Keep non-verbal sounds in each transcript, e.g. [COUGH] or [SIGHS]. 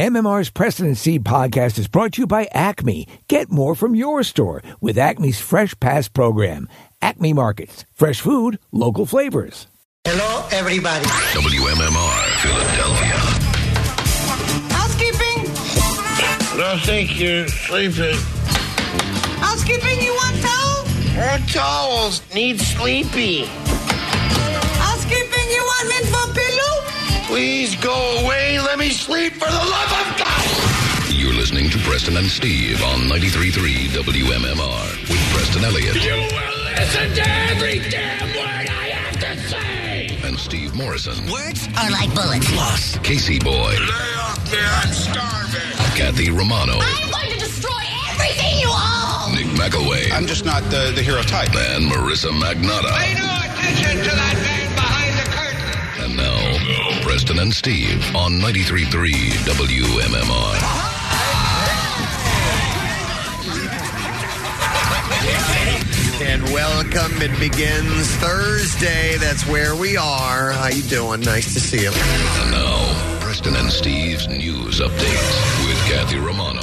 MMR's President Seed podcast is brought to you by Acme. Get more from your store with Acme's Fresh Pass program. Acme Markets, fresh food, local flavors. Hello, everybody. WMMR, Philadelphia. Housekeeping? I think you're sleeping. Housekeeping, you want towel? Our towels need sleepy. Housekeeping, you want me for pillow? Please go away. Let me sleep for the love of God. You're listening to Preston and Steve on 93.3 WMMR with Preston Elliott will listen to every damn word I have to say. and Steve Morrison. Words are like bullets. Plus, Casey Boy, Lay off me. I'm starving. Kathy Romano, I'm going to destroy everything you own! Nick McElway, I'm just not the, the hero type. and Marissa Pay Magnotta. no attention to that man behind the curtain. And now, Preston and Steve on 93.3 WMMR. And welcome. It begins Thursday. That's where we are. How you doing? Nice to see you. And now, Preston and Steve's news updates with Kathy Romano.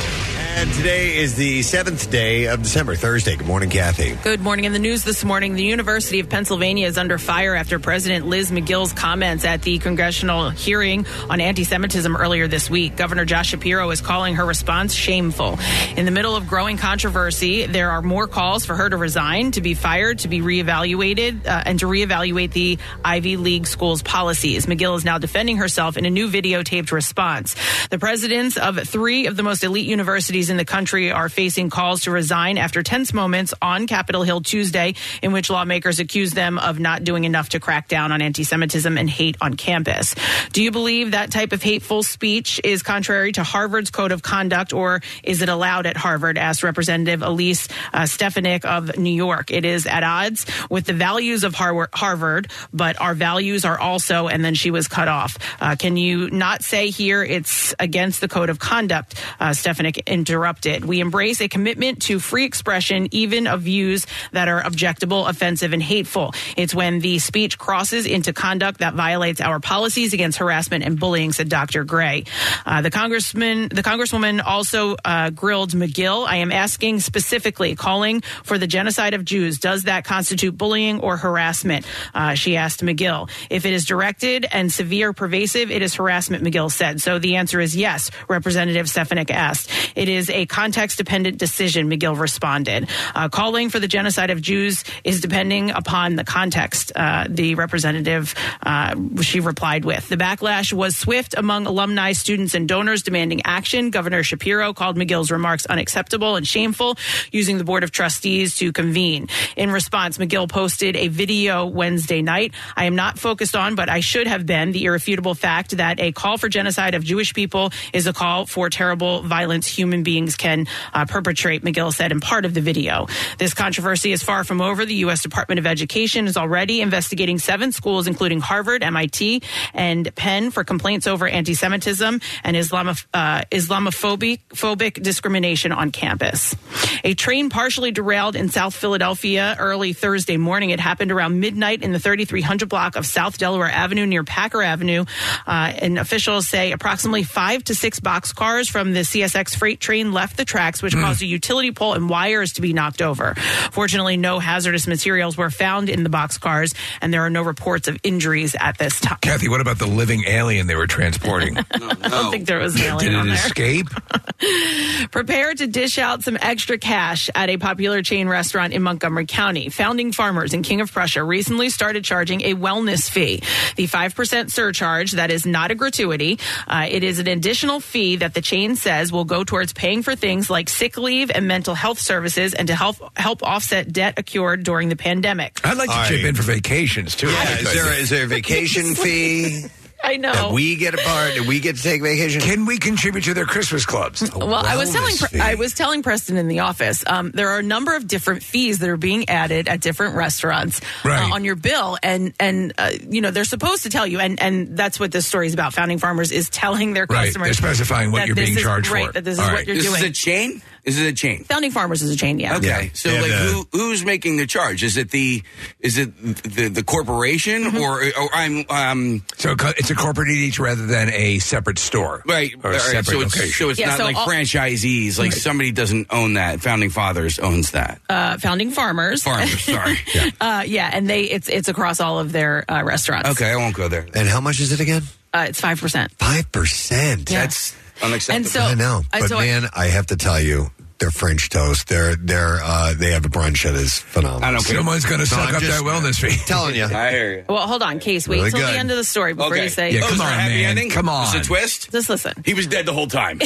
And today is the seventh day of December, Thursday. Good morning, Kathy. Good morning. In the news this morning, the University of Pennsylvania is under fire after President Liz McGill's comments at the congressional hearing on anti Semitism earlier this week. Governor Josh Shapiro is calling her response shameful. In the middle of growing controversy, there are more calls for her to resign, to be fired, to be reevaluated, uh, and to reevaluate the Ivy League school's policies. McGill is now defending herself in a new videotaped response. The presidents of three of the most elite universities in the country are facing calls to resign after tense moments on Capitol Hill Tuesday, in which lawmakers accused them of not doing enough to crack down on anti Semitism and hate on campus. Do you believe that type of hateful speech is contrary to Harvard's code of conduct, or is it allowed at Harvard? asked Representative Elise uh, Stefanik of New York. It is at odds with the values of Har- Harvard, but our values are also, and then she was cut off. Uh, can you not say here it's against the code of conduct? Uh, Stefanik interrupted. We embrace a commitment to free expression, even of views that are objectable, offensive, and hateful. It's when the speech crosses into conduct that violates our policies against harassment and bullying, said Dr. Gray. Uh, the congressman, the congresswoman also uh, grilled McGill. I am asking specifically, calling for the genocide of Jews. Does that constitute bullying or harassment? Uh, she asked McGill. If it is directed and severe, pervasive, it is harassment. McGill said. So the answer is yes. Representative Stefanik asked. It is a context-dependent decision. McGill responded. Uh, calling for the genocide of Jews is depending upon the context. Uh, the representative uh, she replied with the backlash was swift among alumni, students, and donors demanding action. Governor Shapiro called McGill's remarks unacceptable and shameful, using the board of trustees to convene. In response, McGill posted a video Wednesday night. I am not focused on, but I should have been the irrefutable fact that a call for genocide of Jewish people is a call for terrible violence human beings can uh, perpetrate. McGill said in part of the video. This controversy is far from over. The U.S. Department of Education is already investigating seven schools, including Harvard, MIT, and Penn, for complaints over anti-Semitism and Islamoph- uh, Islamophobic phobic discrimination on campus. A train partially derailed in South Philadelphia early Thursday morning. It happened around midnight in the 3300 block of South Delaware Avenue near Packer Avenue. Uh, and officials say approximately five to six boxcars from the CSX freight train left the tracks, which caused a utility pole and wires to be knocked over. Fortunately, no hazardous materials were found in the boxcars, and there are no reports of injuries at this time. Kathy, what about the living alien they were [LAUGHS] transporting? I don't think there was an alien Did on it there. escape? [LAUGHS] Prepare to dish out some extra cash at a popular chain restaurant in Montgomery County. Founding Farmers in King of Prussia recently started charging a wellness fee. The 5% surcharge, that is not a gratuity. Uh, it is an additional fee that the chain says will go towards paying for things like sick leave and mental health services and to help, help offset debt accrued during the pandemic. I'd like to All chip right. in for vacations too. if I Yeah, is could. there, is there [LAUGHS] a vacation fee I know. that we get a part? Do we get to take vacation? Can we contribute to their Christmas clubs? [LAUGHS] Well, I was telling wellness Pre- fee. I was telling Preston in the office. Um, there are a number of different fees that are being added at different restaurants uh, Right. on your bill, and and uh, you know they're supposed to tell you, and and that's what this story is about. Founding farmers is telling their Right, customers they're specifying what that you're this being is- charged right, for. That this is All what right. you're This doing. is a chain. This is a chain. Founding farmers is a chain, yeah. Okay, Yeah. so They have like uh, the- who who's making the charge? Mm-hmm. Is it the is it the the corporation or or I'm um So it co- it's a incorporated each rather than a separate store. Right. Or all a right, separate so, location. it's, so it's Yeah, not so like all- franchisees. Like somebody doesn't own that. Founding Fathers owns that. uh, founding farmers. [LAUGHS] Farmers, sorry. Yeah. Uh, yeah, and they it's it's across all of their uh, restaurants. Okay, I won't go there. And how much is it again? uh, it's five percent. Five percent. Yeah. That's unacceptable. And so I know, I- but so I- man, I have to tell you, their French toast, their their uh, they have a brunch that is phenomenal. I don't care. Someone's going to suck I'm up just- that wellness fee. [LAUGHS] telling you. I hear you. well, hold on, Case. Wait Really till good. the end of the story before Okay. you say. Yeah, Oh, come is there a on, happy man. ending? Come Is on. it a twist? Just listen. He was dead the whole time.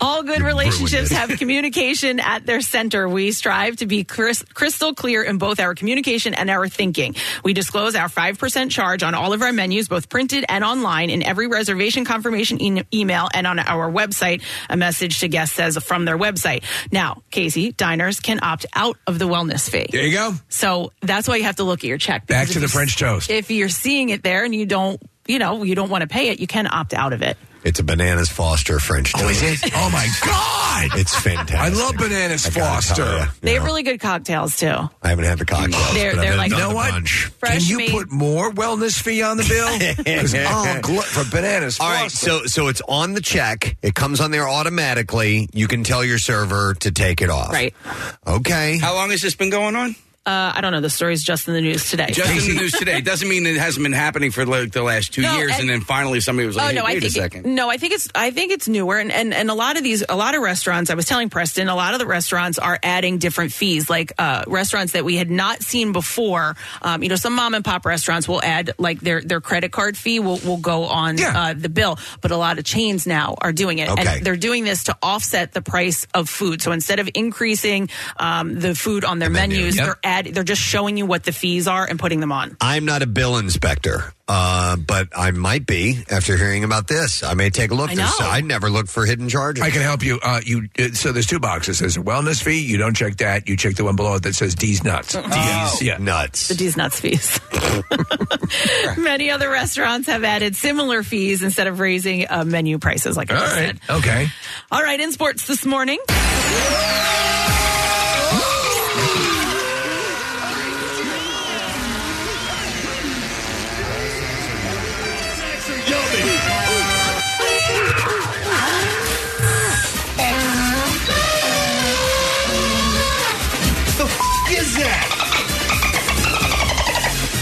All good You're ruining relationships it. have [LAUGHS] communication at their center. We strive to be cris- crystal clear in both our communication and our thinking. We disclose our 5% charge on all of our menus, both printed and online, in every reservation confirmation e- email and on our website. A message to guests says from their website. Now, Casey, diners can opt out of the wellness fee. There you go. So that's why you have to look at your check. Back to because if the you- French toast. If you're seeing it there and you don't, you know, you don't want to pay it, you can opt out of it. It's a bananas Foster French toast. Oh my God! It's fantastic. I love bananas I gotta Foster. tell ya, you They have know, really good cocktails too. I haven't had the cocktails. They're- but I've they're had like- You another know what? [LAUGHS] bunch. Can Fresh you made- put more wellness fee on the [LAUGHS] bill? oh, Because I'm glut for bananas. All right, Foster. so so it's on the check. It comes on there automatically. You can tell your server to take it off. Right. Okay. How long has this been going on? Uh, I don't know. The story's just in the news today. Just [LAUGHS] in the news today. Doesn't mean it hasn't been happening for like the last two No, years, and, and- then finally somebody was like, Oh hey, no! wait I a think second. no, I think it's I think it's newer, and, and and a lot of these, a lot of restaurants. I was telling Preston, a lot of the restaurants are adding different fees, like uh, restaurants that we had not seen before. Um, you know, some mom and pop restaurants will add like their their credit card fee will will go on Yeah. uh, the bill, but a lot of chains now are doing it, Okay. and they're doing this to offset the price of food. So instead of increasing um, the food on their menu, menus, yep. they're add they're just showing you what the fees are and putting them on. I'm not a bill inspector, uh, but I might be after hearing about this. I may take a look. I There's- know. I never look for hidden charges. I can help you. Uh, you uh, so there's two boxes. There's a wellness fee. You don't check that. You check the one below it that says D's nuts. D's, yeah. Nuts. These Oh. nuts fees. Many other restaurants have added similar fees instead of raising uh, menu prices, like I All just right. said. Okay. All right, in sports this morning.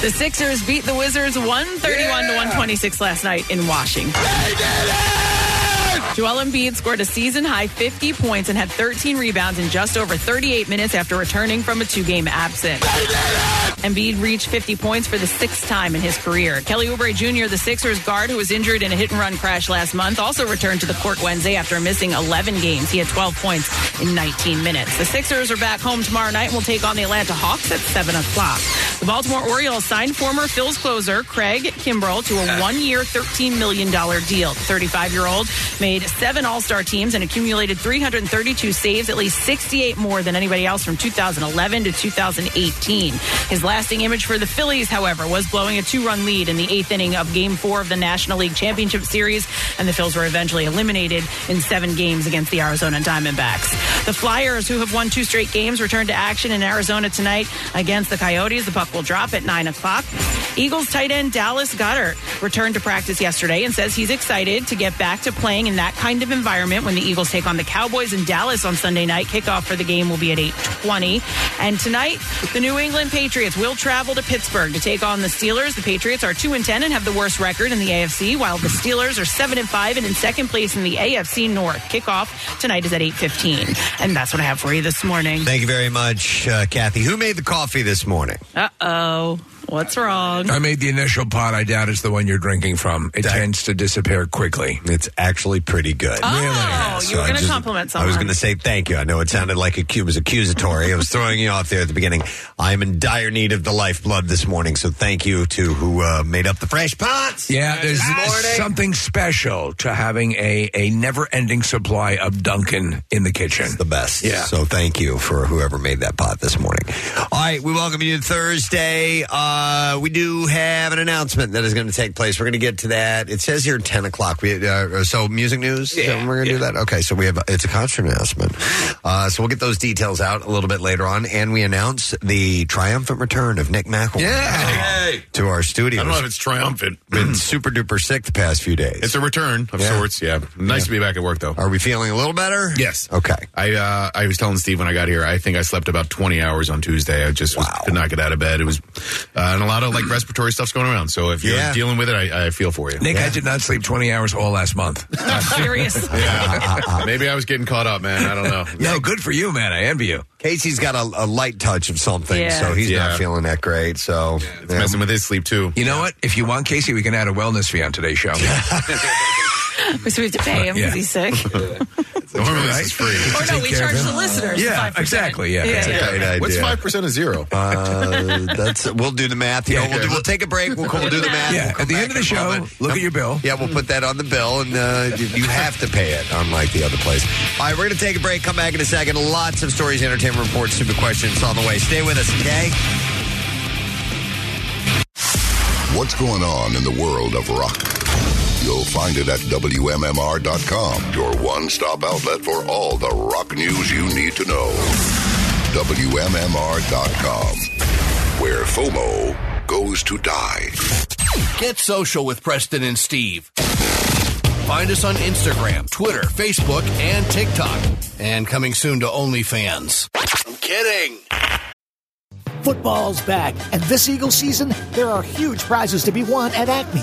The Sixers beat the Wizards 131 to 126 last night in Washington. Joel Embiid scored a season high 50 points and had 13 rebounds in just over 38 minutes after returning from a two game absence. Embiid reached 50 points for the sixth time in his career. Kelly Oubre Jr., the Sixers guard who was injured in a hit and run crash last month, also returned to the court Wednesday after missing 11 games. He had 12 points in 19 minutes. The Sixers are back home tomorrow night and will take on the Atlanta Hawks at 7 o'clock. The Baltimore Orioles signed former Phil's closer Craig Kimbrell to a one year, $13 million deal. The 35 year old made seven All Star teams and accumulated 332 saves, at least 68 more than anybody else from 2011 to 2018. His lasting image for the Phillies, however, was blowing a two run lead in the eighth inning of Game Four of the National League Championship Series, and the Phils were eventually eliminated in seven games against the Arizona Diamondbacks. The Flyers, who have won two straight games, return to action in Arizona tonight against the Coyotes. The puck will drop at 9 o'clock. Eagles tight end Dallas Goddard returned to practice yesterday and says he's excited to get back to playing in that kind of environment when the Eagles take on the Cowboys in Dallas on Sunday night. Kickoff for the game will be at 8.20. And tonight, the New England Patriots will travel to Pittsburgh to take on the Steelers. The Patriots are 2 and 10 and have the worst record in the AFC, while the Steelers are 7 and 5 and in second place in the AFC North. Kickoff tonight is at 8.15. And that's what I have for you this morning. Thank you very much, uh, Kathy. Who made the coffee this morning? Uh-oh. What's wrong? I made the initial pot. I doubt it's the one you're drinking from. It That- tends to disappear quickly. It's actually pretty good. Oh, you were I going to just- compliment I someone. was going to say thank you. I know it sounded like it was accusatory. I was throwing you off there at the beginning. I'm in dire need of the lifeblood this morning, so thank you to who uh, made up the fresh pots. Yeah, there's Morning. something special to having a, a never ending supply of Duncan in the kitchen. the best. Yeah. So thank you for whoever made that pot this morning. All right, we welcome you to Thursday. Uh, Uh, we do have an announcement that is going to take place. We're going to get to that. It says here 10 o'clock. We, uh, so, music news? Yeah. We're going to do that? Okay, so we have it's a concert announcement. Uh, so, we'll get those details out a little bit later on. And we announce the triumphant return of Nick McElroy to our studio. I don't know if it's triumphant. Been [CLEARS THROAT] super duper sick the past few days. It's a return of Yeah. sorts. Yeah, nice to be back at work though. Are we feeling a little better? Yes. Okay. I uh, I was telling Steve when I got here. I think I slept about twenty hours on Tuesday. I just was, could not get out of bed. It was, uh, and a lot of like respiratory stuff's going around. So if you're Yeah. dealing with it, I, I feel for you. Nick, I did not sleep 20 hours all last month. [LAUGHS] [LAUGHS] [LAUGHS] Serious. Yeah. Maybe I was getting caught up, man. I don't know. no, good for you, man. I envy you. Casey's got a, a light touch of something, Yeah. so he's Yeah. not feeling that great. So, It's messing with his sleep too. You know what? If you want Casey, we can add a wellness fee on today's [LAUGHS] show. [LAUGHS] We have to pay him because Yeah. [LAUGHS] he's sick. Normally this is free. Or Oh, no, we charge the listeners. Yeah, 5%. exactly. Yeah. Yeah. Great idea. What's five percent of zero? Uh, that's we'll do the math. You know, we'll, do, we'll take a break. We'll, we'll do the math. Yeah, We'll come at the end of back the in a show, moment. look Um, at your bill. Yeah, we'll put that on the bill, and uh, you, you have to pay it, unlike the other place. All right, we're going to take a break. Come back in a second. Lots of stories, entertainment reports, stupid questions on the way. Stay with us, okay? What's going on in the world of rock? You'll find it at WMMR.com, your one stop outlet for all the rock news you need to know. WMMR.com, where FOMO goes to die. Get social with Preston and Steve. Find us on Instagram, Twitter, Facebook, and TikTok. And coming soon to OnlyFans. I'm kidding. Football's back, and this Eagle season, there are huge prizes to be won at Acme.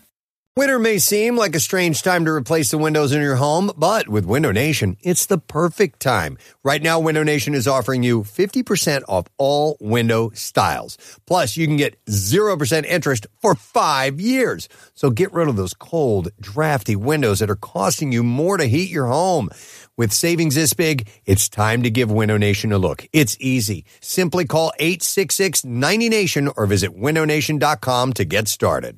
Winter may seem like a strange time to replace the windows in your home, but with Window Nation, it's the perfect time. Right now, Window Nation is offering you 50% off all window styles. Plus, you can get 0% interest for five years. So get rid of those cold, drafty windows that are costing you more to heat your home. With savings this big, it's time to give Window Nation a look. It's easy. Simply call 866 90Nation or visit windownation.com to get started.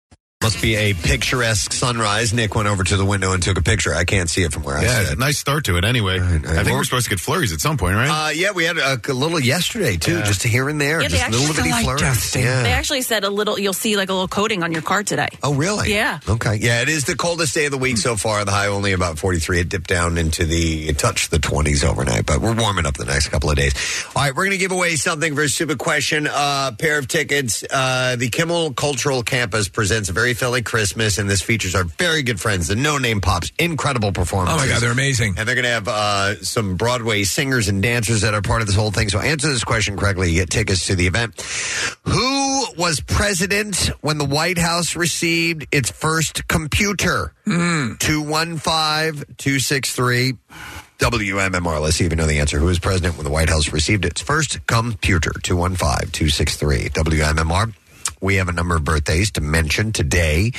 Must be a picturesque sunrise. Nick went over to the window and took a picture. I can't see it from where I Yeah, sit. nice start to it. Anyway, I think Well- we're supposed to get flurries at some point, right? Uh, yeah, we had a, a little yesterday too, just here and there, Yeah, they just actually little bitty don't like flurries. They Yeah. actually said a little. You'll see like a little coating on your car today. Oh, really? Yeah. Okay. Yeah, it is the coldest day of the week so far. The high only about 43. It dipped down into the, it touched the 20s overnight, but we're warming up the next couple of days. All right, we're going to give away something for a stupid question. Uh, pair of tickets. Uh, the Kimmel Cultural Campus presents a very Philly Christmas, and this features our very good friends, the No Name Pops. Incredible performance. Oh, my God, they're amazing. And they're going to have uh, some Broadway singers and dancers that are part of this whole thing. So answer this question correctly. You get tickets to the event. Who was president when the White House received its first computer? Mm. 215 263 WMMR. Let's see if you know the answer. Who was president when the White House received its first computer? 215 263 WMMR. We have a number of birthdays to mention today,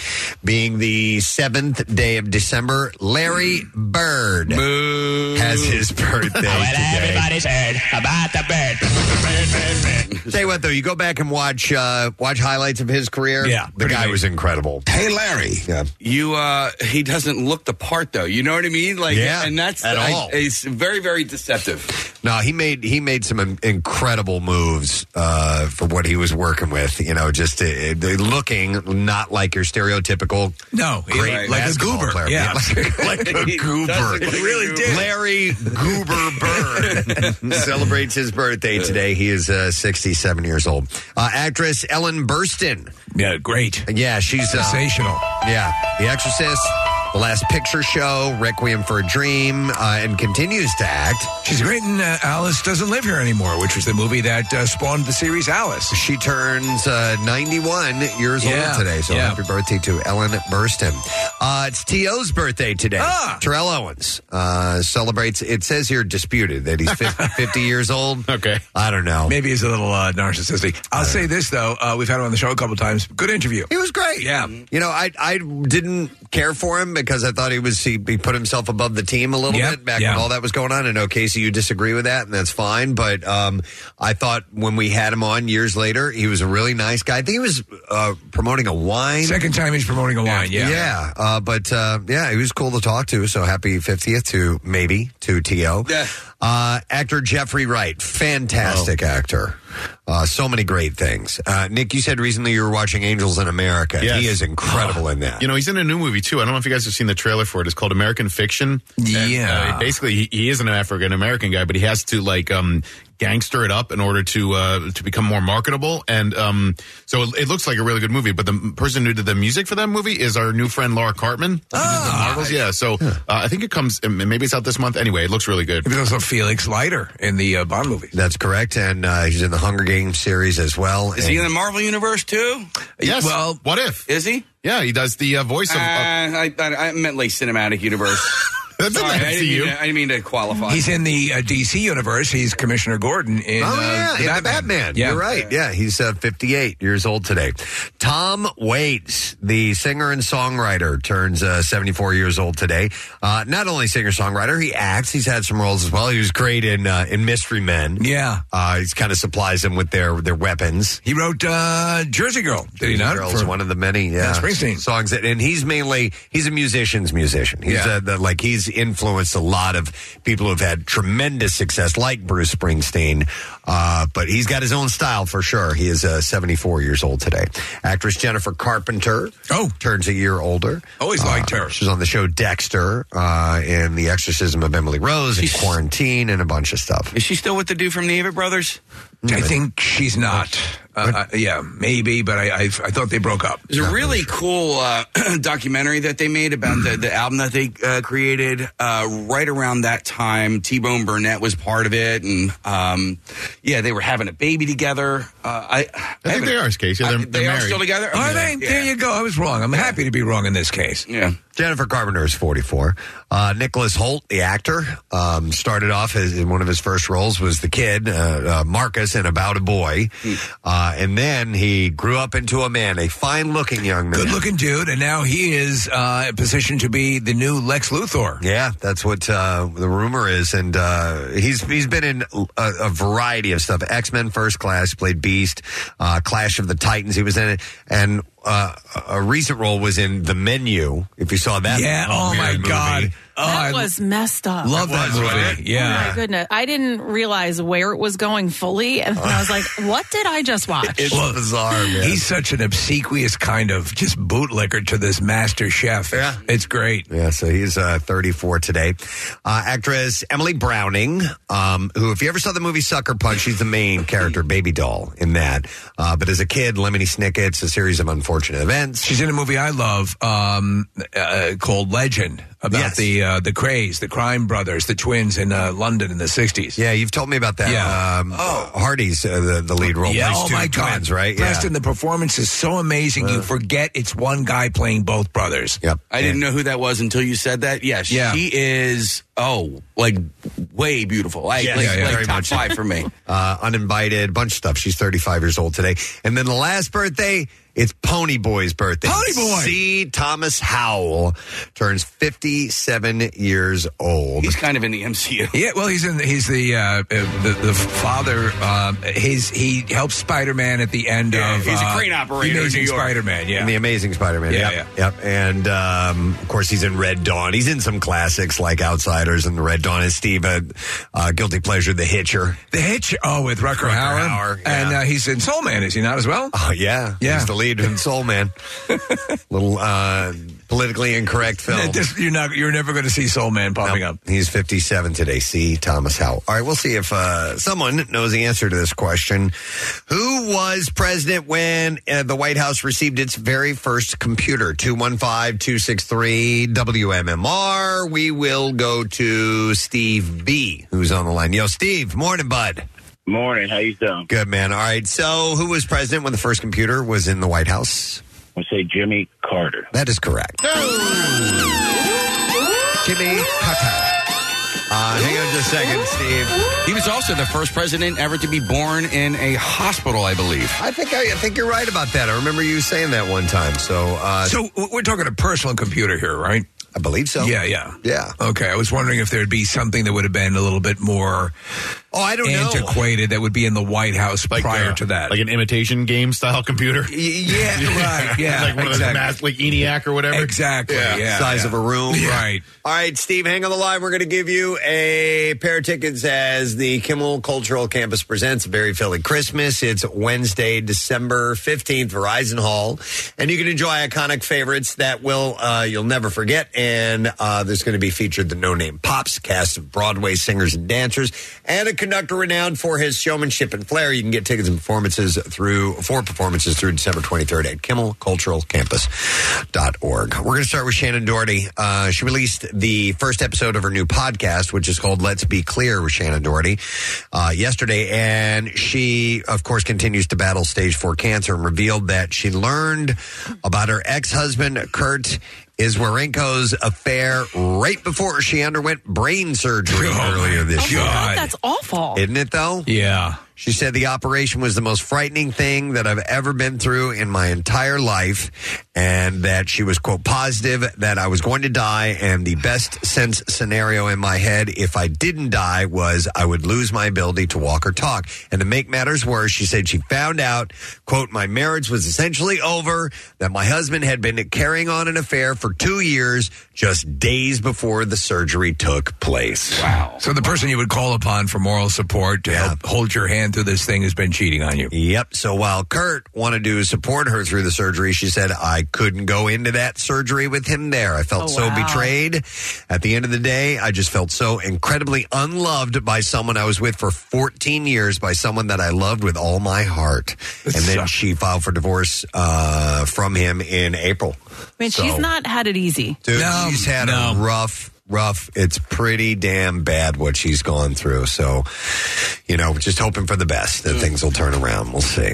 being the seventh day of December. Larry Bird has his birthday today. heard about the bird. bird, bird, bird. Tell you what, though, you go back and watch uh, watch highlights of his career. Yeah, the guy was incredible. Hey, Larry. Yeah. You, uh, he doesn't look the part though. You know what I mean? Like, Yeah, and that's, at I- all. it's very, very deceptive. No, he made he made some in- incredible moves uh, for what he was working with. You know, just uh, uh, looking not like your stereotypical No, he- great like a basketball goober. player. Yeah. like, like a He goober. doesn't- he really did. Larry Goober Bird [LAUGHS] celebrates his birthday today. He is uh, sixty-seven years old. Uh, actress Ellen Burstyn. Yeah, great. Yeah, she's uh, Sensational. yeah, The Exorcist. The Last Picture Show, Requiem for a Dream, uh, and continues to act. She's great in uh, Alice Doesn't Live Here Anymore, which was the movie that uh, spawned the series Alice. She turns uh, 91 years Yeah, old today, so yeah. happy birthday to Ellen Burstyn. Uh, it's T.O.'s birthday today. Ah. Terrell Owens uh, celebrates, it says here disputed that he's [LAUGHS] 50, 50 years old. Okay. I don't know. Maybe he's a little uh, narcissistic. I'll say this, though. Uh, we've had him on the show a couple times. Good interview. He was great. Yeah. You know, I I didn't care for him because I thought he was he, he put himself above the team a little Yep. bit back Yeah. when all that was going on. I know Casey, you disagree with that, and that's fine. But um, I thought when we had him on years later, he was a really nice guy. I think he was uh, promoting a wine. Second time he's promoting a wine. Yeah. Yeah, uh, but uh, yeah, he was cool to talk to. So happy 50th to maybe to To. Uh, actor Jeffrey Wright, Oh. fantastic actor. Uh, so many great things. Uh, Nick, you said recently you were watching Angels in America. Yes. He is incredible in that. You know, he's in a new movie too. I don't know if you guys have seen the trailer for it. It's called American Fiction. Yeah. uh, basically, he, he is an African American guy, but he has to like um, gangster it up in order to uh, to become more marketable. And um, so it, it looks like a really good movie. But the m- person who did the music for that movie is our new friend Laura Oh, Cartman. She did the Marvels. Yeah. So uh, I think it comes. um, Maybe it's out this month. Anyway, it looks really good. He was also Felix Leiter in the uh, Bond movie. That's correct. And uh, he's in the Hunger Games series as well. Is he in the Marvel universe too? Yes. Well, what if? Is he? Yeah, he does the uh, voice of. I, I, I meant like cinematic universe. That's Sorry, in the I didn't, mean MCU. to, I didn't mean to qualify. He's in the uh, DC universe. He's Commissioner Gordon in, oh uh, yeah, the in Batman. the Batman. Yeah. You're right. Yeah, he's uh, 58 years old today. Tom Waits, the singer and songwriter, turns uh, 74 years old today. Uh, not only singer songwriter, he acts. He's had some roles as well. He was great in uh, in Mystery Men. Yeah, uh, he's kind of supplies them with their their weapons. He wrote uh, Jersey Girl. Did he Jersey not? Girl's For- one of the many yeah, Springsteen. songs that, and he's mainly he's a musician's musician. He's Yeah. uh the, like he's influenced a lot of people who've had tremendous success, like Bruce Springsteen. Uh, but he's got his own style for sure. He is uh, 74 years old today. Actress Jennifer Carpenter oh turns a year older. Always liked her. She was on the show Dexter uh, and The Exorcism of Emily Rose and Quarantine and a bunch of stuff. Is she still with the dude from the Ava Brothers? I think she's not. Uh, I- yeah, maybe, but I, I I thought they broke up. There's a really cool uh, [CLEARS THROAT] documentary that they made about the, the album that they uh, created uh, right around that time. T Bone Burnett was part of it, and um, yeah, they were having a baby together. Uh, I, I think they are, Casey. They're, they they're are married. still together. Are they? There you go. I was wrong. I'm happy to be wrong in this case. Yeah. Jennifer Carpenter is 44. Uh, Nicholas Holt, the actor, um, started off as, in one of his first roles was the kid uh, uh, Marcus in About a Boy, Hmm. uh, and then he grew up into a man, a fine-looking young man. Good looking dude, and now he is uh, positioned to be the new Lex Luthor. Yeah, that's what uh, the rumor is, and uh, he's he's been in a, a variety of stuff. X Men First Class, played Beast, uh, Clash of the Titans. He was in it, and uh, a recent role was in The Menu. If you saw that, Yeah, oh my weird God. Oh, I that was messed up. love that was, movie. wasn't it? Oh Yeah. my goodness. I didn't realize where it was going fully. And then I was like, what did I just watch? It's bizarre, man. He's such an obsequious kind of just bootlicker to this master chef. Yeah. It's great. Yeah, so he's uh, 34 today. Uh, actress Emily Browning, um, who, if you ever saw the movie Sucker Punch, she's the main character, baby doll, in that. Uh, but as a kid, Lemony Snicket's a series of unfortunate events. She's in a movie I love um, uh, called Legend about Yes. the uh, the craze, the crime brothers, the twins in uh, London in the 60s. Yeah, you've told me about that. Yeah. Um, Hardy's uh, the, the lead role. Yeah, plays oh two my twins, God. right? Yeah. Uh. Preston, the performance is so amazing. you forget it's one guy playing both brothers. Yep. I didn't know who that was until you said that. Yeah, she Yeah. is oh, like way beautiful. Like, Yeah, like, yeah, yeah, like very top much so. five for me. [LAUGHS] uh, uninvited, bunch of stuff. She's 35 years old today. And then the last birthday, it's Pony Boy's birthday. Pony Boy! C. Thomas Howell turns 57 years old. He's kind of in the MCU. Yeah, well, he's in. He's the uh, uh, the, the father. Um, his he helps Spider Man at the end Yeah, of. he's a uh, crane operator in New Amazing York. Spider Man. Yeah, In the Amazing Spider-Man. Yeah, yep, yep. And um, of course, he's in Red Dawn. He's in some classics like Outsiders and Red Dawn. Is Steve a uh, guilty pleasure? The Hitcher. the Hitch. Oh, with Rucker, Rucker Hauer, Hauer, yeah. and uh, he's in Soul Man. Is he not as well? Oh yeah, Yeah. [LAUGHS] He's the lead in Soul Man. Little uh, politically incorrect film. This- you're not. You're never going to see Soul Man popping up. He's 57 today. See Thomas Howell. All right, we'll see if uh, someone knows the answer to this question. Who was president when uh, the White House received its very first computer? 215 263 WMMR. We will go to Steve B, who's on the line. Yo, Steve, morning, bud. Morning. How you doing? Good, man. All right. So, who was president when the first computer was in the White House? I say Jimmy Carter. That is correct. Jimmy Carter. Uh, hang on just a second, Steve. He was also the first president ever to be born in a hospital, I believe. I think I, I think you're right about that. I remember you saying that one time. So, uh, So w- we're talking a personal computer here, right? I believe so. Yeah, yeah, yeah. Okay, I was wondering if there'd be something that would have been a little bit more. Oh, I don't know. antiquated that would be in the White House prior uh, to that, like an imitation game style computer. yeah, [LAUGHS] right, yeah, like one of those exactly. mass, like ENIAC or whatever. Exactly. yeah, size yeah. of a room, Yeah. Right. All right, Steve, hang on the line. We're going to give you a pair of tickets as the Kimmel Cultural Campus presents Very Philly Christmas. It's Wednesday, December 15th, Verizon Hall. And you can enjoy iconic favorites that will uh, you'll never forget. And uh, there's going to be featured the No Name Pops, cast of Broadway singers and dancers, and a conductor renowned for his showmanship and flair. You can get tickets and performances through four performances through December 23rd at Kimmel Cultural Campus.org. We're going to start with Shannon Doherty. Uh, she released the first episode of her new podcast, which is called Let's Be Clear with Shannon Doherty, uh, yesterday. And she, of course, continues to battle stage four cancer and revealed that she learned about her ex husband, Kurt. Iswarenko's affair right before she underwent brain surgery earlier this year. "Oh, That's awful. Isn't it though? Yeah. She said the operation was the most frightening thing that I've ever been through in my entire life, and that she was, quote, positive that I was going to die, and the best sense scenario in my head, if I didn't die, was I would lose my ability to walk or talk. And to make matters worse, she said she found out, quote, my marriage was essentially over, that my husband had been carrying on an affair for two years, just days before the surgery took place. Wow. So the person you would call upon for moral support to help hold your hand through this thing has been cheating on you. Yep. So while Kurt wanted to support her through the surgery, she said, I couldn't go into that surgery with him there. I felt Oh, so wow. betrayed. At the end of the day, I just felt so incredibly unloved by someone I was with for 14 years, by someone that I loved with all my heart. and then she filed for divorce uh, from him in April. I mean, she's So- not had it easy. Dude, she's had a rough, rough. It's pretty damn bad what she's gone through. So, you know, just hoping for the best Mm. that things will turn around. We'll see.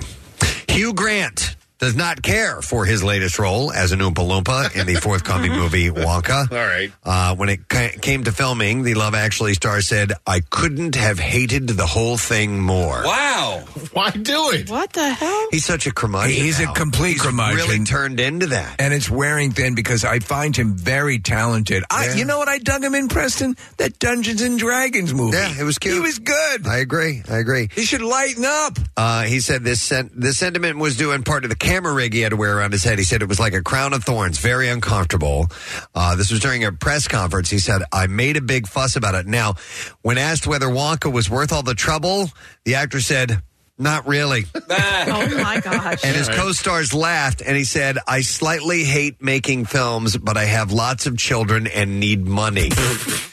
Hugh Grant does not care for his latest role as an Oompa Loompa in the [LAUGHS] forthcoming movie Wonka. All right. Uh, when it ca- came to filming, the Love Actually star said, "I couldn't have hated the whole thing more." Wow. Why do it? What the hell? He's such a curmudgeon. He's now. a complete He's curmudgeon. Really turned into that. And it's wearing thin because I find him very talented. I, you know what I dug him in, Preston? That Dungeons and Dragons movie. Yeah, it was cute. He was good. I agree. I agree. He should lighten up. Uh, he said this sen- the sentiment was due in part to the camera rig he had to wear around his head. He said it was like a crown of thorns, very uncomfortable. Uh, this was during a press conference. He said, I made a big fuss about it. Now, when asked whether Wonka was worth all the trouble, the actor said, not really. [LAUGHS] oh my gosh. And his co stars laughed, and he said, I slightly hate making films, but I have lots of children and [LAUGHS] need money.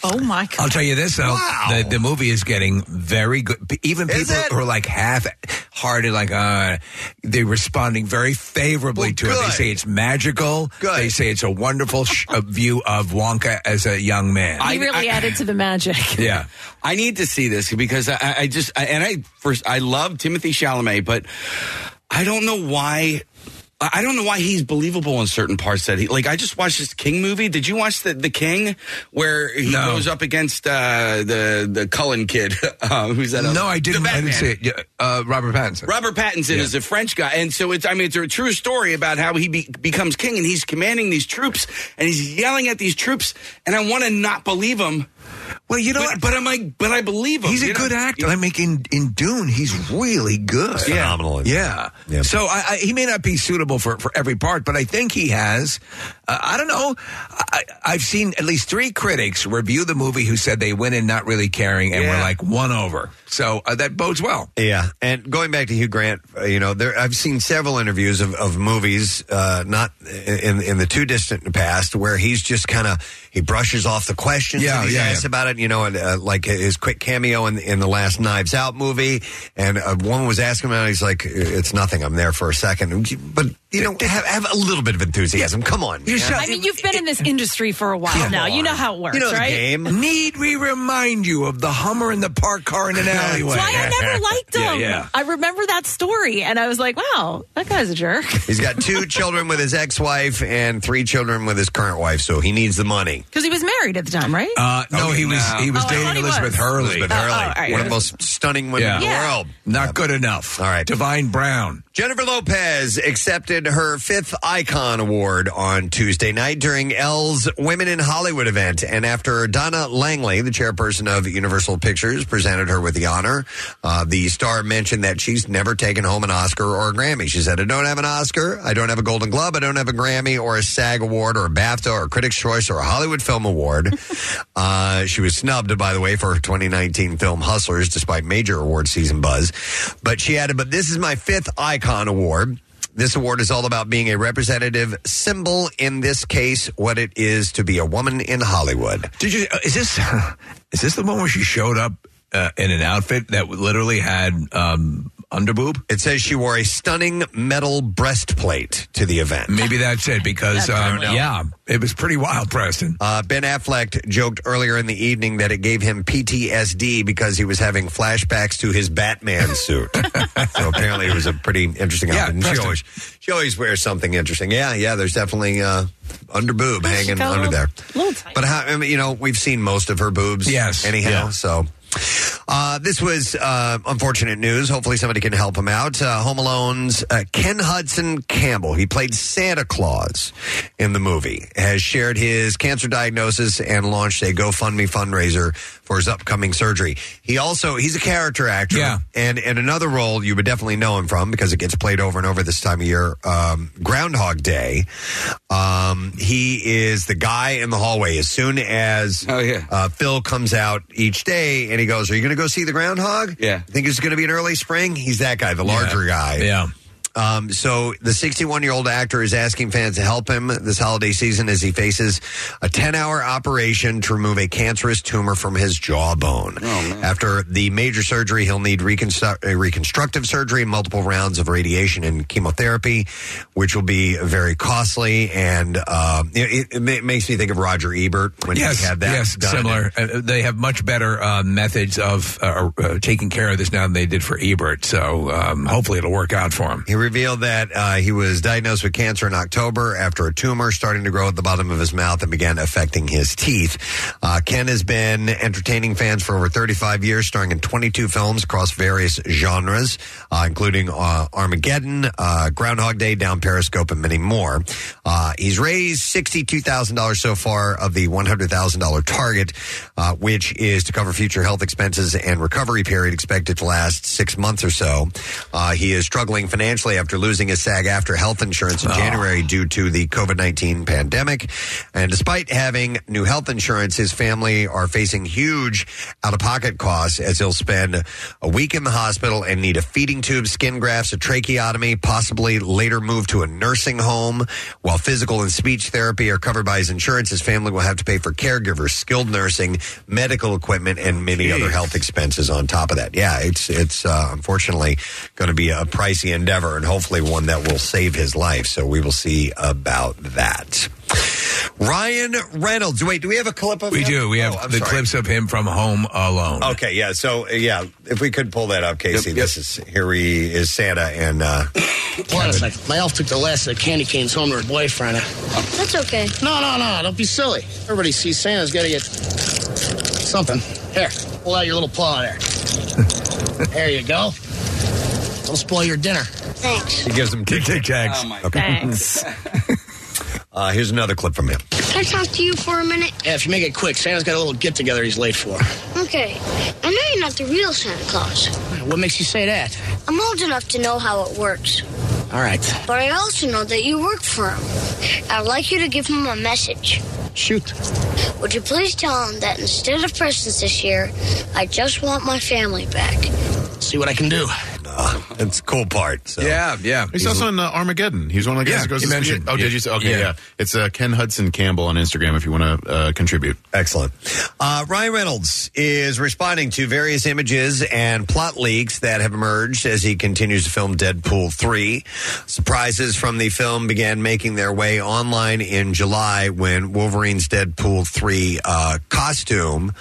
Oh my god. I'll tell you this though, the, the movie is getting very good. P- Even people who are like half-hearted, like uh, they're responding very favorably to it. They say it's magical. Good. They say it's a wonderful sh- a view of Wonka as a young man. I- He really added to the magic. yeah. I need to see this because I, I- I just I, and I first I love Timothy Chalamet, but I don't know why. I I don't know why he's believable in certain parts that he like. I just watched this King movie. Did you watch the the King where he goes up against uh, the the Cullen kid? [LAUGHS] Uh, who's that? other- No, I didn't. The I didn't Batman. see it. Yeah, Uh, Robert Pattinson. Robert Pattinson Yeah. is a French guy, and so it's I mean it's a true story about how he be, becomes king, and he's commanding these troops, and he's yelling at these troops, and I want to not believe him. Well, you know, but, but I'm like, but I believe him. He's a you know? good actor. I mean, in, in Dune, he's really good. He's phenomenal. Yeah. Yeah. So I, I, he may not be suitable for, for every part, but I think he has Uh, I don't know. I, I've seen at least three critics review the movie who said they went in not really caring and were like won over. So uh, that bodes well. Yeah, and going back to Hugh Grant, uh, you know, there I've seen several interviews of, of movies, uh, not in in the too distant past, where he's just kind of he brushes off the questions Yeah, that he's yeah, asked about it. You know, and uh, like his quick cameo in in the last Knives Out movie, and uh, one was asking him, and he's like, "It's nothing. I'm there for a second. but you know, have, have a little bit of enthusiasm. Come on, man. I mean, you've been in this industry for a while now. You know how it works, right? Need we remind you of the Hummer in the parked car [LAUGHS] in an alleyway? That's why I never liked him. Yeah, yeah. I remember that story, and I was like, "Wow, that guy's a [LAUGHS] jerk." He's got [LAUGHS] two children with his ex-wife and three children with his current wife, so he needs the money. Because he was married at the time, right? Uh, no, he was he was Oh, I dating thought he Elizabeth was. Hurley. Elizabeth Oh, oh, Hurley, all right. one of the most stunning women in the Yeah. world. Not good enough. All right. Divine Brown. Jennifer Lopez accepted her fifth Icon Award on Tuesday night during L's Women in Hollywood event. And after Donna Langley, the chairperson of Universal Pictures, presented her with the honor, uh, the star mentioned that she's never taken home an Oscar or a Grammy. She said, I don't have an Oscar, I don't have a Golden Globe, I don't have a Grammy or a SAG Award or a BAFTA or a Critics' Choice or a Hollywood Film Award. uh, she was snubbed, by the way, for her 2019 film Hustlers, despite major award season buzz. But she added, But this is my fifth Icon Award. This award is all about being a representative symbol, in this case, what it is to be a woman in Hollywood. Did you? uh, Is this [LAUGHS] is this the one where she showed up uh, in an outfit that literally had um, underboob? It says she wore a stunning metal breastplate to the event. Maybe that's it because That's um, probably it. yeah, it was pretty wild, Preston. Uh, ben Affleck joked earlier in the evening that it gave him PTSD because he was having flashbacks to [LAUGHS] his Batman suit. so apparently, it was a pretty interesting Yeah, outfit. And She Preston. always, she always wears something interesting. Yeah, yeah. There's definitely uh, under boob hanging got a under little- there. But how, I mean, you know, we've seen most of her boobs. Yes. Anyhow, Yeah. so. Uh, this was uh, unfortunate news. Hopefully, somebody can help him out. Uh, Home Alone's uh, Ken Hudson Campbell, he played Santa Claus in the movie, has shared his cancer diagnosis and launched a GoFundMe fundraiser for his upcoming surgery. He also he's a character actor, yeah. and and another role you would definitely know him from because it gets played over and over this time of year. Um, Groundhog Day. Um, he is the guy in the hallway as soon as uh, Phil comes out each day and he goes, Are you going to go see the groundhog? Yeah. Think it's going to be an early spring? He's that guy, the larger guy. Yeah. Um, so the 61 year old actor is asking fans to help him this holiday season as he faces a 10 hour operation to remove a cancerous tumor from his jawbone. After the major surgery, he'll need reconstru- uh, reconstructive surgery, multiple rounds of radiation and chemotherapy, which will be very costly. And um, it, it, it makes me think of Roger Ebert when yes, he had that yes, done. similar. Uh, they have much better uh, methods of uh, uh, taking care of this now than they did for Ebert. So um, hopefully it'll work out for him. He revealed that uh, he was diagnosed with cancer in October after a tumor starting to grow at the bottom of his mouth and began affecting his teeth. Uh, Ken has been entertaining fans for over 35 years, starring in 22 films across various genres, uh, including uh, Armageddon, uh, Groundhog Day, Down Periscope, and many more. Uh, he's raised $62,000 so far of the $100,000 target, uh, which is to cover future health expenses and recovery period expected to last six months or so. Uh, he is struggling financially after losing his SAG after health insurance in January due to the COVID 19 pandemic. And despite having new health insurance, his family are facing huge out of pocket costs as he'll spend a week in the hospital and need a feeding tube, skin grafts, a tracheotomy, possibly later move to a nursing home. While physical and speech therapy are covered by his insurance, his family will have to pay for caregivers, skilled nursing, medical equipment, and many other health expenses on top of that. Yeah, it's it's uh, unfortunately going to be a pricey endeavor, and hopefully one that will save his life. So we will see about that. Ryan Reynolds. Wait, do we have a clip of We him? do. We have Oh, I'm the sorry. clips of him from Home Alone. Okay, yeah. So, uh, yeah, if we could pull that up, Casey. This is here. He is Santa, and uh, Plus, like, my elf took the last of the candy canes home to her boyfriend. That's okay. No, no, no. Don't be silly. Everybody sees Santa's got to get something. Here, pull out your little [LAUGHS] paw there. there you go. Don't spoil your dinner. Thanks. he gives him tic tacs. Oh, my Thanks. [LAUGHS] uh, here's another clip from him. Can I talk to you for a minute? Yeah, if you make it quick, Santa's got a little get together he's late for. Okay. I know you're not the real Santa Claus. What makes you say that? I'm old enough to know how it works. All All right. But I also know that you work for him. I'd like you to give him a message. Shoot. Would you please tell him that instead of presents this year, I just want my family back? See what I can do. That's the cool part. So. Yeah, yeah. He's, also in uh, Armageddon. He's one of the guys Yeah, that goes. you to- mentioned. Oh, Yeah. did you? Say? Okay, Yeah. yeah. It's uh, Ken Hudson Campbell on Instagram. If you want to uh, contribute, excellent. Uh, Ryan Reynolds is responding to various images and plot leaks that have emerged as he continues to film Deadpool 3. Surprises from the film began making their way online in July when Wolverine's Deadpool 3 uh, costume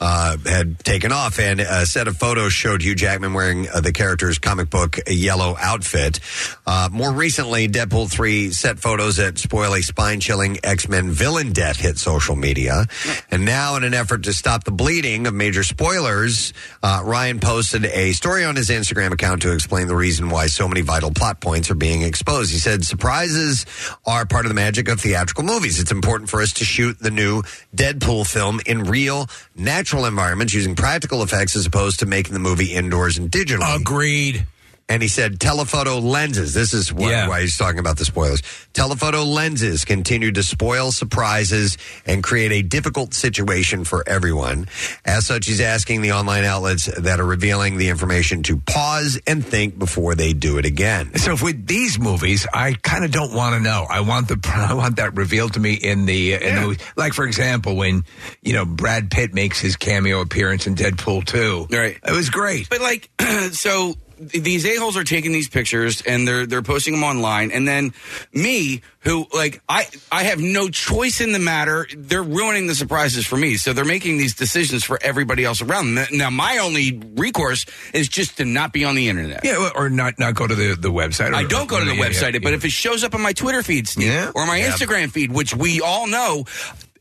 uh, had taken off, and a set of photos showed Hugh Jackman wearing uh, the character's comic book yellow outfit. Uh, more recently, Deadpool 3 set photos that spoil a spine chilling X Men villain death hit social media. And now, in an effort to stop the bleeding of major spoilers, uh, Ryan posted a story on his Instagram account to explain the reason why so many vital plot points are being exposed. He said, Surprises are part of the magic of theatrical movies. It's important for us to shoot the new Deadpool film in real, natural environments using practical effects as opposed to making the movie indoors and digitally. Agreed. And he said telephoto lenses. This is why, why he's talking about the spoilers. Telephoto lenses continue to spoil surprises and create a difficult situation for everyone. As such, he's asking the online outlets that are revealing the information to pause and think before they do it again. So if with these movies, I kind of don't want to know. I want the [LAUGHS] I want that revealed to me in the uh, in the movie. Like for example, when you know Brad Pitt makes his cameo appearance in Deadpool two. Right. It was great. But like, [CLEARS THROAT] so th- these a holes are taking these pictures and they're they're posting them online, and then me, who like I I have no choice in the matter. They're ruining the surprises for me, so they're making these decisions for everybody else around them. Now my only recourse is just to not be on the internet. Yeah, or not not go to the, the website. Or, I don't go to the Yeah, yeah, website, but yeah. if it shows up on my Twitter feed, Steve, Yeah. or my Yeah. Instagram feed, which we all know,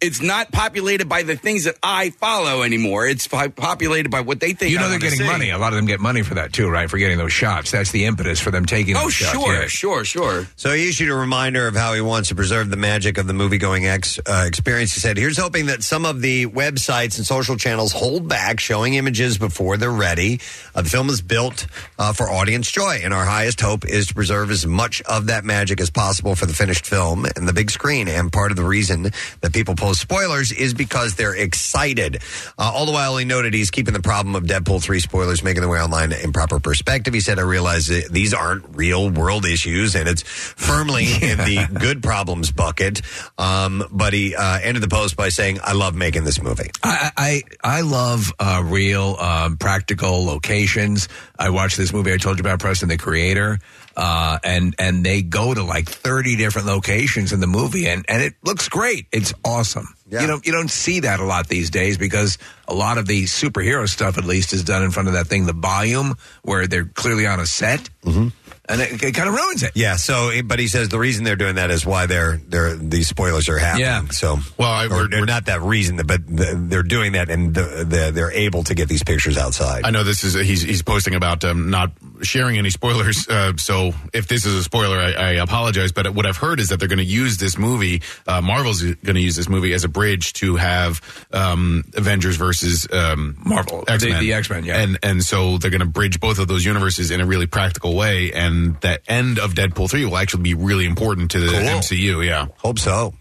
it's not populated by the things that I follow anymore. It's po- populated by what they think. you I know they're wanna getting see. money. A lot of them get money for that too, right? For getting those shots. That's the impetus for them taking. Oh, those shots, sure, yeah. sure, sure. So he issued a reminder of how he wants to preserve the magic of the movie-going ex, uh, experience. He said, "Here's hoping that some of the websites and social channels hold back showing images before they're ready. Uh, the film is built uh, for audience joy, and our highest hope is to preserve as much of that magic as possible for the finished film and the big screen. And part of the reason that people post spoilers is because they're excited. Uh, all the while, he noted he's keeping the problem of Deadpool 3 spoilers making their way online in proper perspective. He said, I realize that these aren't real world issues, and it's firmly in the good problems bucket. Um, but he uh, ended the post by saying, I love making this movie. I I, I love uh, real um, practical locations. I watched this movie I told you about, Preston the Creator, uh, and and they go to like thirty different locations in the movie, and and it looks great. It's awesome. You don't you don't see that a lot these days because a lot of the superhero stuff, at least, is done in front of that thing, the volume, where they're clearly on a set, mm-hmm. and it, it kind of ruins it. Yeah. So, but he says the reason they're doing that is why they're they're these spoilers are happening. Yeah. So, well, I, or, or not that reason, but th- they're doing that, and the, the, they're able to get these pictures outside. I know this is he's he's posting about um, not sharing any spoilers. Uh, so if this is a spoiler, I, I apologize. But what I've heard is that they're going to use this movie. Uh, Marvel's going to use this movie as a bridge to have um, Avengers versus um, Marvel, X The- Men, the X-Men, yeah. and and so they're going to bridge both of those universes in a really practical way. And that end of Deadpool three will actually be really important to the Cool. MCU. Yeah, hope so.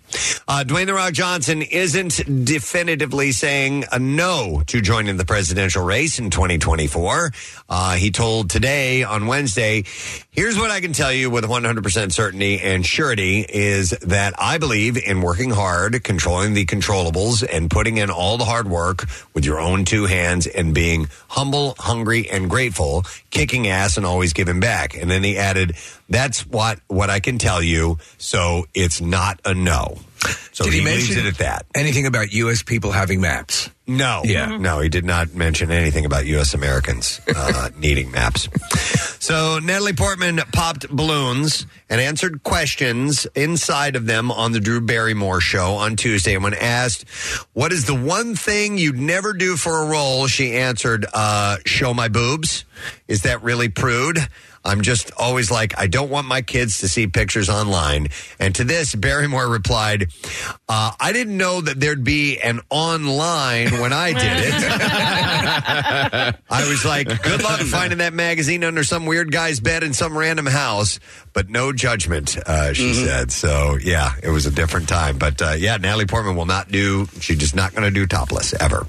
Uh, Dwayne The Rock Johnson isn't definitively saying a no to joining the presidential race in 2024. Uh, he told today on Wednesday, here's what I can tell you with 100% certainty and surety is that I believe in working hard, controlling the controllables, and putting in all the hard work with your own two hands and being humble, hungry, and grateful, kicking ass and always giving back. And then he added, that's what, what I can tell you. So it's not a no. So Did he, he leaves mention- it at that. Anything about U.S. people having maps? No. Yeah. No, he did not mention anything about U.S. Americans [LAUGHS] uh, needing maps. So Natalie Portman popped balloons and answered questions inside of them on the Drew Barrymore show on Tuesday. And when asked, what is the one thing you'd never do for a role? She answered, uh, show my boobs. Is that really prude? I'm just always like, I don't want my kids to see pictures online. And to this, Barrymore replied, uh, I didn't know that there'd be an online when I did it. I was like, good luck finding that magazine under some weird guy's bed in some random house, but no judgment, uh, she Mm-hmm. said. So, yeah, it was a different time. But uh, yeah, Natalie Portman will not do, she's just not going to do topless ever.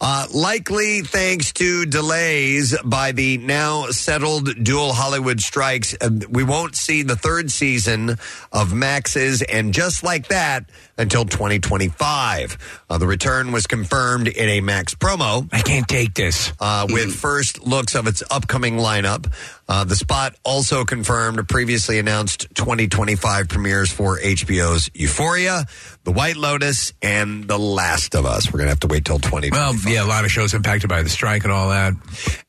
Uh, likely thanks to delays by the now settled dual Hollywood strikes, uh, we won't see the third season of Max's and Just Like That until 2025. Uh, the return was confirmed in a Max promo. I can't take this. Uh, with first looks of its upcoming lineup. Uh, the spot also confirmed previously announced 2025 premieres for HBO's Euphoria, The White Lotus, and The Last of Us. We're going to have to wait till 20. Well, yeah, a lot of shows impacted by the strike and all that.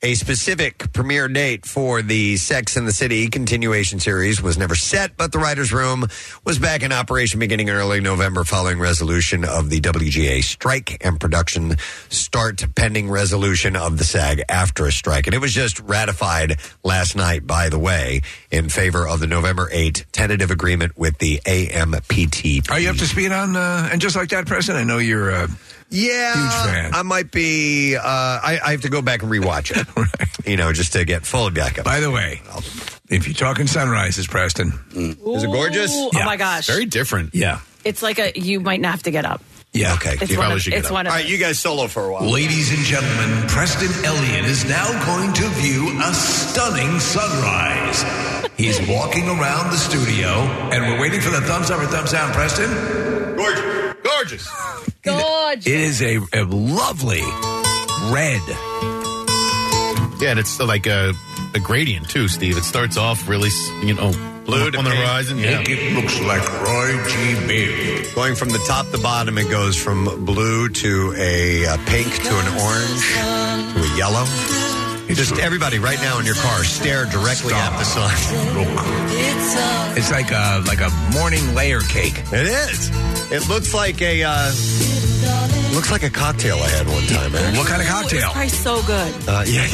A specific premiere date for the Sex and the City continuation series was never set, but the writers' room was back in operation beginning in early November following resolution of the WGA strike and production start pending resolution of the SAG after a strike. And it was just ratified last night, by the way, in favor of the November 8 tentative agreement with the AMPT. Are you up to speed on uh, and just like that, President? I know you're uh, a yeah, huge fan. I might be. Uh, I, I have to go back and rewatch [LAUGHS] it, you know, just to get fully back up. By the way, if you're talking sunrises, Preston, Mm. is it gorgeous? Ooh, Oh my gosh. Very different. Yeah. It's like a you might not have to get up. Yeah. Okay. It's You one probably of- should get it's up. one of All right, you guys solo for a while. Ladies and gentlemen, Preston Elliott is now going to view a stunning sunrise. [LAUGHS] He's walking around the studio, and we're waiting for the thumbs up or thumbs down, Preston. Gorgeous. Gorgeous. It is a, a lovely red. Yeah, and it's uh, like a, a gradient too, Steve. It starts off really, s- you know, blue on the horizon. Yeah. looks like Roy G. Biv. Going from the top to bottom, it goes from blue to a uh, pink to an orange to a yellow. Just everybody right now in your car stare directly at the sun. uh, It's like a like a morning layer cake. It is. It looks like a uh, looks like a cocktail I had one time. Actually. What kind of It's cocktail? probably so good. Uh, yeah.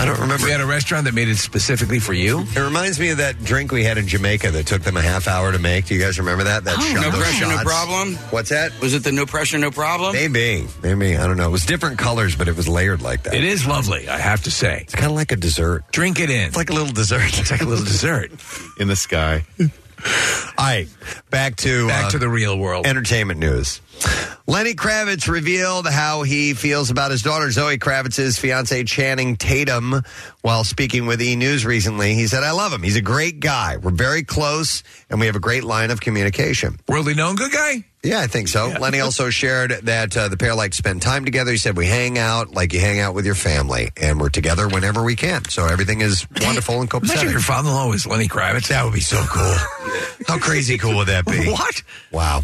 I don't remember. We had a restaurant that made it specifically for you. It reminds me of that drink we had in Jamaica that took them a half hour to make. Do you guys remember that? That Oh, shot, Oh, no those pressure, no shots? problem. What's that? Was it the no pressure, no problem? Maybe, maybe I don't know. It was different colors, but it was layered like that. It is lovely, I have to say. It's kind of like a dessert. Drink it in. It's like a little dessert. It's like a little dessert. In the sky. All right, back to uh, Back to the real world. Entertainment news. Lenny Kravitz revealed how he feels about his daughter Zoe Kravitz's fiance Channing Tatum while speaking with E News recently. He said, "I love him. He's a great guy. We're very close, and we have a great line of communication." Worldly known good guy? Yeah, I think so. [LAUGHS] Lenny also shared that uh, the pair like to spend time together. He said, "We hang out like you hang out with your family, and we're together whenever we can. So everything is wonderful and copacetic." Imagine your father-in-law was Lenny Kravitz. That would be so cool. How crazy cool would that [LAUGHS] be? What? Wow.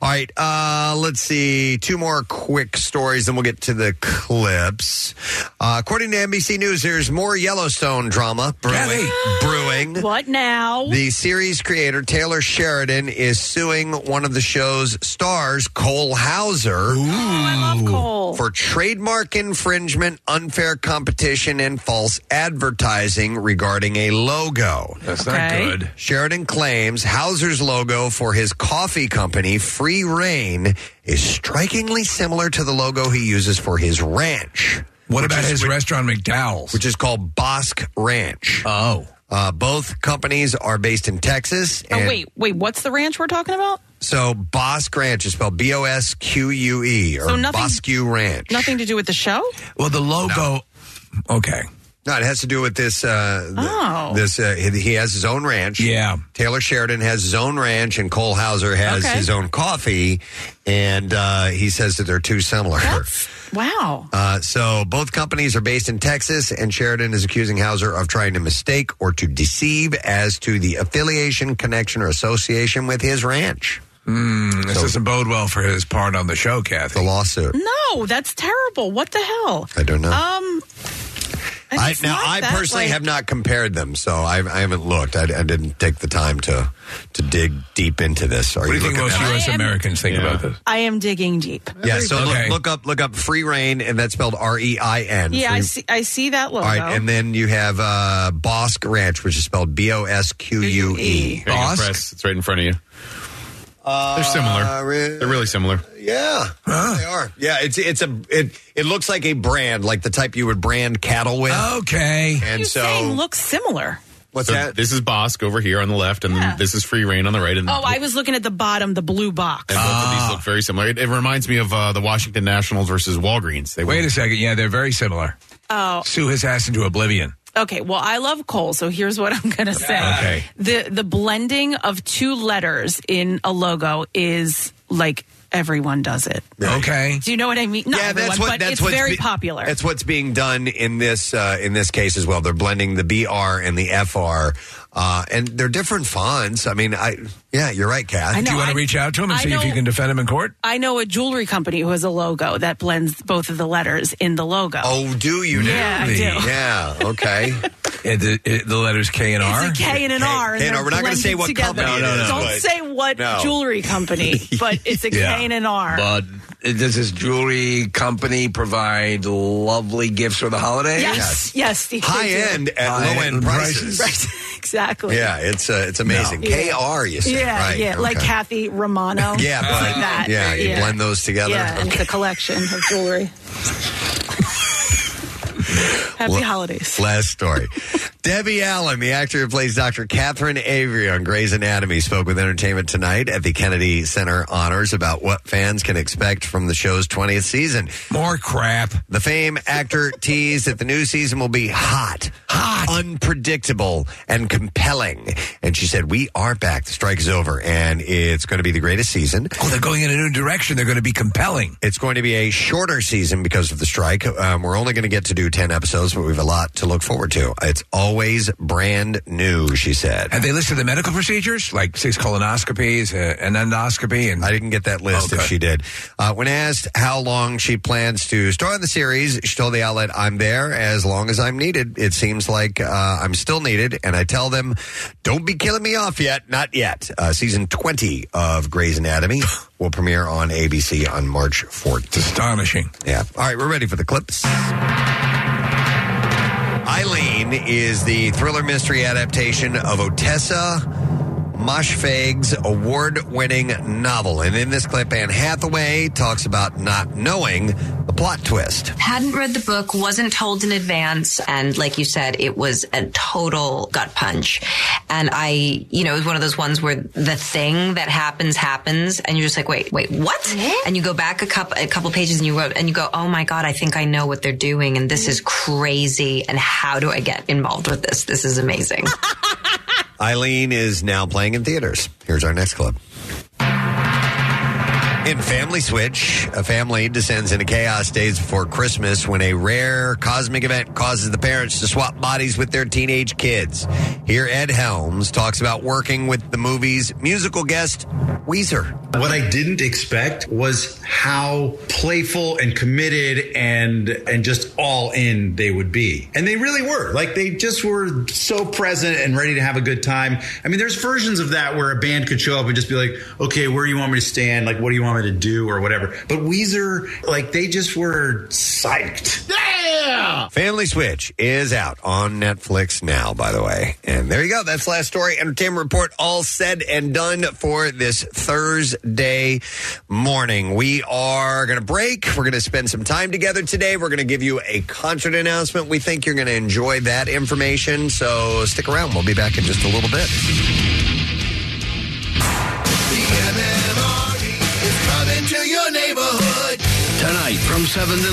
All right, uh, let's see. Two more quick stories, then we'll get to the clips. Uh, according to NBC News, there's more Yellowstone drama brewing. brewing. What now? The series creator Taylor Sheridan is suing one of the show's stars, Cole Hauser, Oh, for trademark infringement, unfair competition, and false advertising regarding a logo. That's not Okay. good. Sheridan claims Hauser's logo for his coffee company, Free Reign, is strikingly similar to the logo he uses for his ranch. What which about is his restaurant McDowell's? which is called Bosque Ranch. Oh. Uh, both companies are based in Texas. Oh and- wait, wait, what's the ranch we're talking about? So Bosque Ranch is spelled B O S Q U E or So nothing- Bosque Ranch. Nothing to do with the show? Well, the logo. Okay. No, it has to do with this. Uh, th- Oh. This uh, he he has his own ranch. Yeah. Taylor Sheridan has his own ranch, and Cole Hauser has Okay. his own coffee, and uh, he says that they're too similar. Wow. Uh, so both companies are based in Texas, and Sheridan is accusing Hauser of trying to mistake or to deceive as to the affiliation, connection, or association with his ranch. Hmm, this So- doesn't bode well for his part on the show, Kathy. The lawsuit. Um, No, that's terrible. What the hell? I don't know. Um I, just now, like I that, personally like- have not compared them, so I, I haven't looked. I, I didn't take the time to to dig deep into this. Are What do you you think looking most at- U.S. Americans think about this? I am digging deep. Yeah, so Okay. look, look up look up free reign, and that's spelled R E I N. Yeah, I Free- see. I see that All logo. right, and then you have uh, Bosque Ranch, which is spelled B O S Q U E. Here you go, press. It's right in front of you. They're similar. They're really similar. Uh, Yeah, they are. Yeah, it's it's a it it looks like a brand, like the type you would brand cattle with. Okay, and so Thing looks similar. What's that? This is Bosk over here on the left, and then this is Free Reign on the right. And, Oh, I was looking at the bottom, the blue box. and both of these look very similar. It, it reminds me of uh, the Washington Nationals versus Walgreens. They Wait a second. Yeah, they're very similar. Oh, Sue has ass into oblivion. Okay, well, I love Cole, so here's what [LAUGHS] I'm gonna say. Okay. The the blending of two letters in a logo is like everyone does it. Okay. Do you know what I mean? Not everyone, but it's what's very be- popular. That's what's being done in this uh, in this case as well. They're blending the BR and the FR, uh, and they're different fonts. I mean, I yeah, you're right, Kath. I know, Do you want I- to reach out to him and I see if know- you can defend him in court? I know a jewelry company who has a logo that blends both of the letters in the logo. Oh, do you? Yeah, I do. Yeah. [LAUGHS] Okay. the, uh, the letters K and R. It's a K and an R. And K and they're R. We're not gonna blended say what together. company it No, no, is, no. Don't but- say what No. jewelry company, but it's a [LAUGHS] K Yeah. and an R. But does this jewelry company provide lovely gifts for the holidays? yes, yes, Steve, they do. High-end [LAUGHS] Right, exactly. Yeah, it's uh, it's amazing. No. KR, you said. Yeah, right, yeah, like okay. Kathy Romano. [LAUGHS] Yeah, It's but like that. yeah, you blend those together. Yeah, and it's a collection of [LAUGHS] jewelry. Happy Well- holidays. Last [LAUGHS] story. Debbie Allen, the actor who plays Dr. Catherine Avery on Grey's Anatomy, spoke with Entertainment Tonight at the Kennedy Center Honors about what fans can expect from the show's 20th season. More crap. The fame [LAUGHS] actor teased that the new season will be hot, hot, unpredictable, and compelling. And she said, We are back. The strike is over, and it's going to be the greatest season. Oh, they're going in a new direction. They're going to be compelling. It's going to be a shorter season because of the strike. Um, we're only going to get to do 10 episodes, but we have a lot to look forward to. It's always brand new, she said. Have they listed the medical procedures like six colonoscopies, uh, an endoscopy, and I didn't get that list if she did. Uh, when asked how long she plans to star in the series, she told the outlet, I'm there as long as I'm needed. It seems like uh, I'm still needed, and I tell them, don't be killing me off yet. Not yet. Uh, season 20 of Grey's Anatomy will premiere on ABC on March 4th. Astonishing. Yeah. All right, we're ready for the clips. Eileen is the thriller mystery adaptation of Otessa Moshfeg's award winning novel. And in this clip, Anne Hathaway talks about not knowing the plot twist. Hadn't read the book, wasn't told in advance. And like you said, it was a total gut punch. And I, you know, it was one of those ones where the thing that happens happens and you're just like, wait, wait, what? And you go back a couple, a couple pages and you go, and you go, oh my God, I think I know what they're doing. And this is crazy. And how do I get involved with this? This is amazing. [LAUGHS] Eileen is now playing in theaters. Here's our next clip. In Family Switch, a family descends into chaos days before Christmas when a rare cosmic event causes the parents to swap bodies with their teenage kids. Here, Ed Helms talks about working with the movie's musical guest, Weezer. What I didn't expect was how playful and committed and and just all in they would be. And they really were. Like they just were so present and ready to have a good time. I mean, there's versions of that where a band could show up and just be like, "Okay, where do you want me to stand? Like what do you want me to do or whatever." But Weezer, like they just were psyched. Yeah! Family Switch is out on Netflix now, by the way. And there you go. That's last story. Entertainment Report all said and done for this Thursday morning. We are going to break. We're going to spend some time together today. We're going to give you a concert announcement. We think you're going to enjoy that information. So stick around. We'll be back in just a little bit. Coming to your neighborhood. Tonight from 7 to 9,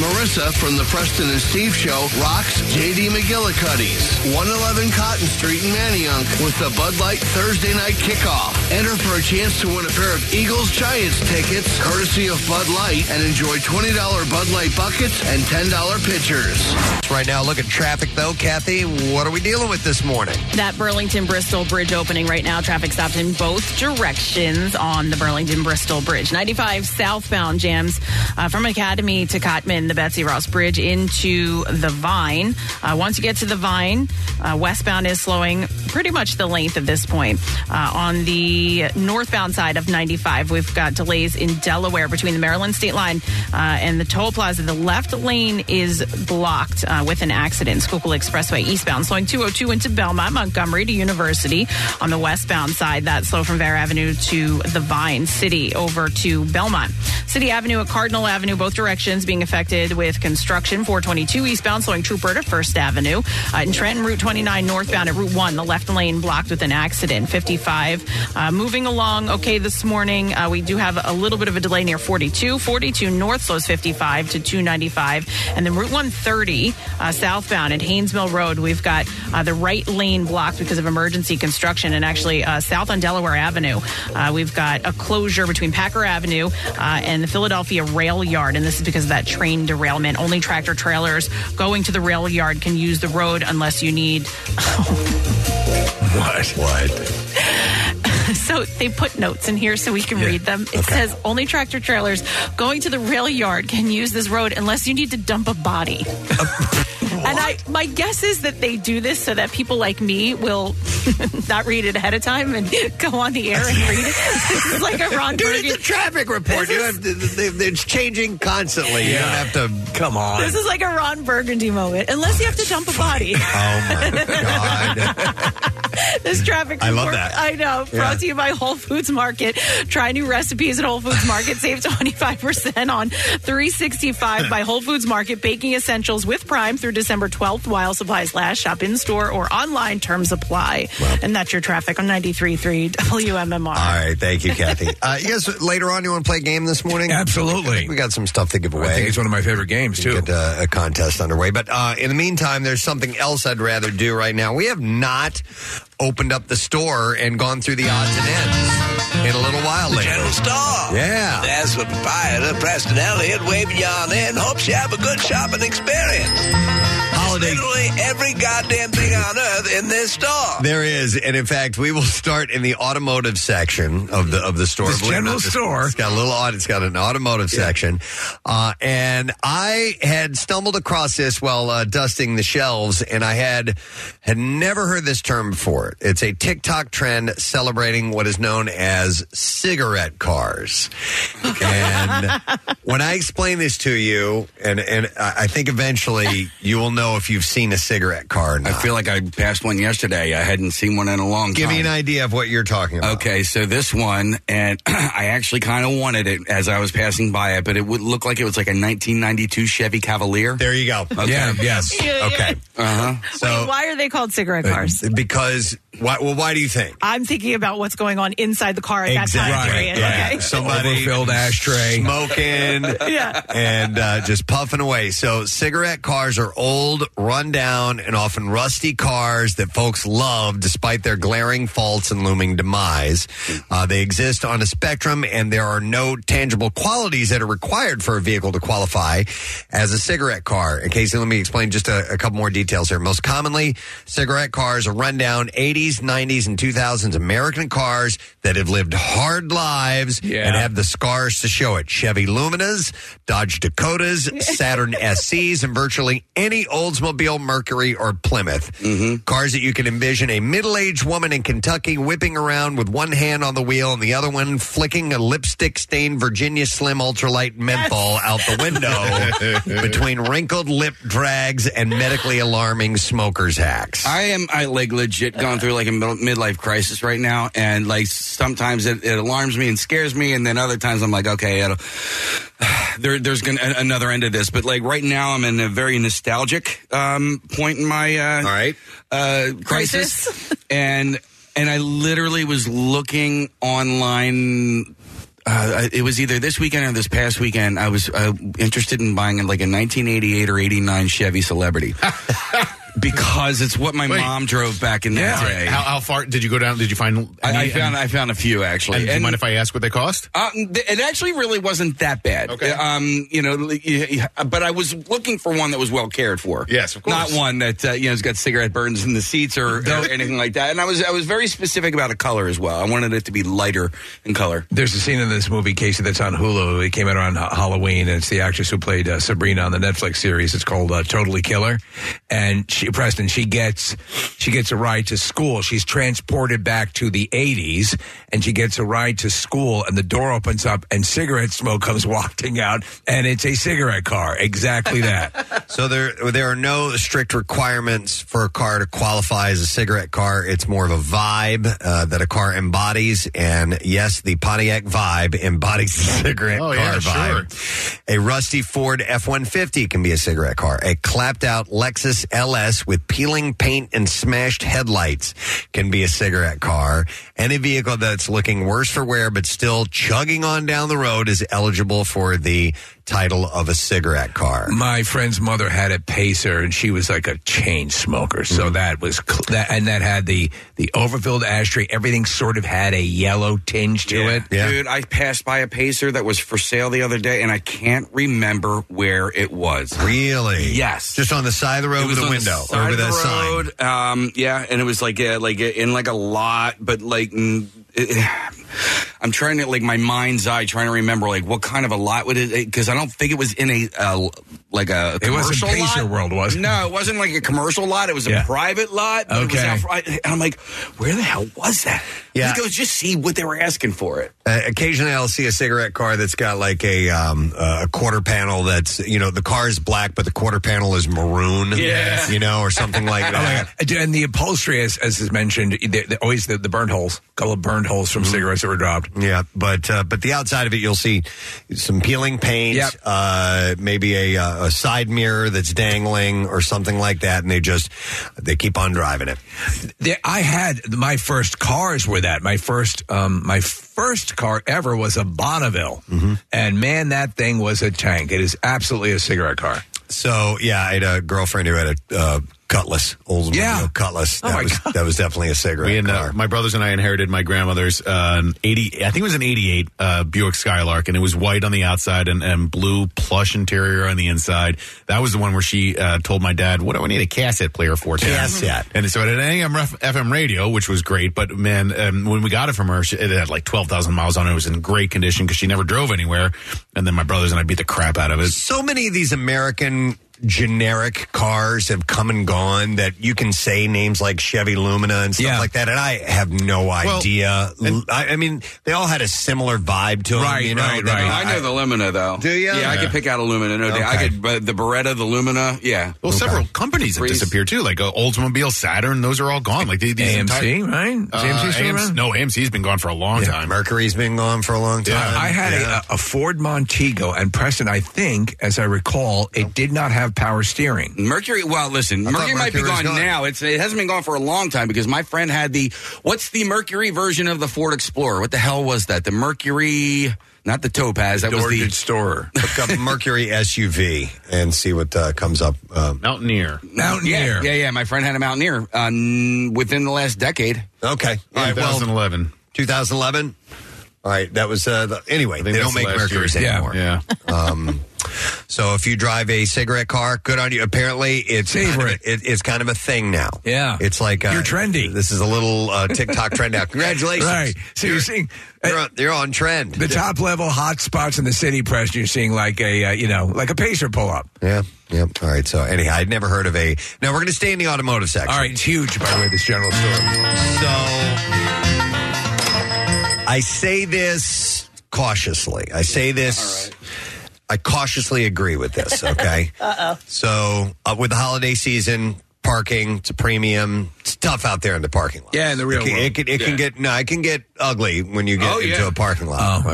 Marissa from the Preston and Steve Show rocks JD McGillicuddy's 111 Cotton Street in Manayunk with the Bud Light Thursday night kickoff. Enter for a chance to win a pair of Eagles Giants tickets courtesy of Bud Light and enjoy $20 Bud Light buckets and $10 pitchers. Right now, look at traffic, though. Kathy, what are we dealing with this morning? That Burlington Bristol Bridge opening right now. Traffic stops in both directions on the Burlington Bristol Bridge. 95 southbound jams uh, from Academy. Academy to Cotman, the Betsy Ross Bridge into the Vine. Uh, once you get to the Vine, uh, westbound is slowing pretty much the length of this point. Uh, on the northbound side of 95, we've got delays in Delaware between the Maryland state line uh, and the toll plaza. The left lane is blocked uh, with an accident. Schuylkill Expressway eastbound slowing 202 into Belmont, Montgomery to University. On the westbound side, that slow from Vera Avenue to the Vine City over to Belmont. City Avenue at Cardinal Avenue, both directions being affected with construction. 422 eastbound slowing Trooper to First Avenue. Uh, in Trenton, Route 29 northbound at Route 1, the left lane blocked with an accident. 55 uh, moving along okay this morning. Uh, we do have a little bit of a delay near 42. 42 north slows 55 to 295. And then Route 130 uh, southbound at Haynesville Road, we've got uh, the right lane blocked because of emergency construction. And actually, uh, south on Delaware Avenue, uh, we've got a closure between Packer Avenue uh, and the Philadelphia Rail Yard. And this is because of that train derailment. Only tractor trailers going to the rail yard can use the road unless you need [LAUGHS] What? What? [LAUGHS] so they put notes in here so we can read them. It says only tractor trailers going to the rail yard can use this road unless you need to dump a [LAUGHS] body. and I, my guess is that they do this so that people like me will [LAUGHS] not read it ahead of time and [LAUGHS] go on the air and read it. this is like a Ron Dude, Burgundy. it's a [LAUGHS] traffic report. You have to, they, they- it's changing constantly. Yeah. You don't have to. Come on. This is like a Ron Burgundy moment, unless you have to dump a [LAUGHS] body. Oh my this traffic I report. love that. I know. Brought Yeah. to you by Whole Foods Market. Try new recipes at Whole Foods Market. Save 25% on 365 by Whole Foods Market. Baking essentials with Prime through December 12th while supplies last. Shop in store or online. Terms apply. And that's your traffic on 93.3 WMMR. All right, thank you, Kathy. [LAUGHS] Uh, you guys, later on, you want to play a game this morning? Absolutely. We got some stuff to give away. I think it's one of my favorite games, too. Get, uh, a contest underway. But uh, in the meantime, there's something else I'd rather do right now. We have not opened up the store and gone through the odds and ends in a little while The later. General Store. Yeah. That's what proprietor Preston Elliott waving you on in hopes you have a good shopping experience. Holiday. Literally every goddamn thing on earth in this store. There is, and in fact, we will start in the automotive section of the of the store. This Believe it or general not, this- store. It's got a little. aud- It's got an automotive section, uh, and I had stumbled across this while uh, dusting the shelves, and I had had never heard this term before. It's a TikTok trend celebrating what is known as [LAUGHS] cigarette cars. And when I explain this to you, and and I I think [LAUGHS] eventually you will know if you've seen a cigarette car. Or not. I feel like I passed one yesterday. I hadn't seen one in a long Give time. me an idea of what you're talking about. Okay, so this one, and [CLEARS THROAT] I actually kind of wanted it as I was passing by it, but it would look like it was like a 1992 Chevy Cavalier. There you go. Okay. Yeah, yes. Yeah, yeah. Okay. Uh huh. Wait, why are they called cigarette cars? Because why, well, why do you think? I'm thinking about what's going on inside the car at that time period. [LAUGHS] Okay. Somebody Overfilled ashtray. smoking, [LAUGHS] Yeah. and uh, just puffing away. So cigarette cars are old, run down, and often rusty cars that folks love, despite their glaring faults and looming demise. Uh, they exist on a spectrum, and there are no tangible qualities that are required for a vehicle to qualify as a cigarette car. And Casey, let me explain just a, a couple more details here. Most commonly, cigarette cars are rundown 80s, 90s, and 2000s American cars that have lived hard lives and have the scars to show it. Chevy Luminas, Dodge Dakotas, Saturn SCs, and virtually any Oldsmobile Mercury or Plymouth. Cars that you can envision a middle aged woman in Kentucky whipping around with one hand on the wheel and the other one flicking a lipstick stained Virginia Slim Ultralight menthol out the window between wrinkled lip drags and medically alarming smoker's hacks. I am I like legit going through like a middle, midlife crisis right now, and like sometimes it, it alarms me and scares me, and then other times I'm like, okay, it'll, [SIGHS] there, there's gonna a- another end of this. But like right now, I'm in a very nostalgic um, point in my uh, all right uh, crisis, and and I literally was looking online. Uh, I- it was either this weekend or this past weekend. [LAUGHS] I was uh, interested in buying like a 1988 or 89 Chevy Celebrity. because it's what my mom drove back in the Yeah. day. How, how far did you go down? Did you find? I- I found- I found a few actually. And, do you And- mind if I ask what they cost? Um, th- it actually really wasn't that bad. Okay. Um, you know, li- y- y- but I was looking for one that was well cared for. Yes, of course. Not one that uh, you know has got cigarette burns in the seats or, or anything like that. And I was I was very specific about a color as well. I wanted it to be lighter in color. There's a scene in this movie, Casey, that's on Hulu. It came out on Ha- Halloween, and it's the actress who played uh, Sabrina on the Netflix series. It's called uh, Totally Killer. And she, Preston, she gets she gets a ride to school. She's transported back to the 80s, and she gets a ride to school, and the door opens up, and cigarette smoke comes [LAUGHS] wafting out, and it's a cigarette car. Exactly that. So there, there are no strict requirements for a car to qualify as a cigarette car. It's more of a vibe uh, that a car embodies, and yes, the Pontiac vibe embodies the cigarette Oh, car yeah, vibe. A rusty Ford F one fifty can be a cigarette car. A clapped out Lexus LS with peeling paint and smashed headlights can be a cigarette car. Any vehicle that's looking worse for wear but still chugging on down the road is eligible for the title of a cigarette car. My friend's mother had a pacer, and she was like a chain smoker. So Mm-hmm. that was cl- that, and that had the the overfilled ashtray. Everything sort of had a yellow tinge to it. Dude, I passed by a pacer that was for sale the other day, and I can't remember where it was. Really? Yes. Just on the side of the road It with was a on the window side or with of a the sign. road, Um, yeah, and it was like uh, like uh, in like a lot, but like. mm, it- [SIGHS] I'm trying to like my mind's eye trying to remember like what kind of a lot would it because I don't think it was in a uh, like a It wasn't commercial Pacer lot. World, was it? no it wasn't like a commercial lot it was Yeah. a private lot but it was Okay. out fr- I- and I'm like where the hell was that Yeah. let's go just see what they were asking for it Uh, occasionally, I'll see a cigarette car that's got like a um, uh, a quarter panel that's you know the car is black but the quarter panel is maroon, Yeah. you know, or something like [LAUGHS] Oh my God. that. And- And the upholstery, as, as is mentioned, they they always the, the burn holes, couple of burn holes from cigarettes that were dropped. Mm-hmm. Yeah, but uh, but the outside of it, you'll see some peeling paint, uh, maybe a, uh, a side mirror that's dangling or something like that, and they just they keep on driving it. There, I had my first cars were that. My first um, my first car ever was a Bonneville, Mm-hmm. and man, that thing was a tank. It is absolutely a cigarette car. So yeah, I had a girlfriend who had a uh, Cutlass, old Yeah. Cutlass. Oh that my was that was definitely a cigarette We and car. uh, my brothers and I inherited my grandmother's uh, an eighty. I think it was an eighty-eight uh, Buick Skylark, and it was white on the outside and, and blue plush interior on the inside. That was the one where she uh, told my dad, "What do I need a cassette player for?" Dad?" Cassette. And so it had an AM ref- FM radio, which was great. But man, um, when we got it from her, she, it had like twelve thousand miles on it. It was in great condition because she never drove anywhere. And then my brothers and I beat the crap out of it. so many of these American generic cars have come and gone that you can say names like Chevy Lumina and stuff like that, and I have no Well, idea. L- I, I mean, they all had a similar vibe to them, you know. that I know the Lumina though. Do you? Yeah, I could pick out a Lumina. No, doubt. I Okay. could but the Beretta, the Lumina. Yeah. Well, Oh, several companies have Freeze. disappeared too, like uh, Oldsmobile, Saturn. Those are all gone. Like these AMC, entire- right? Is Uh, AMC still AMC around? no, AMC's been gone for a long time. Mercury's been gone for a long time. I had Yeah. a, a Ford Montego, and Preston, I think, as I recall, it did not have power steering. Mercury. Well, listen, I thought Mercury might be Mercury was gone, gone. now. It's it hasn't been gone for a long time because my friend had the what's the Mercury version of the Ford Explorer? What the hell was that? The Mercury, not the Topaz. That was the Dorgan Storer. Look up Mercury SUV and see what uh, comes up. Um, Mountaineer. Mountaineer. Yeah, yeah, yeah. My friend had a Mountaineer uh, n- within the last decade. Okay. All right, well, 2011. 2011. All right, that was uh, the, anyway. They think that's don't the make last Mercuries year. Yeah, anymore. yeah. Um, so if you drive a cigarette car, good on you. Apparently, it's kind of, a- it, it's kind of a thing now. Yeah. it's like uh, You're trendy. This is a little uh, TikTok trend now. Congratulations! Right. So you're, seeing you're, on, you're on trend. the top level hot spots in the city, Preston. You're seeing like a uh, you know like a pacer pull up. Yeah. Yep. All right. So anyhow, I'd never heard of a. Now we're going to stay in the automotive section. All right, it's huge by the way. This general store. So I say this cautiously. I say this. I cautiously agree with this. [LAUGHS] Okay. Uh oh. So, uh, with the holiday season, parking it's a premium. It's tough out there in the parking lot. Yeah, in the real it can, world. It can, it can Yeah. get no, it can get ugly when you get Oh, into yeah. a parking lot.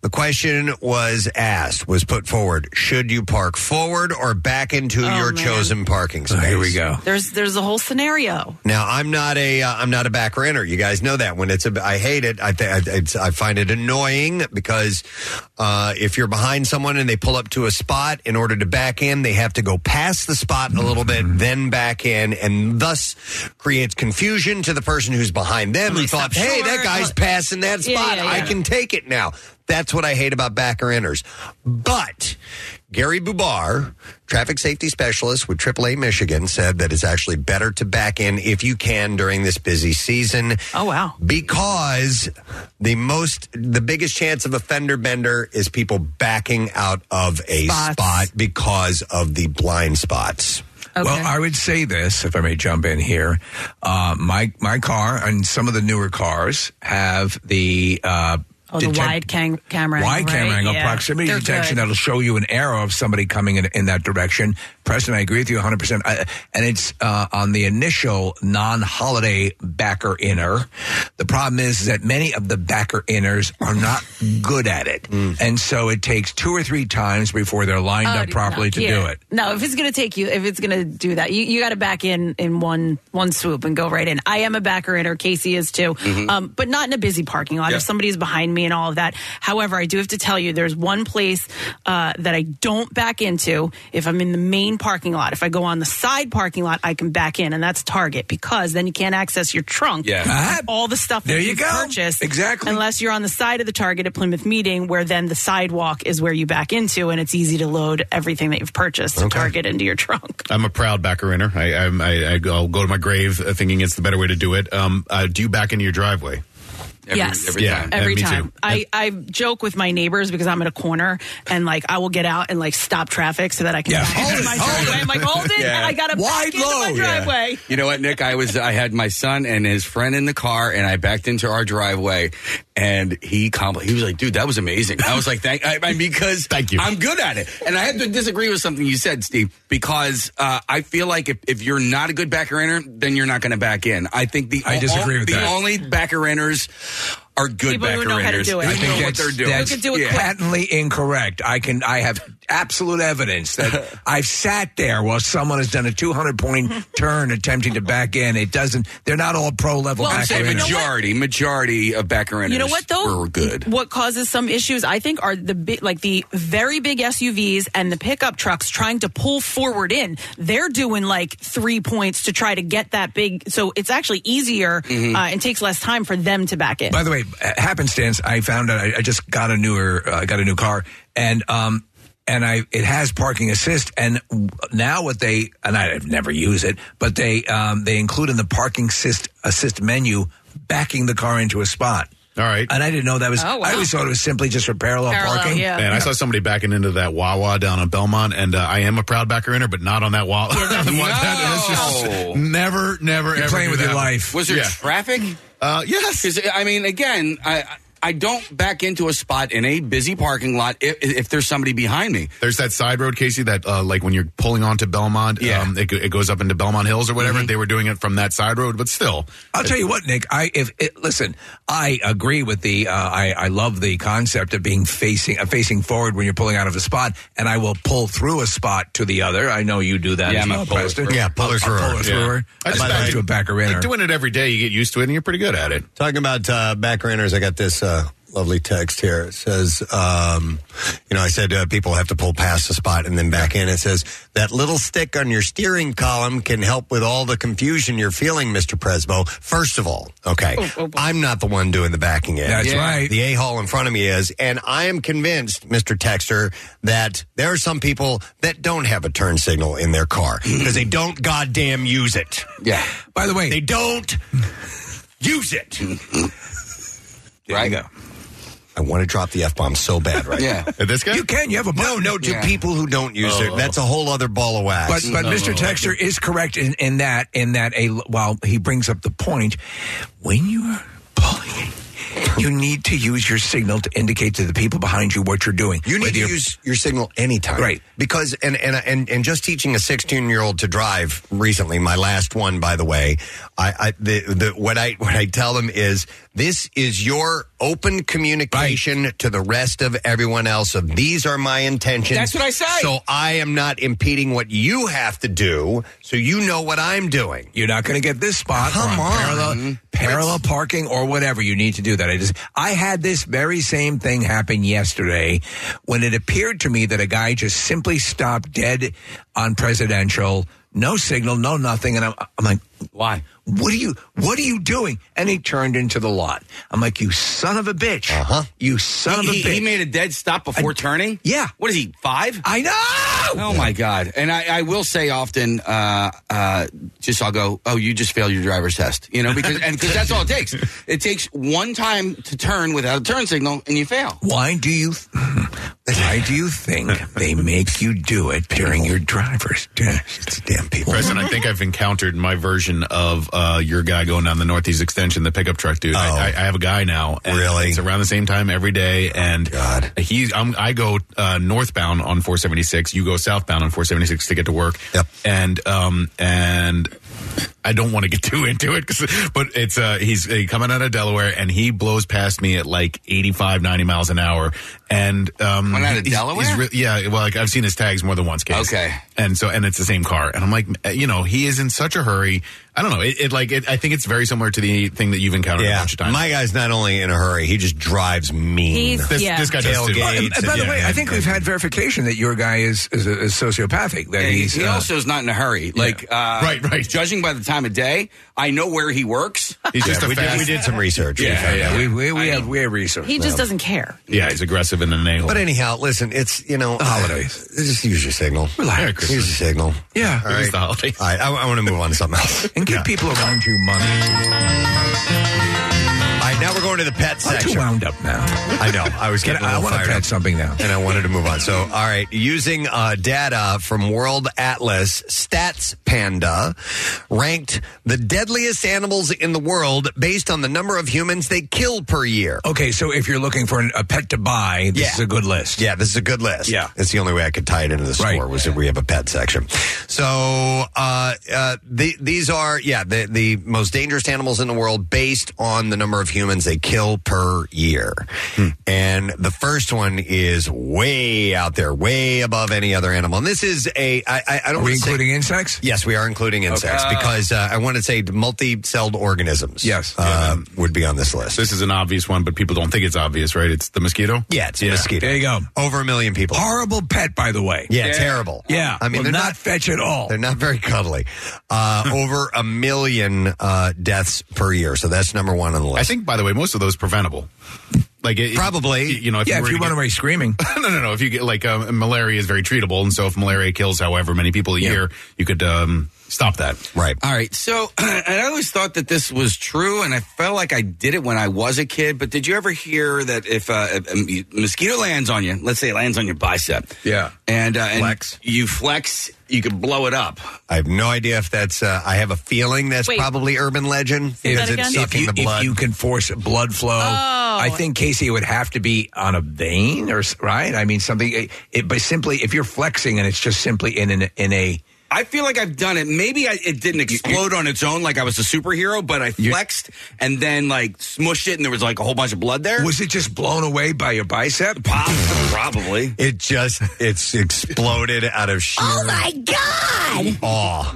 The question was asked, was put forward: Should you park forward or back into Oh, your man. chosen parking Oh, space? here we go. There's there's a whole scenario. Now I'm not a uh, I'm not a back renter. You guys know that when it's a I hate it. I th- I, it's, I find it annoying because uh, if you're behind someone and they pull up to a spot in order to back in, they have to go past the spot a little bit, then back in, and thus creates confusion to the person who's behind them who thought, [LAUGHS] "Hey, that guy's passing that spot. Yeah, yeah, I yeah. can take it now." That's what I hate about back renters. But Gary Bubar, traffic safety specialist with AAA Michigan, said that it's actually better to back in if you can during this busy season. Oh wow! Because the most, the biggest chance of a fender bender is people backing out of a spot because of the blind spots. Well, I would say this, if I may jump in here. Uh, my my car and some of the newer cars have the uh, Oh, the detect- wide cam- camera. wide angle, camera right? angle Yeah. proximity They're detection good. that'll show you an arrow of somebody coming in, in that direction. Preston, I agree with you 100%. I, and it's uh, on the initial non holiday backer inner. The problem is that many of the backer inners are not good at it. And so it takes two or three times before they're lined Oh, up properly no, to yeah. do it. No, if it's going to take you, if it's going to do that, you, you got to back in in one one swoop and go right in. I am a backer in, or Casey is too, Mm-hmm. Mhm. um, but not in a busy parking lot. Yeah. If somebody's behind me and all of that. However, I do have to tell you, there's one place uh, that I don't back into if I'm in the main parking lot. If I go on the side parking lot, I can back in, and that's Target because then you can't access your trunk. Yeah. with all the stuff There that you you've go. purchased Exactly. unless you're on the side of the Target at Plymouth Meeting, where then the sidewalk is where you back into, and it's easy to load everything that you've purchased at Target into your trunk. I'm a proud backer inner. I, I'm- I, I go- I'll go to my grave uh, thinking it's the better way to do it. Um, uh, do you back into your driveway? yes, yeah, and every me time. Too. I, I joke with my neighbors because I'm in a corner, and like I will get out and like stop traffic so that I can back into my driveway. I'm like, hold it, Yeah. and I got to Wide back into my load. driveway. You know what, Nick? I was I had my son and his friend in the car, and I backed into our driveway, and he compl- he was like, "Dude, that was amazing." I was like, "Thank," I, I, because thank you. I'm good at it, and I have to disagree with something you said, Steve, because uh, I feel like if, if you're not a good backer inner, then you're not going to back in. I think the I disagree with the that. only backer inners are good People backer who know how to inners. do it. I Who think know what that's- they're doing. that's patently incorrect. I can I have absolute evidence that [LAUGHS] I've sat there while someone has done a 200 point turn attempting to back in. It doesn't. They're not all pro level I'm back saying in. majority, majority of backer inners You know what though? were good. What causes some issues, I think, are the bi- like the very big SUVs and the pickup trucks trying to pull forward in. They're doing like three points to try to get that big. So it's actually easier Mhm. uh, and takes less time for them to back in. By the way, uh, happenstance, I found out I, I just got a newer, uh, got a new car, and um, and I it has parking assist, and w- now what they and I've never used it, but they um, they include in the parking assist assist menu backing the car into a spot. All right, and I didn't know that was. Oh, wow. I always thought it was simply just for parallel, parking. Man, I saw somebody backing into that Wawa down on Belmont, and uh, I am a proud backer inner, but not on that Wawa. [LAUGHS] [LAUGHS] The one that- that's just- never, never, You're ever playing do with your that. life. Was there Yeah. traffic? Uh, yes. I mean, again, I I don't back into a spot in a busy parking lot if, if there's somebody behind me. There's that side road, Casey, that uh, like when you're pulling onto Belmont, yeah. Mm-hmm. um, it, go- it goes up into Belmont Hills or whatever. They were doing it from that side road, but still. I'll tell you what, Nick. I if it, listen, I agree with the. Uh, I I love the concept of being facing uh, facing forward when you're pulling out of a spot, and I will pull through a spot to the other. I know you do that. Yeah, as I'm a well, puller Preston. thrower. Yeah, A- puller a thrower. puller Yeah. thrower. I I just just back- back to a backer Like inner. doing it every day, you get used to it and you're pretty good at it. Talking about uh, back renters, I got this uh, lovely text here. It says, um, you know, I said uh, people have to pull past the spot and then back in. It says, that little stick on your steering column can help with all the confusion you're feeling, Mr. Presbo. First of all, okay, Oh. I'm not the one doing the backing in. That's Yeah. right. The a hole in front of me is. And I am convinced, Mr. Texter, that there are some people that don't have a turn signal in their car because they don't goddamn use it. Yeah. By the way, they don't use it. There right. you go. I want to drop the f bomb so bad right Yeah. now. This guy? You can. You have a no, button. no. To Yeah. people who don't use it, Oh. that's a whole other ball of wax. But but Mr. Texter is correct in, in that in that a while he brings up the point when you are pulling, you need to use your signal to indicate to the people behind you what you're doing. You need Whether to you're- use your signal anytime, Right. Because and and and, and just teaching a sixteen-year-old to drive recently, my last one, by the way, I, I the, the what I what I tell them is This is your open communication to the rest of everyone else of these are my intentions. That's what I say. So I am not impeding what you have to do, so you know what I'm doing. You're not going to get this spot. Come on, parallel, parallel parking or whatever you need to do that. I just I had this very same thing happen yesterday when it appeared to me that a guy just simply stopped dead on presidential, no signal, no nothing, and I'm I'm like, why? What are you What are you doing? And he turned into the lot. I'm like, you son of a bitch. Uh huh. You son he, of a bitch. he made a dead stop before turning. Yeah. What is he? Five? I know. Oh my god! And I, I will say often, uh, uh, just I'll go. Oh, you just failed your driver's test. You know because and because that's all it takes. It takes one time to turn without a turn signal, and you fail. Why do you? [LAUGHS] Why do you think they make you do it during your driver's test? Damn people. Preston, I think I've encountered my version of uh, your guy going down the Northeast Extension, the pickup truck dude. I, I, I have a guy now. And Oh. really? It's around the same time every day. And God. He's, I'm, I go uh, northbound on 476. You go southbound on 476 to get to work. Yep. And, um, and I don't want to get too into it, 'cause- but it's uh, he's uh, coming out of Delaware and he blows past me at like 85, 90 miles an hour. And um, Went out of he's- Delaware? he's re- yeah, well, like I've seen his tags more than once, case. Okay. and so and it's the same car, and I'm like, "Uh, you know, he is in such a hurry. I don't know. It, it like it, I think it's very similar to the thing that you've encountered a Yeah. bunch of times. My guy's not only in a hurry, he just drives mean. He's- This- yeah. this guy does too. Tailgates And by the way, I think we've had verification that your guy is is, is sociopathic. That And he's he uh, also is not in a hurry. Like uh, Right, right. Judging by the time of day, I know where he works. He's just Yeah, a we, fast- did, we did some research. Yeah, found yeah, out. we- we, we have we have research. He just doesn't care. yeah, he's aggressive and an a But anyhow, listen, it's you know uh, holidays. Just use your signal. Relax. Use your signal. Yeah. All right. the holidays. All right. I, want to move on to something [LAUGHS] else. and give people around you money. All right. Now we're going to the pet I'm section. too wound up now. I know. I was getting. I want to pet something now, and I wanted to move on. So, all right, using uh, data from World Atlas, Stats Panda ranked the deadliest animals in the world based on the number of humans they kill per year. Okay, so if you're looking for an, a pet to buy, this Yeah. is a good list. Yeah, this is a good list. Yeah. It's the only way I could tie it into the score Right. was that we have a pet section. So uh, uh, the, these are, yeah, the, the most dangerous animals in the world based on the number of humans they kill per year. Hmm. And the first one is way out there, way above any other animal. And this is a, I, I, I don't Are we wanna say- including insects? Yes, we are including insects Okay. because uh, I want to say multi-celled organisms. Yes. uh, would be on this list. This is an obvious one, but people don't think it's obvious, right? It's the mosquito. Yeah, it's a mosquito. There you go. Over a million people. Horrible pet, by the way. Yeah, terrible. Yeah. I mean, Will they're not, not- fetch at all. They're not [LAUGHS] very cuddly. Uh, over a million uh, deaths per year, so that's number one on the list. I think, by the way, most of those preventable. Like it, Probably. you know, if yeah, you, were if you to run get- away screaming. [LAUGHS] no, no, no. If you get like um, malaria is very treatable, and so if malaria kills however many people a year, you could um, stop that. right. All right. So [CLEARS THROAT] and I always thought that this was true, and I felt like I did it when I was a kid. But did you ever hear that if uh, a, a mosquito lands on you, let's say it lands on your bicep, Yeah. and, uh, and Flex. you flex, you can blow it up. I have no idea if that's. Uh, I have a feeling that's Wait. probably urban legend because that it's If again? sucking you, the blood. if you can force blood flow, Oh. I think Casey it would have to be on a vein or s- right. I mean something. It, it, but simply, if you're flexing and it's just simply in an, in a I feel like I've done it. Maybe I, it didn't explode on its own, like I was a superhero, but I flexed and then like smushed it, and there was like a whole bunch of blood there. was it just blown away by your bicep? Pop- probably. it just [LAUGHS] it's exploded out of sheer Oh my God! [LAUGHS] awe.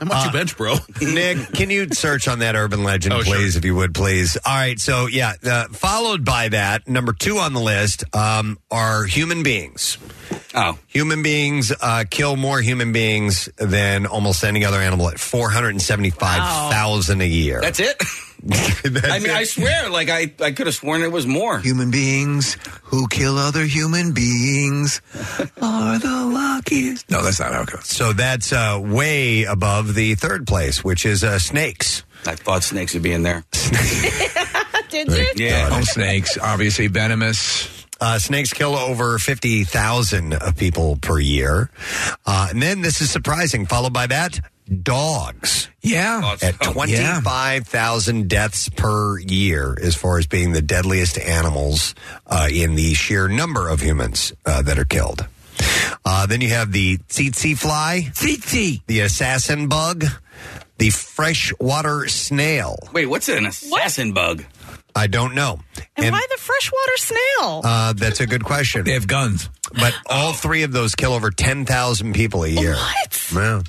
How much you bench, bro? Uh, [LAUGHS] Nick, can you search on that urban legend, Oh, sure. please, if you would, please? All right. So, yeah, uh, followed by that, number two on the list um, are human beings. Oh, Human beings uh, kill more human beings than almost any other animal at 475,000 a year. that's it. That's I mean, it. I swear, like I, I could have sworn it was more. Human beings who kill other human beings are the luckiest. No, that's not how it goes. so that's uh, way above the third place, which is uh, snakes. I thought snakes would be in there. Did you? Yeah. All Oh, snakes, obviously venomous. Uh, snakes kill over 50,000 of people per year. Uh, and then this is surprising, followed by that, dogs. Yeah. At Oh, 25,000 deaths per year, as far as being the deadliest animals uh, in the sheer number of humans uh, that are killed. Uh, then you have the tsetse fly, Tsetse. the assassin bug, the freshwater snail. Wait, what's an assassin bug? I don't know. And, why the freshwater snail? Uh, that's a good question. they have guns. But all three of those kill over 10,000 people a year. What? Yeah.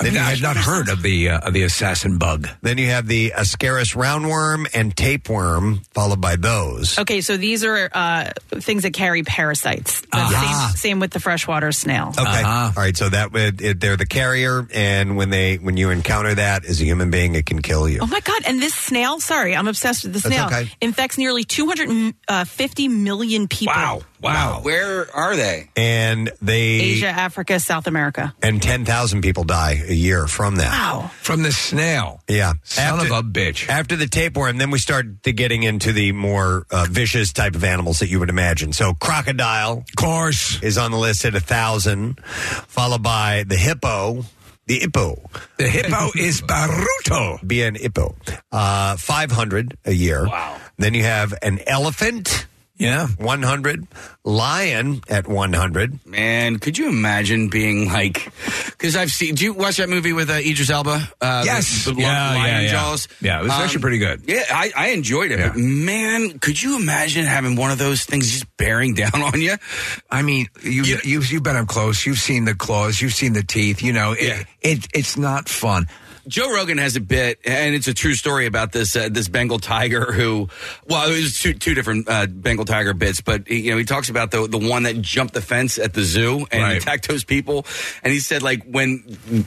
Then I had not heard of the uh, of the assassin bug. Then you have the Ascaris roundworm and tapeworm, followed by those. Okay, so these are uh, things that carry parasites. The Uh-huh. Same, same with the freshwater snail. Uh-huh. Okay, All right. So that would it, they're the carrier, and when they when you encounter that as a human being, it can kill you. Oh my God. And this snail, sorry, I'm obsessed with the That's snail, okay. infects nearly 250 uh, million people. Wow. Wow. Where are they? And they Asia, Africa, South America. and ten thousand people die a year from that. Wow. From the snail. Yeah, Son of a bitch. After the tapeworm, then we start to getting into the more uh, vicious type of animals that you would imagine. So crocodile, of course, is on the list at a thousand, followed by the hippo. The hippo. The hippo is Baruto. Be an hippo. Uh, 500 a year. Wow. Then you have an elephant. Yeah. 100. Lion at 100. Man, could you imagine being like? Because I've seen. Do you watch that movie with uh, Idris Elba? Uh, Yes. the, the Yeah, lion yeah, yeah. jaws. Um, Yeah, it was actually pretty good. Yeah, I, I enjoyed it. But man, could you imagine having one of those things just bearing down [LAUGHS] on you? I mean, you, you you've been up close. You've seen the claws. You've seen the teeth. You know, it, it it's not fun. Joe Rogan has a bit, and it's a true story about this uh, this Bengal tiger who, well, it was two, two different uh, Bengal tiger bits, but you know he talks about the the one that jumped the fence at the zoo and Right. attacked those people, and he said like when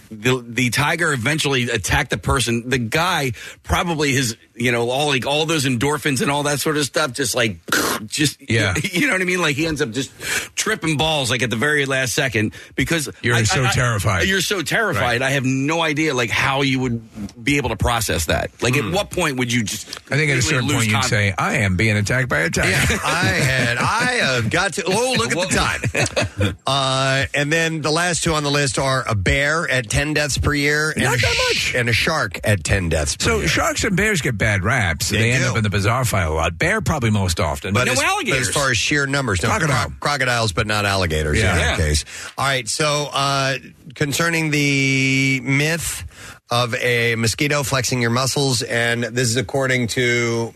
the the tiger eventually attacked the person, the guy probably his you know all like all those endorphins and all that sort of stuff just like [SNIFFS] just Yeah. [LAUGHS] you know what I mean like he ends up just tripping balls like at the very last second because You're so terrified. you're so terrified. I have no idea like how you would be able to process that. Like, at what point would you just? Hmm. I think at a completely certain lose point you'd con- say, "I am being attacked by a tiger." [LAUGHS] I had I have got to oh look at the time. Uh, and then the last two on the list are a bear at ten deaths per year, and, a, sh- and a shark at ten deaths. Per So year. sharks and bears get bad raps. They, end up in the bizarre file a lot. Bear probably most often. as, as far as sheer numbers, no, Crocodile. cro- crocodiles, but not alligators Yeah. in that Yeah. case. All right. So uh, concerning the myth of a mosquito flexing your muscles, and this is according to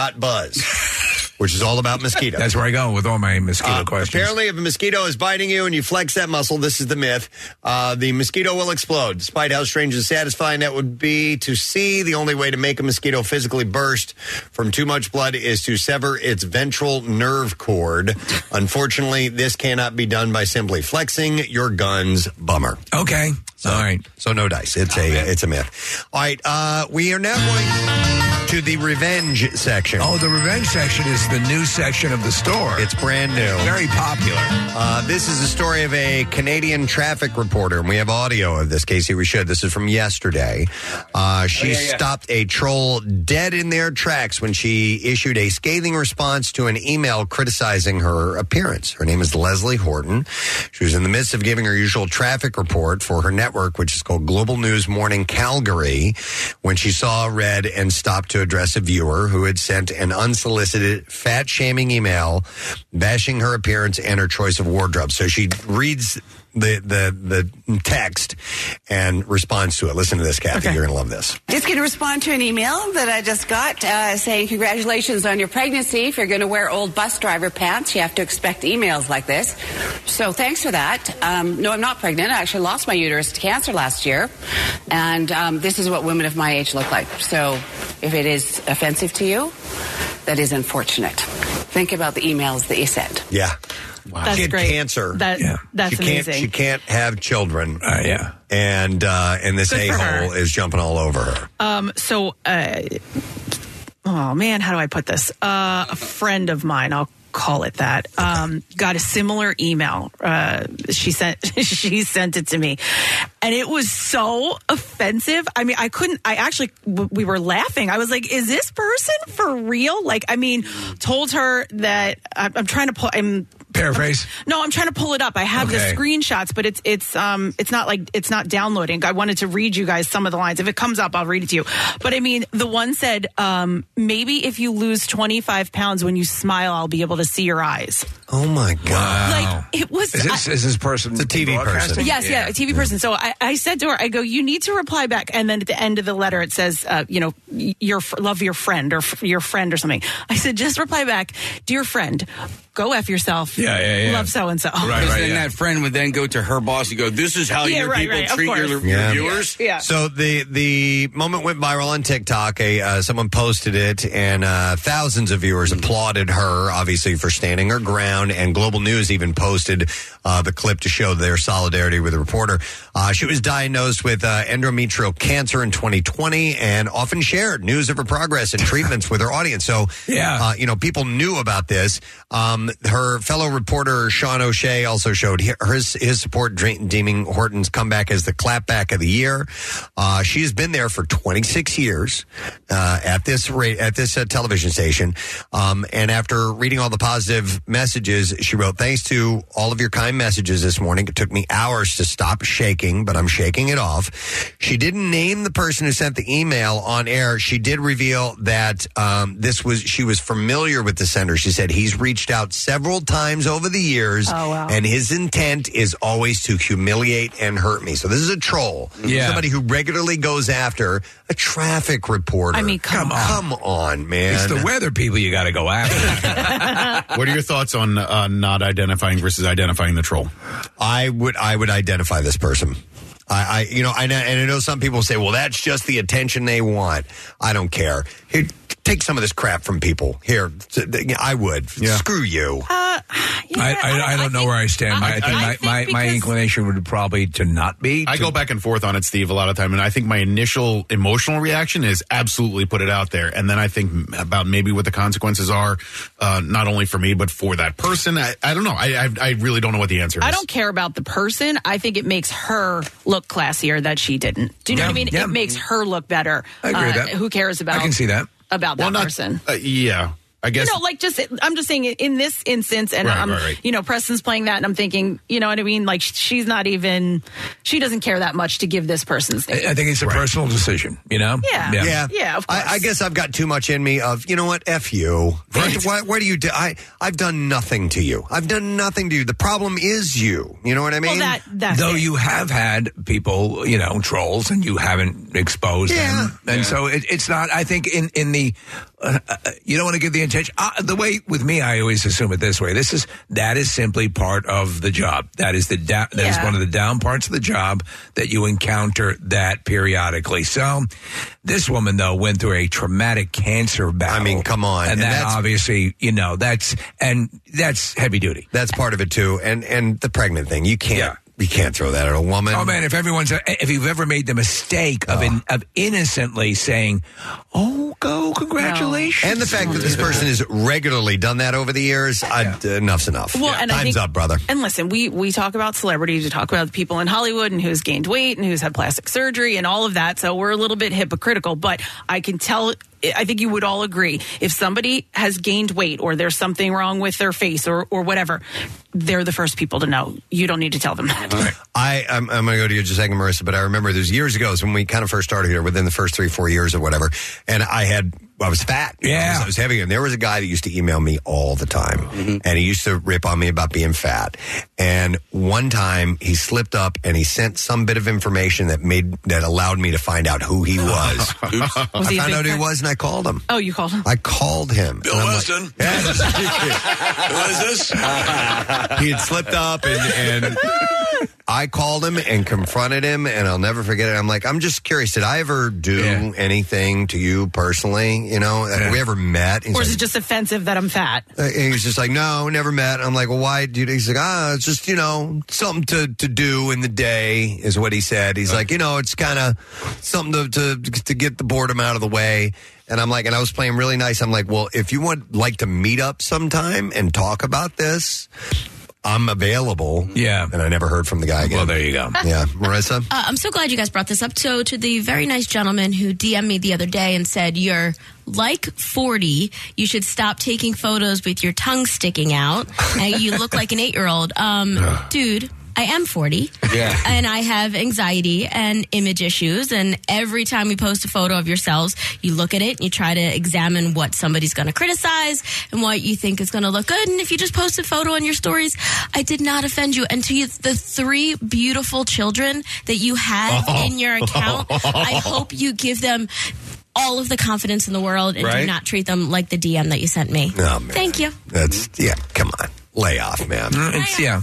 mosquito.buzz, [LAUGHS] which is all about mosquitoes. That's where I go with all my mosquito Uh, questions. Apparently, if a mosquito is biting you and you flex that muscle, this is the myth, uh, the mosquito will explode. Despite how strange and satisfying that would be to see, the only way to make a mosquito physically burst from too much blood is to sever its ventral nerve cord. Unfortunately, this cannot be done by simply flexing your guns. Bummer. Okay. All right. Oh, So no dice. It's a it's a myth. All right. Uh, we are now going to the revenge section. Oh, the revenge section is the new section of the store. It's brand new. Very popular. Uh, this is the story of a Canadian traffic reporter, and we have audio of this, Casey. We should. This is from yesterday. Uh, she Oh, yeah, yeah. stopped a troll dead in their tracks when she issued a scathing response to an email criticizing her appearance. Her name is Leslie Horton. She was in the midst of giving her usual traffic report for her network, which is called Global News Morning Calgary, when she saw red and stopped to address a viewer who had sent an unsolicited fat shaming email bashing her appearance and her choice of wardrobe. So she reads the the the text and responds to it. Listen to this, Kathy. You're going to love this. Just going to respond to an email that I just got uh, saying, Congratulations on your pregnancy. If you're going to wear old bus driver pants, you have to expect emails like this. So thanks for that. Um, no, I'm not pregnant. I actually lost my uterus to cancer last year. And um, this is what women of my age look like. So if it is offensive to you, that is unfortunate. Think about the emails that you sent. Yeah. That's she had great. cancer. That- Yeah. that's she can't, amazing. She can't have children. Uh, yeah. And uh, and this Good a for hole her. is jumping all over her. Um, so, uh, oh man, how do I put this? Uh, a friend of mine, I'll call it that, um, got a similar email. Uh, she sent [LAUGHS] she sent it to me, and it was so offensive. I mean, I couldn't. I actually w- we were laughing. I was like, "Is this person for real?" Like, I mean, told her that I'm, I'm trying to pull. I'm paraphrase? No, I'm trying to pull it up. I have Okay. the screenshots, but it's it's um it's not like it's not downloading. I wanted to read you guys some of the lines. If it comes up, I'll read it to you. But I mean, the one said, um, maybe if you lose 25 pounds when you smile, I'll be able to see your eyes. Oh my god! Like, it was- Is this, is this person? It's a TV person. Yes, yeah, a TV person. So I, I said to her, I go, you need to reply back. And then at the end of the letter, it says, uh, you know, y- your f- love your friend or f- your friend or something. I said, just reply back, dear friend, go f yourself. [LAUGHS] Yeah, yeah, yeah. Love so and so. Because then that friend would then go to her boss and go, "This is how Yeah, your right, people right, of treat your, course. your Yeah. viewers." So the the moment went viral on TikTok. A uh, someone posted it, and uh, thousands of viewers applauded her, obviously for standing her ground. And Global News even posted uh, the clip to show their solidarity with the reporter. Uh, she was diagnosed with uh, endometrial cancer in 2020, and often shared news of her progress and treatments with her audience. So Yeah. uh, you know, people knew about this. Um, her fellow reporter Sean O'Shea also showed hi- his his support, dre- deeming Horton's comeback as the clapback of the year. Uh, she has been there for 26 years uh, at this rate at this uh, television station, um, and after reading all the positive messages, she wrote, "Thanks to all of your kind messages this morning. It took me hours to stop shaking, but I'm shaking it off." She didn't name the person who sent the email on air. She did reveal that um, this was she was familiar with the sender. She said he's reached out several times over the years, Oh, wow. and his intent is always to humiliate and hurt me. So this is a troll, Yeah. somebody who regularly goes after a traffic reporter. I mean, come Come on. come on, man. It's the weather people you got to go [LAUGHS] after. [LAUGHS] what are your thoughts on uh, not identifying versus identifying the troll? I would I would identify this person. I, I you know, I know, and I know some people say, well, that's just the attention they want. I don't care. Here, take some of this crap from people. Here, I would. Screw you. I, I, I don't Uh, know where I stand. I, I think, my, my, my inclination would probably to not be. I go back and forth on it, Steve, a lot of time, and I think my initial emotional reaction is absolutely put it out there, and then I think about maybe what the consequences are, uh, not only for me but for that person. I, I don't know. I, I I really don't know what the answer is. I don't care about the person. I think it makes her look classier that she didn't. Do you know Yeah, what I mean? yeah. It makes her look better. Uh, I agree with that. Who cares about? about that person. Uh, yeah, I guess. You know, like just I'm just saying in this instance, and Right, I'm right, right. you know Preston's playing that, and I'm thinking, you know what I mean? Like sh- she's not even she doesn't care that much to give this person's Uh, name. I think it's a personal decision, you know? Yeah. yeah, Yeah, of I, I guess I've got too much in me of you know what, f you. Right? Why, why do you? Do, I I've done nothing to you. I've done nothing to you. The problem is you. You know what I mean? Though you have had people, you know, trolls, and you haven't exposed Yeah. them, and Yeah. so it, it's not. I think in in the uh, uh, you don't want to give the intention. Uh, the way with me, I always assume it this way. This is that is simply part of the job. That is the da- that is Yeah. one of the down parts of the job that you encounter that periodically. So this woman though went through a traumatic cancer battle. I mean, come on, and, And that that's- obviously, you know, that's and that's heavy duty. That's part of it too, and and the pregnant thing. You can't you can't throw that at a woman. Oh man, if everyone's if you've ever made the mistake of in, of innocently saying, "Oh, go congratulations," And the fact that this person has regularly done that over the years, I'd, enough's enough. Well, and I Time's think, up, brother. And listen, we we talk about celebrities, we talk about people in Hollywood and who's gained weight and who's had plastic surgery and all of that. So we're a little bit hypocritical, but I can tell. I think you would all agree if somebody has gained weight or there's something wrong with their face or or whatever, they're the first people to know. You don't need to tell them that. I, I'm, I'm going to go to you in just a second, Marissa, but I remember there's years ago, it's when we kind of first started here, within the first three, four years or whatever, and I had, I was fat. Yeah. Mm-hmm. I was, I was heavy, and there was a guy that used to email me all the time, and he used to rip on me about being fat. And one time he slipped up and he sent some bit of information that made, that allowed me to find out who he [LAUGHS] was. Was I he a found big out who he fat- was, and I called him. Oh, you called him. I called him. Bill Weston. what is [LAUGHS] this? he had slipped up and, [LAUGHS] and I called him and confronted him, and I'll never forget it. I'm like, I'm just curious, did I ever do anything to you personally? You know, have we ever met? He's Or like, is it just offensive that I'm fat? uh, and he was just like, no, never met. I'm like, well, why? Dude? He's like, ah, it's just, you know, something to, to do in the day is what he said. He's like, you know, it's kind of something to, to, to get the boredom out of the way. And I'm like, and I was playing really nice. I'm like, well, if you would like to meet up sometime and talk about this, I'm available. Yeah. And I never heard from the guy again. Well, there you go. Yeah. Marissa? Uh, I'm so glad you guys brought this up. So, to the very nice gentleman who DM'd me the other day and said, Your like 40, you should stop taking photos with your tongue sticking out. and you look like an eight year old. Um, dude, I am 40. uh, Yeah. And I have anxiety and image issues. And every time you post a photo of yourselves, you look at it and you try to examine what somebody's going to criticize and what you think is going to look good. And if you just post a photo on your stories, I did not offend you. And to you, the three beautiful children that you have Oh. in your account, [LAUGHS] I hope you give them all of the confidence in the world and do Right. not treat them like the DM that you sent me. Oh, man. Thank you. That's yeah. Come on, lay off, man. it's- uh, yeah,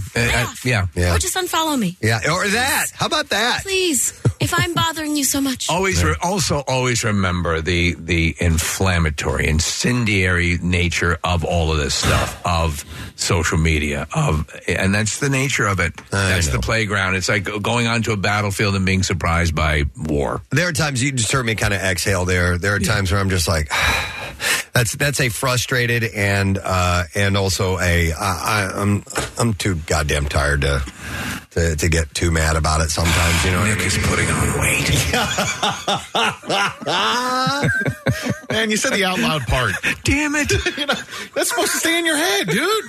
yeah, yeah, Or just unfollow me. yeah, or that. How about that? Please, if I'm bothering you so much. Always, re- also, always remember the the inflammatory, incendiary nature of all of this stuff of social media, of and that's the nature of it. that's the playground. It's like going onto a battlefield and being surprised by war. There are times you just heard me kind of exhale. There, there are times where I'm just like, [SIGHS] that's that's a frustrated and uh, and also a I, I, I'm I'm too goddamn tired to, to to get too mad about it. Sometimes you know, Nick is putting on [LAUGHS] weight. Man, you said the out loud part. Damn it. [LAUGHS] you know, that's supposed to stay in your head, [LAUGHS] dude.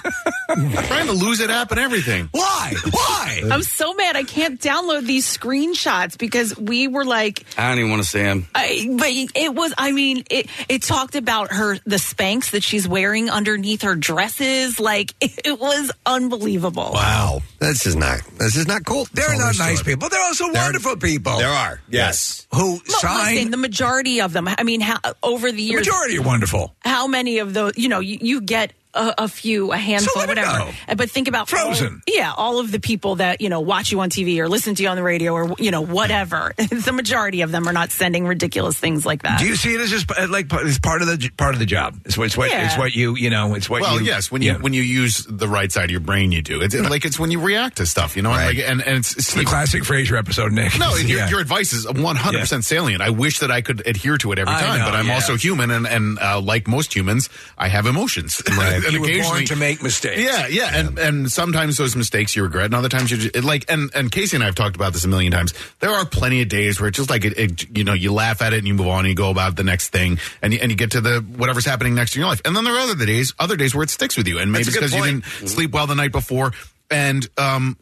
trying to lose it app and everything. Why? Why? I'm so mad I can't download these screenshots because we were like I don't even want to say him. I, but it was I mean it it talked about her the Spanx that she's wearing underneath her dresses like [LAUGHS] it, it was unbelievable. Wow, this is not this is not cool. They're not nice people. They're also wonderful people. There are yes. Who But listen, sign? the majority of them. I mean, how, over the The years, majority are wonderful. How many of those? You know, you, you get a, a few, a handful, So let it whatever. Uh, But think about all- Frozen. yeah, all of the people that you know watch you on TV or listen to you on the radio or you know whatever. [LAUGHS] the majority of them are not sending ridiculous things like that. Do you see it as just uh, like part- it's part of the part of the job? It's what it's what, it's Yeah. what you you know it's what. well, you, yes, when you yeah. when you use the right side of your brain, you do. It's [LAUGHS] like it's when you react to stuff, you know, and like and and it's, it's the classic Frasier episode, Nick. [LAUGHS] [LAUGHS] No, your, [LAUGHS] Yeah. your advice is 100% salient. I wish that I could adhere to it every I time, know, but I'm yeah. also human, and, and uh, like most humans, I have emotions. [LAUGHS] and You were born occasionally- to make mistakes. Yeah, yeah, And, and sometimes those mistakes you regret, and other times you just, it, like, and, and Casey and I have talked about this a million times. There are plenty of days where it's just like, it, it, you know, you laugh at it and you move on and you go about the next thing, and you, and you get to the whatever's happening next in your life. And then there are other days, other days where it sticks with you, and maybe That's a it's good because you point. Mm-hmm. didn't sleep well the night before. And um,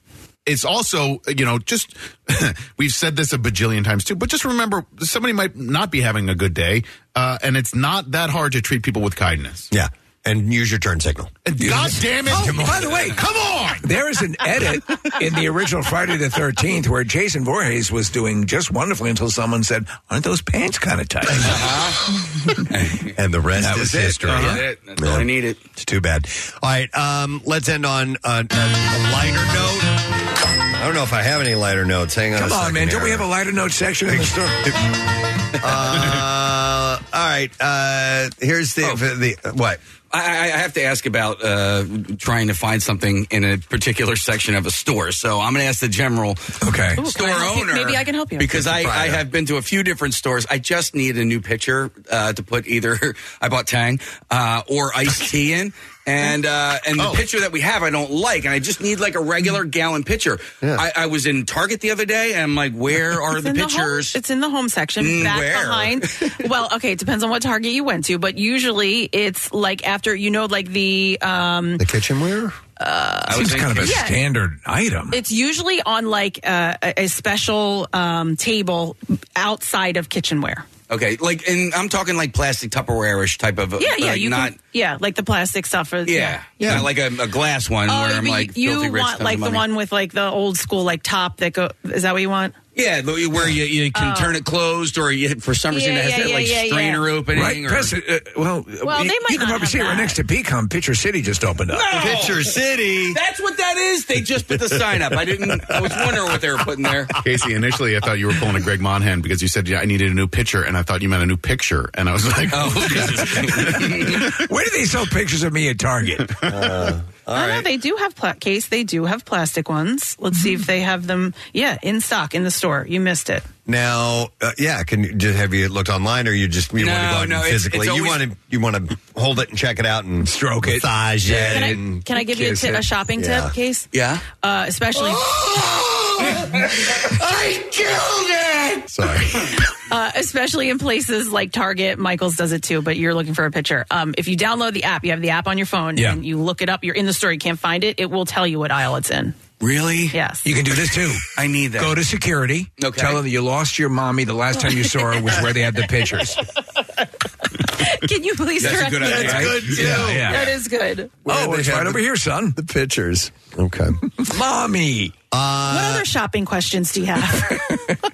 it's also, you know, just [LAUGHS] we've said this a bajillion times too, but just remember somebody might not be having a good day, uh, and it's not that hard to treat people with kindness. Yeah. And use your turn signal. God damn it. Oh, by the way, come on. There is an [LAUGHS] edit in the original Friday the 13th where Jason Voorhees was doing just wonderfully until someone said, Aren't those pants kind [LAUGHS] of tight? Uh-huh. and the rest That is was it. history. Uh-huh. Yeah. Yeah. It's too bad. All right, um, let's end on uh, a, a lighter note. I don't know if I have any lighter notes. Hang on. Come a on, second man. Don't here. we have a lighter note section in the store? uh, all right. Uh, here's Oh. the the what. I, I I have to ask about uh, trying to find something in a particular section of a store. So I'm going to ask the general okay. Ooh, store can I help you? owner. Maybe I can help you. Because I, I Proprietor. have been to a few different stores. I just need a new pitcher uh, to put either [LAUGHS] I bought Tang uh, or iced tea in. And uh, and the pitcher that we have, I don't like, and I just need like a regular gallon pitcher. I, I was in Target the other day, and I'm like, where are It's the in home- pitchers? it's in the home section, Mm, back where? [LAUGHS] behind. well, okay, it depends on what Target you went to, but usually it's like after you know, like the um, the kitchenware. Uh, Seems kind of a yeah. standard item. It's usually on like uh, a a special um, table outside of kitchenware. Okay, like, and I'm talking like plastic Tupperware-ish type of. Yeah, yeah, like you not. can, yeah, like the plastic stuff. Or, yeah, yeah, not like a, a glass one Oh, where I'm but like you filthy rich want tons like of the money. one with like the old school like top that go? Is that what you want? Yeah, the- where you, you can Oh. turn it closed, or you for some reason Yeah, it has yeah, that yeah, like yeah, yeah. strainer opening. Right, Or, press it, uh, well, Well, you, they might you can not probably have see it right that. next to Pecan. Pitcher City just opened up. No! [LAUGHS] Oh. That's what that is. They just put the sign up. I didn't. I was wondering what they were putting there. Casey, initially I thought you were pulling a Greg Monhan because you said yeah, I needed a new pitcher, and I thought you meant a new picture, and I was like, Oh, Where do they sell pictures of me at Target? Uh, I don't know. Oh, They do have pla- case. They do have plastic ones. Let's see if they have them. Yeah, in stock in the store. You missed it. Now, uh, yeah, can you just have you looked online, or you just you want to No, go out and no, it's- physically? it's you always- want to you want to hold it and check it out and stroke it, massage it. Can I, and can I give you a, kiss tip, it. a shopping Yeah. tip, Case? Yeah. Uh, especially. I killed it! Sorry. [LAUGHS] Uh, especially in places like Target, Michaels does it too. But you're looking for a picture. Um, if you download the app, you have the app on your phone, Yeah. and you look it up. You're in the store, you can't find it. It will tell you what aisle it's in. Really? Yes. You can do this too. I need that. Go to security. Okay. Tell them that you lost your mommy the last time you saw her was where they had the [LAUGHS] pictures. [LAUGHS] Can you please That's a correct good me? idea. That's good, too. Yeah, yeah. That is good. oh, it's right over here, son. The pictures. [LAUGHS] Okay. Uh, Mommy. what other shopping questions do you have?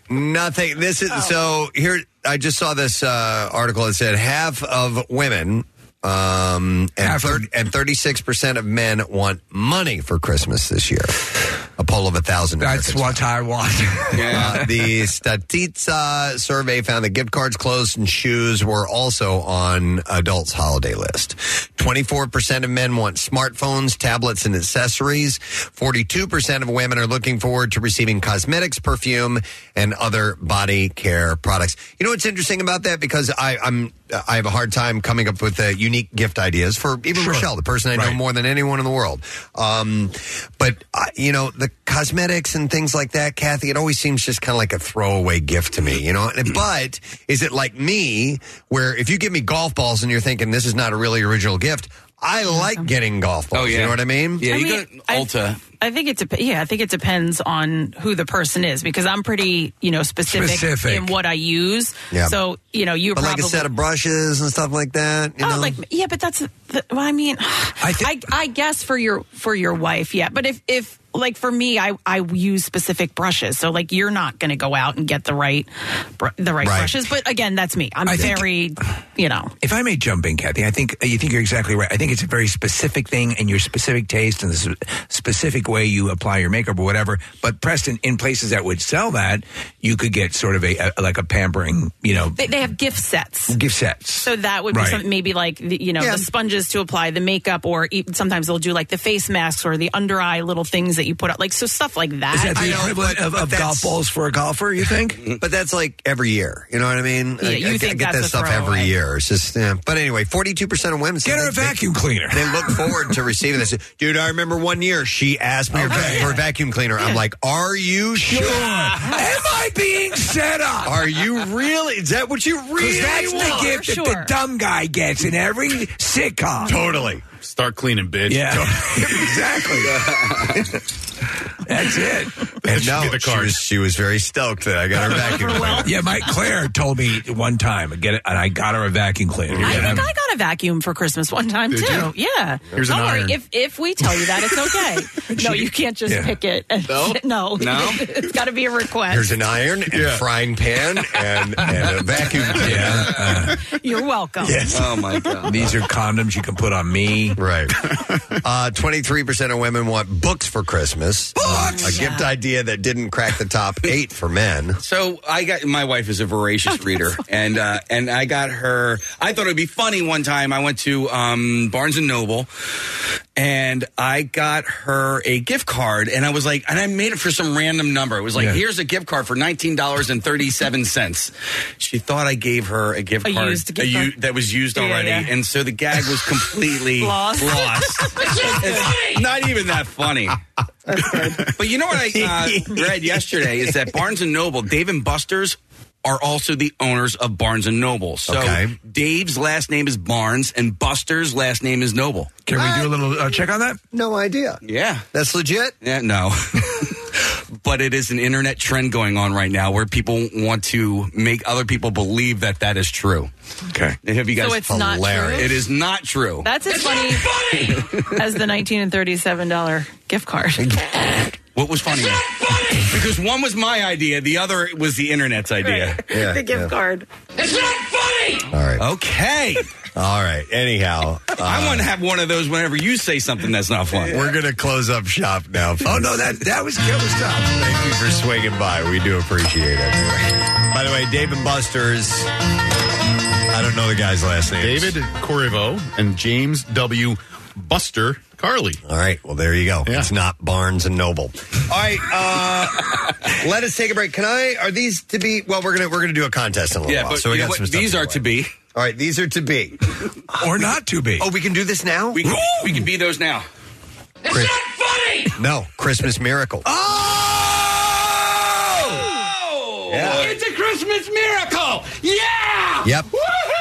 Nothing. This Oh. is so here. I just saw this uh, article that said half of women um, and thir- and thirty six percent of men want money for Christmas this year. A poll of a thousand. That's what I want. Uh, the Statista survey found that gift cards, clothes, and shoes were also on adults' holiday list. 24% of men want smartphones, tablets, and accessories. 42% of women are looking forward to receiving cosmetics, perfume, and other body care products. You know what's interesting about that? Because I, I'm, I have a hard time coming up with uh, unique gift ideas for even Rochelle, the person I know more than anyone in the world. Um, but uh, you know, the cosmetics and things like that, Kathy, it always seems just kind of like a throwaway gift to me, you know. Mm. And- But is it like me, where if you give me golf balls and you're thinking this is not a really original gift, I like getting golf Oh, balls. You know what I mean? Yeah, I you mean, got Ulta. [LAUGHS] I think it dep yeah, I think it depends on who the person is because I'm pretty, you know, specific, Specific. in what I use. Yeah. So, you know, you But like probably a set of brushes and stuff like that. You oh, know? like yeah, but that's the, well, I mean, I, I guess for your for your wife, yeah. But if if like for me, I I use specific brushes, so like you're not going to go out and get the right br- the right, Right. brushes. But again, that's me. I'm I think- very, you know. If I may jump in, Kathy, I think uh, you think you're exactly right. I think it's a very specific thing and your specific taste and the s- specific way you apply your makeup or whatever. But Preston, in places that would sell that, you could get sort of a, a like a pampering, you know, They, they have gift sets. gift sets. So that would be Right. something maybe like the, you know Yeah. the sponges to apply the makeup, or e- sometimes they'll do like the face masks or the under eye little things that you put up, like so stuff like that. Is that the equivalent of, of golf balls for a golfer? You think? [LAUGHS] But that's like every year. You know what I mean? Yeah, I, you I, think I get that's that a stuff every throwaway. year. It's just, yeah. But anyway, 42% of women get her a vacuum cleaner. They look forward to receiving this. [LAUGHS] Dude, I remember one year she asked me for- for a vacuum cleaner. I'm like, are you sure? Am I being set up? Are [LAUGHS] you really? Is that what you really that's want? the gift that the dumb guy gets in every sitcom. Totally. Start cleaning, bitch. [LAUGHS] Yeah. [LAUGHS] exactly. That's it. And no, she was, she was very stoked that I got her [LAUGHS] vacuum cleaner. yeah, Mike Claire told me one time, get it, and I got her a vacuum cleaner. I And I'm- think I got a vacuum for Christmas one time Did too. you? Yeah. Here's an Don't iron. worry. If if we tell you that, [LAUGHS] it's okay. no, you can't just Yeah. pick it. and- No? [LAUGHS] no. No? it's got to be a request. Here's an iron and Yeah. frying pan and, and a [LAUGHS] vacuum cleaner. Uh-huh. [LAUGHS] You're welcome. [LAUGHS] Oh my god. These are condoms you can put on me. [LAUGHS] Right. Uh, Twenty-three percent of women want books for Christmas. Books, a gift idea that didn't crack the top [LAUGHS] eight for men. So I got my wife is a voracious reader, and uh, and I got her. I thought it'd be funny one time. I went to um, Barnes and Noble, and I got her a gift card, and I was like, and I made it for some random number. It was like, Yeah. here's a gift card for nineteen dollars and thirty seven cents. She thought I gave her a gift A card used gift u- card. that was used Yeah, already, yeah. and so the gag was [LAUGHS] [LAUGHS] completely Lost. [LAUGHS] lost. It's [LAUGHS] not even that funny. but you know what [LAUGHS] I uh, read yesterday is that Barnes and Noble, Dave and Buster's are also the owners of Barnes and Noble. So Okay. Dave's last name is Barnes and Buster's last name is Noble. Can we do a little uh, check on that? No idea. Yeah. That's legit? Yeah, no. [LAUGHS] but it is an internet trend going on right now where people want to make other people believe that that is true. Okay. Have you So guys it's not true? Hilarious. It is not true. That's as funny, as the nineteen and thirty-seven dollar gift card. What was funny? Because one was my idea, the other was [LAUGHS] the internet's idea. Yeah, The gift yeah. card. It's not funny! All right. Okay. All right. Anyhow, uh, I want to have one of those whenever you say something that's not funny. we're gonna close up shop now. Oh no, that that was killer stuff. Thank you for swinging by. We do appreciate it. By the way, Dave and Buster's. I don't know the guy's last name. David Corriveau and James W. Buster Carly. All right. Well, there you go. It's not Barnes and Noble. All right, uh, let us take a break. Can I? Are these to be? Well, we're gonna we're gonna do a contest in a little Yeah, while. but so we you know got what? some stuff These to are do. to be. All right, these are to be, or not to be. Oh, we can do this now. We can, we can be those now. Chris- No, Christmas miracle. Oh! Oh! It's a Christmas miracle! Yeah! Yep.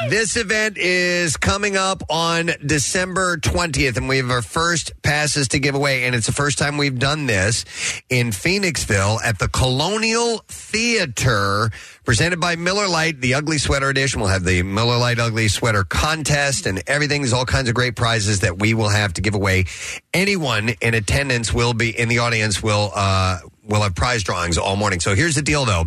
This event is coming up on December 20th, and we have our first passes to give away. And it's the first time we've done this in Phoenixville at the Colonial Theater, presented by Miller Lite, the Ugly Sweater Edition. We'll have the Miller Lite Ugly Sweater Contest and everything. There's all kinds of great prizes that we will have to give away. Anyone in attendance will be in the audience will uh, we will have prize drawings all morning. So here's the deal, though.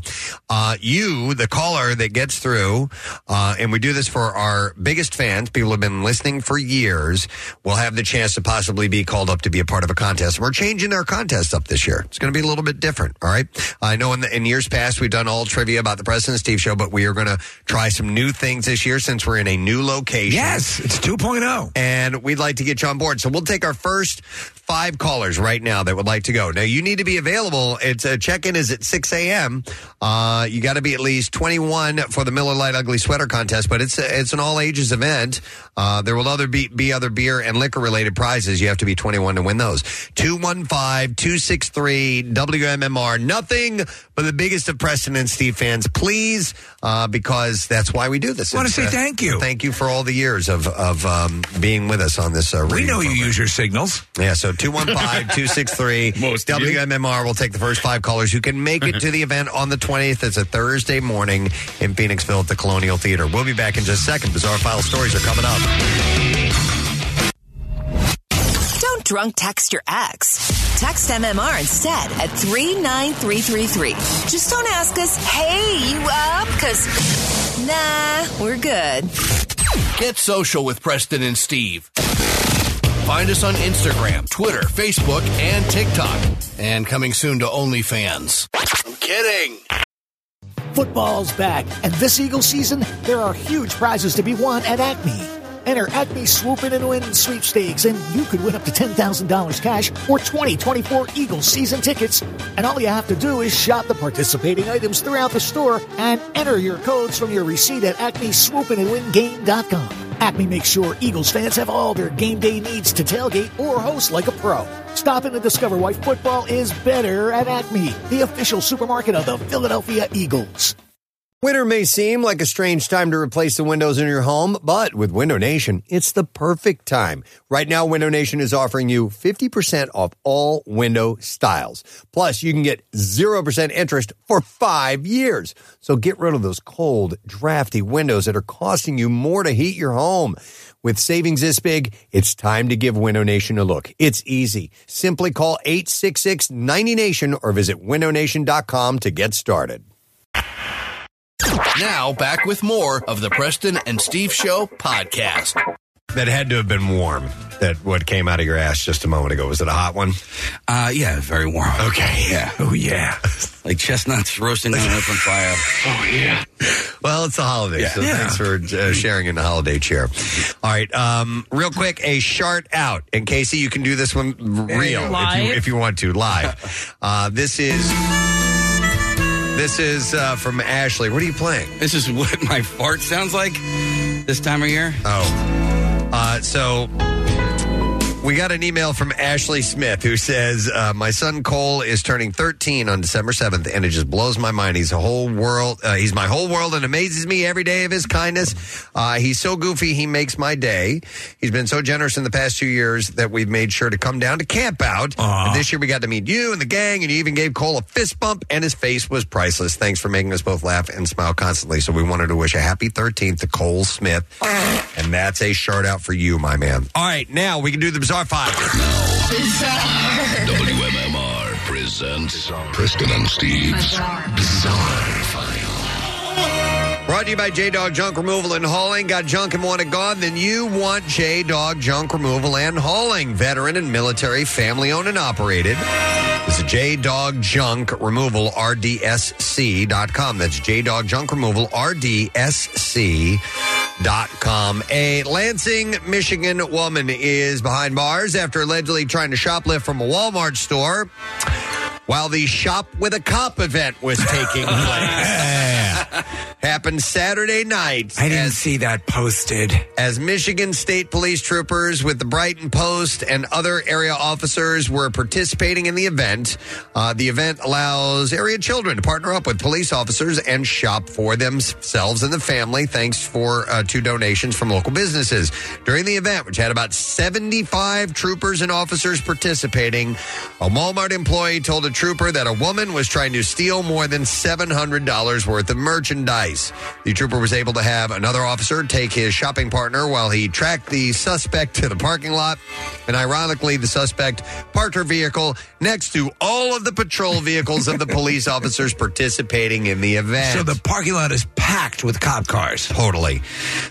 Uh, you, the caller that gets through, uh, and we do this for our biggest fans, people who have been listening for years, will have the chance to possibly be called up to be a part of a contest. We're changing our contest up this year. It's going to be a little bit different, all right? I know in, the, in years past we've done all trivia about the President Steve show, but we are going to try some new things this year since we're in a new location. Yes, it's oh. 2.0. And we'd like to get you on board. So we'll take our first five callers right now that would like to go. Now, you need to be available. It's a check in is at 6 a.m. Uh, you got to be at least 21 for the Miller Lite Ugly Sweater Contest, but it's a, it's an all ages event. Uh, there will other be, be other beer and liquor related prizes. You have to be 21 to win those. 215 263 WMMR. Nothing but the biggest of Preston and Steve fans, please, uh, because that's why we do this. Wanna It's, say thank you. Thank you for all the years of, of um, being with us on this uh, radio We know you program. use your signals. Yeah, so 215-263 WMMR will take the first five callers who can make it to the event on the 20th. It's a Thursday morning in Phoenixville at the Colonial Theater. We'll be back in just a second. Bizarre File stories are coming up. Don't drunk text your ex. Text MMR instead at 39333. Just don't ask us, hey, you up? Because, nah, we're good. Get social with Preston and Steve. Find us on Instagram, Twitter, Facebook, and TikTok. And coming soon to OnlyFans. I'm kidding. Football's back, and this Eagle season, there are huge prizes to be won at Acme. Enter Acme Swoop In and Win sweepstakes, and you could win up to $10,000 cash or 2024 Eagles season tickets. And all you have to do is shop the participating items throughout the store and enter your codes from your receipt at acmeswoopinandwingame.com. Acme makes sure Eagles fans have all their game day needs to tailgate or host like a pro. Stop in to discover why football is better at Acme, the official supermarket of the Philadelphia Eagles. Winter may seem like a strange time to replace the windows in your home, but with Window Nation, it's the perfect time. Right now, Window Nation is offering you 50% off all window styles. Plus, you can get 0% interest for five years. So get rid of those cold, drafty windows that are costing you more to heat your home. With savings this big, it's time to give Window Nation a look. It's easy. Simply call 866 90Nation or visit windownation.com to get started. Now, back with more of the Preston and Steve Show podcast. That had to have been warm. That what came out of your ass just a moment ago was it a hot one? Uh, yeah, very warm. Okay, yeah. Oh [LAUGHS] yeah, like chestnuts roasting on an open fire. Oh yeah. Well, it's the holidays, so thanks for uh, sharing in the holiday chair. All right, um, real quick, a shout out, and Casey, you can do this one real if you, Live? if you want to [LAUGHS] live. uh, this is this is uh, from Ashley. What are you playing? This is what my fart sounds like this time of year. Oh. Uh, so we got an email from Ashley Smith who says, uh, My son Cole is turning 13 on December 7th, and it just blows my mind. He's a whole world. Uh, he's my whole world and amazes me every day of his kindness. Uh, he's so goofy, he makes my day. He's been so generous in the past two years that we've made sure to come down to camp out. And this year we got to meet you and the gang, and you even gave Cole a fist bump, and his face was priceless. Thanks for making us both laugh and smile constantly. So we wanted to wish a happy 13th to Cole Smith. And that's a shout out for you, my man. All right, now we can do the bizarre five. WMMR presents Preston and Steve's Bizarre File. Brought to you by J Dog Junk Removal and Hauling. Got junk and want it gone? Then you want J Dog Junk Removal and Hauling. Veteran and military, family owned and operated. It's J Dog Junk Removal, RDSC.com. That's J Dog Junk Removal, RDSC.com. A Lansing, Michigan woman is behind bars after allegedly trying to shoplift from a Walmart store [LAUGHS] while the Shop with a Cop event was taking place. happened Saturday night. I didn't see that posted. As Michigan State Police troopers with the Brighton Post and other area officers were participating in the event, uh, the event allows area children to partner up with police officers and shop for themselves and the family, thanks for uh, to donations from local businesses. During the event, which had about 75 troopers and officers participating, a Walmart employee told a trooper that a woman was trying to steal more than $700 worth of merchandise. The trooper was able to have another officer take his shopping partner while he tracked the suspect to the parking lot. And ironically, the suspect parked her vehicle next to all of the patrol vehicles of the police officers participating in the event. So the parking lot is packed with cop cars. Totally.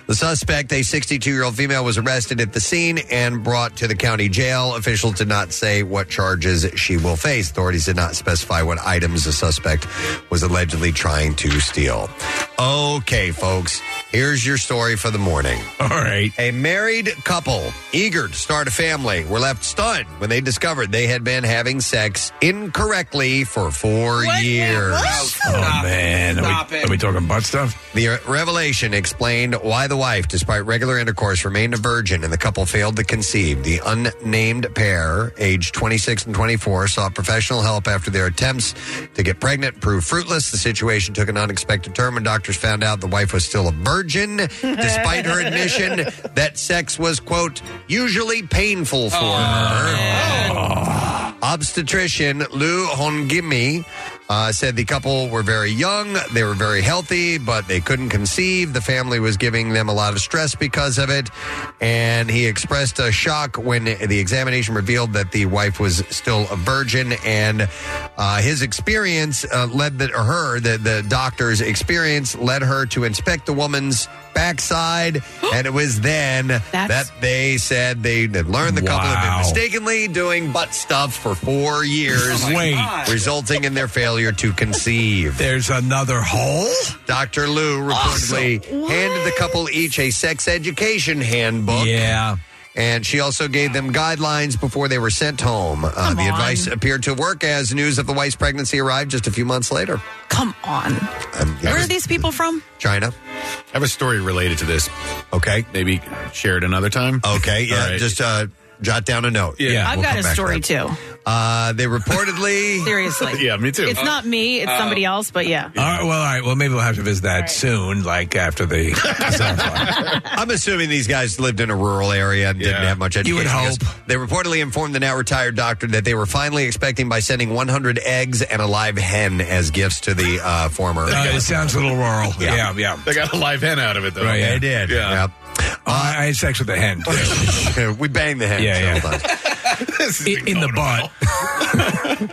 The suspect, a 62 year old female, was arrested at the scene and brought to the county jail. Officials did not say what charges she will face. Authorities did not specify what items the suspect was allegedly trying to steal. Okay, folks, here's your story for the morning. All right. A married couple, eager to start a family, were left stunned when they discovered they had been having sex incorrectly for four years. Oh man, are we, are we talking butt stuff? The uh, revelation explained why the wife, despite regular intercourse, remained a virgin and the couple failed to conceive. The unnamed pair, aged 26 and 24, sought professional help after their attempts to get pregnant proved fruitless. The situation took an unexpected turn when doctors found out the wife was still a virgin, despite her admission that sex was, quote, usually painful for her. Obstetrician Lou Hongimi uh, said the couple were very young, they were very healthy, but they couldn't conceive. The family was giving them a lot of stress because of it. And he expressed a shock when the examination revealed that the wife was still a virgin. And uh, his experience uh, led the, or her, the, the doctor's experience led her to inspect the woman's backside. and it was then that they said they had learned the couple had been Wow. mistakenly doing butt stuff for four years. Oh my [LAUGHS] Wait. God. Resulting in their failure to conceive. There's another hole? Dr. Lou reportedly handed the couple each a sex education handbook. Yeah. And she also gave them guidelines before they were sent home. Uh, the advice appeared to work as news of the wife's pregnancy arrived just a few months later. Um, Come on. [LAUGHS] Where are these people from? China. I have a story related to this. Okay. Maybe share it another time. Okay. Yeah. Just uh, jot down a note. Yeah. I've got a story too. Uh, they [LAUGHS] reportedly. [LAUGHS] Seriously. yeah, me It's not me, it's Oh. somebody else, but yeah. All right, well, all right. Well, maybe we'll have to visit that soon, like after [LAUGHS] the. I'm assuming these guys lived in a rural area and didn't have much education. You would hope. because They reportedly informed the now retired doctor that they were finally expecting by sending 100 eggs and a live hen as gifts to the uh, Oh, former. Uh, it sounds a little rural. Yeah, yeah. They got a live hen out of it, though. Right, yeah. They did. Oh, Yeah. Yep. Uh, I I had sex with the hen. [LAUGHS] we banged the hen. Yeah, several yeah. times. in, in the butt.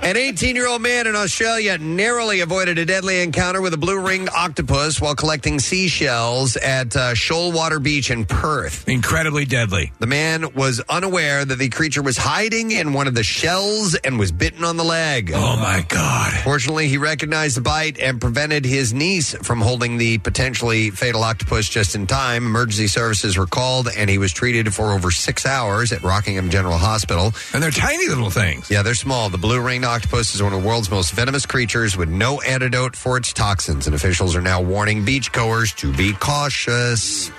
An 18 year old man in Australia narrowly avoided a deadly encounter with a blue ringed octopus while collecting seashells at uh, Shoalwater Beach in Perth. Incredibly deadly. The man was unaware that the creature was hiding in one of the shells and was bitten on the leg. Oh my God. Fortunately, he recognized the bite and prevented his niece from holding the potentially fatal octopus just in time. Emergency services were called and he was treated for over six hours at Rockingham General Hospital. And they're tiny little things. Yeah, they're small. The blue ringed octopus is one of the world's most venomous creatures with no antidote for its toxins, and officials are now warning beachgoers to be cautious.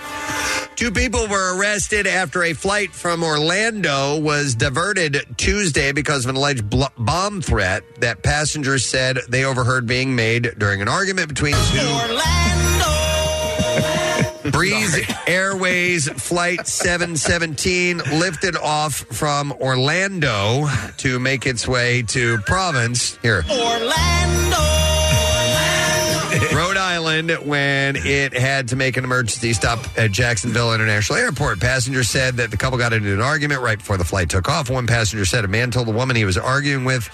Two people were arrested after a flight from Orlando was diverted Tuesday because of an alleged bl- bomb threat that passengers said they overheard being made during an argument between two Breeze Airways Flight 717 lifted off from Orlando to make its way to Province. Here. [LAUGHS] Rhode Island when it had to make an emergency stop at Jacksonville International Airport. Passengers said that the couple got into an argument right before the flight took off. One passenger said a man told the woman he was arguing with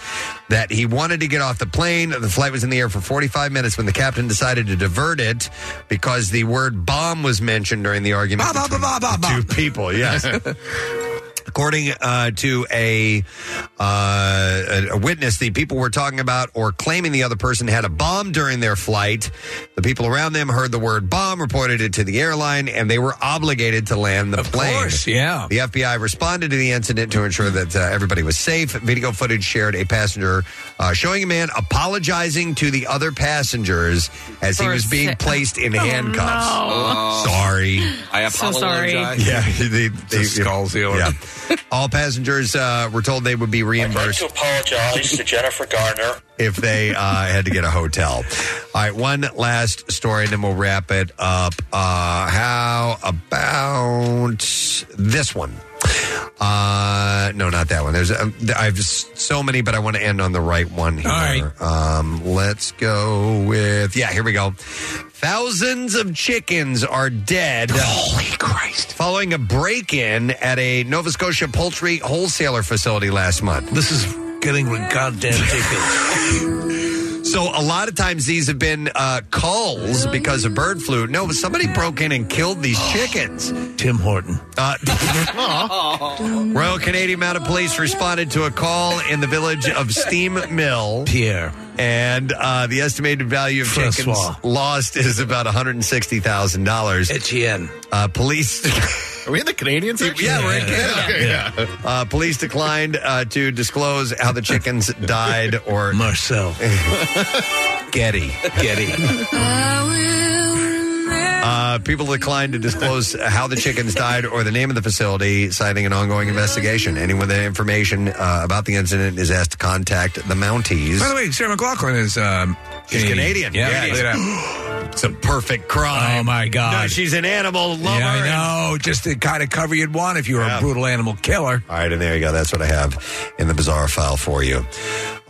that he wanted to get off the plane. The flight was in the air for 45 minutes when the captain decided to divert it because the word bomb was mentioned during the argument. Bah, bah, bah, bah, bah, between the Two people, yes. According uh, to a, uh, a- a witness, the people were talking about or claiming the other person had a bomb during their flight. The people around them heard the word bomb, reported it to the airline, and they were obligated to land the plane. course, yeah. The FBI responded to the incident to ensure that uh, everybody was safe. Video footage shared a passenger uh, showing a man apologizing to the other passengers as he For was being si- placed in Oh, handcuffs. no. Sorry. I So sorry. apologize. Yeah. [LAUGHS] They, a skull yeah. All passengers uh, were told they would be reimbursed apologize to Jennifer Garner. if they uh, had to get a hotel. All right, one last story, and then we'll wrap it up. Uh, how about this one? Uh, no, not that one. There's um, I've s- so many, but I want to end on the right one here. All right. Um, let's go with yeah. Here we go. Thousands of chickens are dead. Holy Christ! Following a break-in at a Nova Scotia poultry wholesaler facility last month. This is getting goddamn [LAUGHS] So a lot of times these have been uh, culls because of bird flu. No, but somebody broke in and killed these chickens. Tim Horton. Uh, [LAUGHS] Royal Canadian Mounted Police responded to a call in the village of Steam Mill. Pierre. And uh, the estimated value of Francois. chickens lost is about $160,000. Etienne. Uh, police. [LAUGHS] Are we in the Canadian section? Yeah, we're in Canada. Uh, police declined uh, to disclose how the chickens died or. Marcel. [LAUGHS] Getty. Getty. Uh, people declined to disclose how the chickens died or the name of the facility, citing an ongoing investigation. Anyone with information uh, about the incident is asked to contact the Mounties. By the way, Sarah McLaughlin is um, She's Canadian. Yeah, Yeah. look at that. it's a perfect crime. Oh my God! No, she's an animal lover. Yeah, I know. Just the kind of cover you'd want if you were a brutal animal killer. [GASPS] All right, and there you go. That's what I have in the bizarre file for you.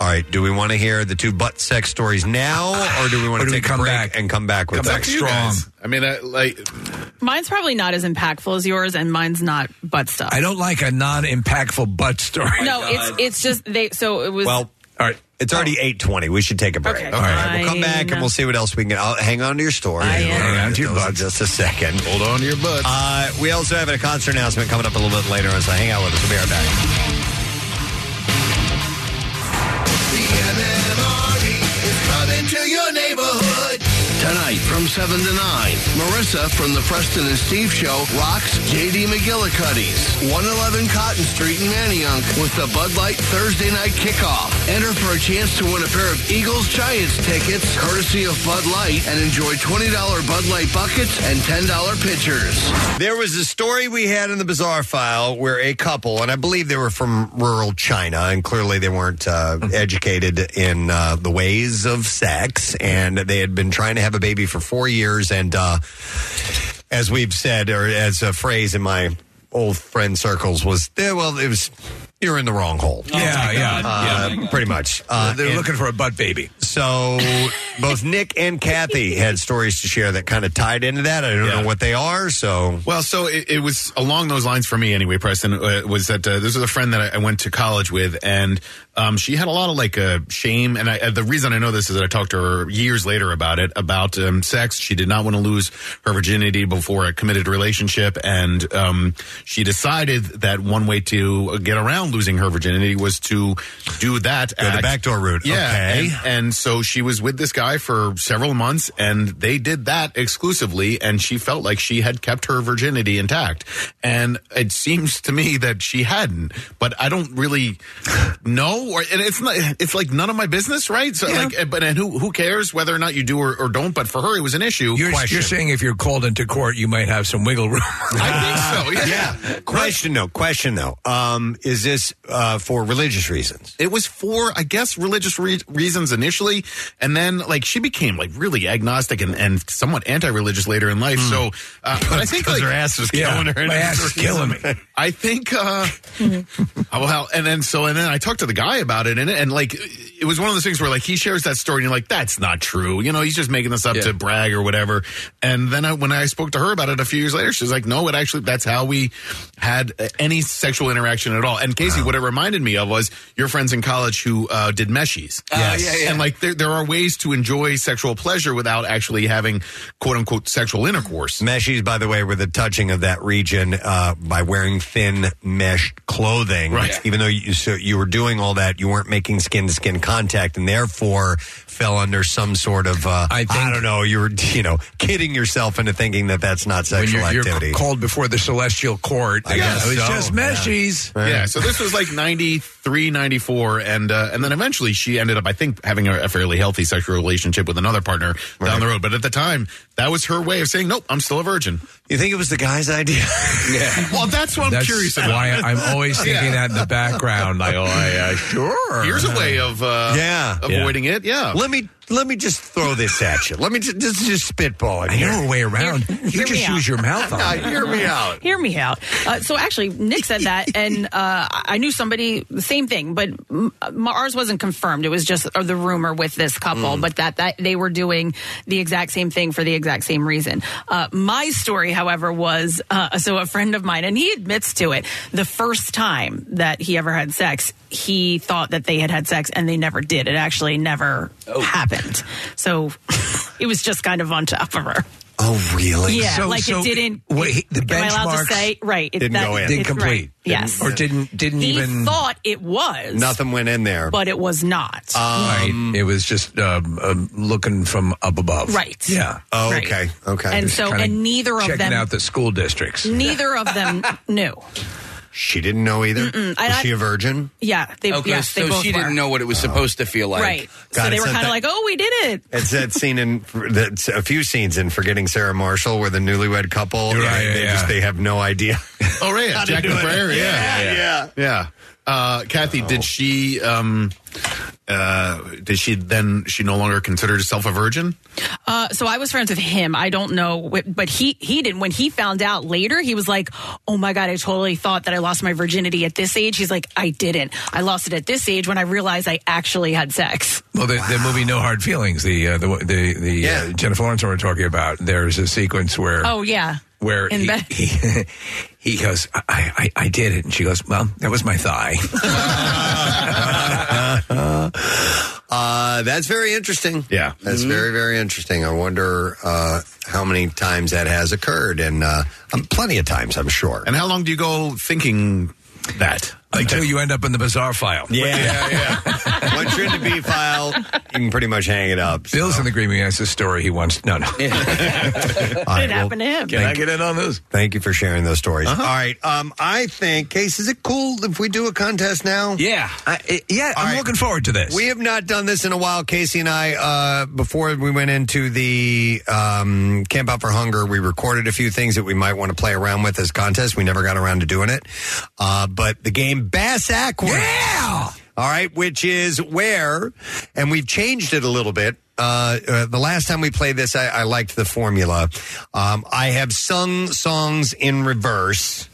All right, do we want to hear the two butt sex stories now, or do we want to take a break and come back with Come back those? strong. I mean, I, like Mine's probably not as impactful as yours, and mine's not butt stuff. I don't like a non-impactful butt story. no, it's it's just they. So it was. Oh. Well, all right. It's already eight twenty. We should take a break. Okay. All right, we'll come back Fine. and we'll see what else we can. I'll hang on to your story. Hang on to your butt. Just a second. Hold on to your butt. Uh, we also have a concert announcement coming up a little bit later, so hang out with us. We'll be right back. Coming to your neighborhood. Tonight from 7 to 9, Marissa from the Preston and Steve Show rocks JD McGillicuddy's 111 Cotton Street in Manayunk with the Bud Light Thursday night kickoff. Enter for a chance to win a pair of Eagles Giants tickets courtesy of Bud Light and enjoy $20 Bud Light buckets and $10 pitchers. There was a story we had in the bizarre file where a couple, and I believe they were from rural China, and clearly they weren't uh, Mm-hmm. educated in uh, the ways of sex, and they had been trying to have a baby for four years, and uh, as we've said, or as a phrase in my old friend circles was, eh, well, it was. You're in the wrong hole. yeah, yeah, Uh, yeah. pretty much. Uh, they're and- looking for a butt baby. so both Nick and Kathy had stories to share that kind of tied into that. I don't know what they are. So Well, so it, it was along those lines for me anyway, Preston, uh, was that uh, this was a friend that I, I went to college with, and um, she had a lot of like uh, shame. And I, uh, the reason I know this is that I talked to her years later about it, about um, sex. She did not want to lose her virginity before a committed relationship. And um, she decided that one way to get around losing her virginity was to do that. Go the backdoor route. Yeah. Okay. and- and so she was with this guy for several months, and they did that exclusively, and she felt like she had kept her virginity intact. And it seems to me that she hadn't, but I don't really know, or and it's not, it's like none of my business, right? So like, eh, but and who who cares whether or not you do or, or don't? But for her, it was an issue. You're, you're saying if you're called into court, you might have some wiggle room. [LAUGHS] I think so. Yeah. Question though, question though, um, is this uh, for religious reasons? It was for, I guess, religious re- reasons initially, and then like she became like really agnostic and, and somewhat anti-religious later in life. So, uh, [LAUGHS] but I think like, her ass was killing Hmm. her and My it was [LAUGHS] ass is [LAUGHS] killing Oh, killing me. I think. Uh, well, and then so and then I talked to the guy guy about it, and and like it was one of those things where like he shares that story, and you're like, that's not true. You know, he's just making this up to brag or whatever. And then I, when I spoke to her about it a few years later, she's like, no, it actually that's how we had uh, any sexual interaction at all. And Casey, what it reminded me of was your friends in college who uh, did meshies. Yes. yeah, yeah. And like there there are ways to enjoy sexual pleasure without actually having quote unquote sexual intercourse. Meshies, by the way, were the touching of that region uh, by wearing thin mesh clothing. Right. Even though you so you were doing all that, you weren't making skin to skin contact, and therefore fell under some sort of uh, I, don't know. You were you know kidding yourself into thinking that that's not When sexual you're, you're activity. called before the celestial court. I guess it was so, just meshies. Yeah. so [LAUGHS] this was like 93, 94, and uh, and then eventually she ended up, I think, having a, a fairly healthy sexual relationship with another partner down the road. But at the time, that was her way of saying, "Nope, I'm still a virgin." You think it was the guy's idea? [LAUGHS] yeah. [LAUGHS] Well, that's what I'm That's curious about. why I'm always thinking Yeah. that in the background. Like, oh, [LAUGHS] yeah, sure. Here's a way of uh, yeah avoiding it. Yeah. Let me let me just throw this at you. Let me just just, just spitball it. I know a way around. hear you me just out. use your mouth on [LAUGHS] Nah, it. hear me out. [LAUGHS] Hear me out. Uh, so actually, Nick said that, and uh, I knew somebody the same thing, but mm, uh, ours wasn't confirmed. It was just uh, the rumor with this couple, Mm. but that that they were doing the exact same thing for the exact same reason. Uh, my story, however, was uh, so a friend of mine, and he admits to it. The first time that he ever had sex, he thought that they had had sex, and they never did. It actually never happened. So [LAUGHS] it was just kind of on top of her. Oh, really? Yeah, like it didn't- Wait, he- the Am I allowed to benchmarks say right? it- that- Didn't it's right. complete. Yes, Or didn't didn't he even thought it was nothing went in there. but it was not. right. It was just um, um, looking from up above. Right. Yeah. Oh, Right. okay. Okay. And Just so- kinda and neither of checking them- out the school districts. Neither of them knew. She didn't know either. Mm-mm. I- was I- she a virgin? Yeah, they, Okay, yes, they so both she were. didn't know what it was supposed to feel like. right. so God, they it's were not kind of that- like, "Oh, we did it." It's that scene in that's a few scenes in "Forgetting Sarah Marshall" where the newlywed couple Right, they yeah. just they have no idea. Oh, right. How Yeah. to Jack do it. McBrayer. Yeah. Yeah, yeah. Oh. Yeah. Uh, Kathy, did she, um, uh, did she then, she no longer considered herself a virgin? Uh, so I was friends with him. I don't know, wh- but he he didn't. When he found out later, he was like, "Oh my god, I totally thought that I lost my virginity at this age." He's like, "I didn't. I lost it at this age when I realized I actually had sex." Well, the, the movie No Hard Feelings, the uh, the the, the uh, Jennifer Lawrence and I were talking about. There's a sequence where Oh yeah. where In he, bed. he [LAUGHS] he goes, I, I I did it, and she goes, Well, that was my thigh. [LAUGHS] Uh, that's very interesting. Yeah, that's Mm-hmm. very very interesting. I wonder uh, how many times that has occurred, and uh, um, plenty of times, I'm sure. And how long do you go thinking that? Until you end up in the bizarre file. Yeah, [LAUGHS] yeah. Once you're in the B file, you can pretty much hang it up. Bill's in the green room. That's a story he wants. No, no. [LAUGHS] it happened to him. Can I get in on this? Thank you for sharing those stories. Uh-huh. All right. Um, I think, Case, is it cool if we do a contest now? Yeah. yeah, I'm looking forward to this. We have not done this in a while. Casey and I, uh, before we went into the um, Camp Out for Hunger, we recorded a few things that we might want to play around with as contests. We never got around to doing it. Uh, but the game Bass Aqua. Yeah! All right, which is where, and we've changed it a little bit. Uh, uh, the last time we played this, I, I liked the formula. Um, I have sung songs in reverse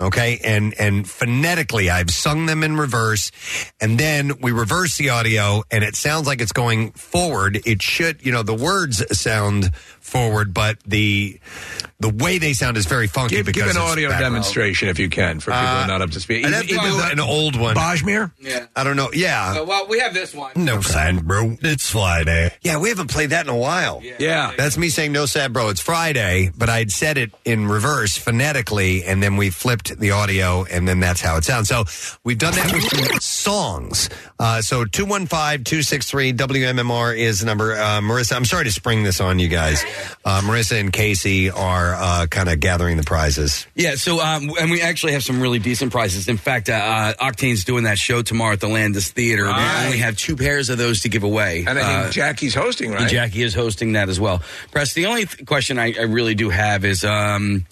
okay and and phonetically i've sung them in reverse and then we reverse the audio and it sounds like it's going forward it should you know the words sound forward but the the way they sound is very funky Give, because give an it's audio background. demonstration if you can for people who Uh, are not up to speed. I'd have to do an old one Bajmir? yeah i don't know yeah well, we have this one. no sign bro it's friday yeah we haven't played that in a while yeah, that's me saying no sad bro it's friday but i'd said it in reverse phonetically and then we flipped the audio and then that's how it sounds so we've done that with songs uh, so 215-263-wmmr is the number uh, marissa i'm sorry to spring this on you guys uh, marissa and casey are uh, kind of gathering the prizes Yeah, so um, and we actually have some really decent prizes. In fact, uh, uh, Octane's doing that show tomorrow at the Landis Theater. They only have two pairs of those to give away. And I think Uh, Jackie's hosting, right? Jackie is hosting that as well. Press. The only th- question I, I really do have is um,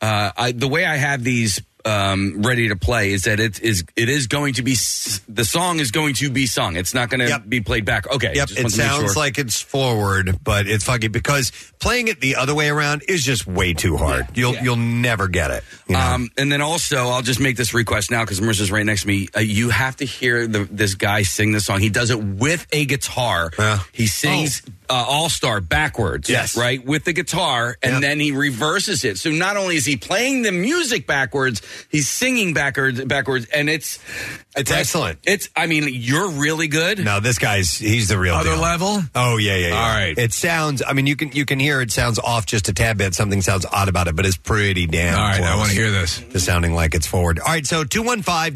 uh, I, the way I have these um, ready to play is that it is it is going to be s- the song is going to be sung. It's not going to be played back. Okay. Yep, just it wanted to make sounds sure. like it's forward, but it's funky because playing it the other way around is just way too hard. You'll you'll never get it. Um, and then also, I'll just make this request now because Marissa's right next to me. Uh, you have to hear the, this guy sing this song. He does it with a guitar. He sings uh, All Star backwards. Yes. Right? With the guitar. And then he reverses it. So not only is he playing the music backwards, he's singing backwards, backwards. And it's. It's excellent. It's, I mean, you're really good. No, this guy's he's the real Other deal. level? Oh yeah, yeah, yeah. All right. It sounds. I mean, you can you can hear it sounds off just a tad bit. Something sounds odd about it, but it's pretty damn. All right, I close wanna hear this. To sounding like it's forward. All right, so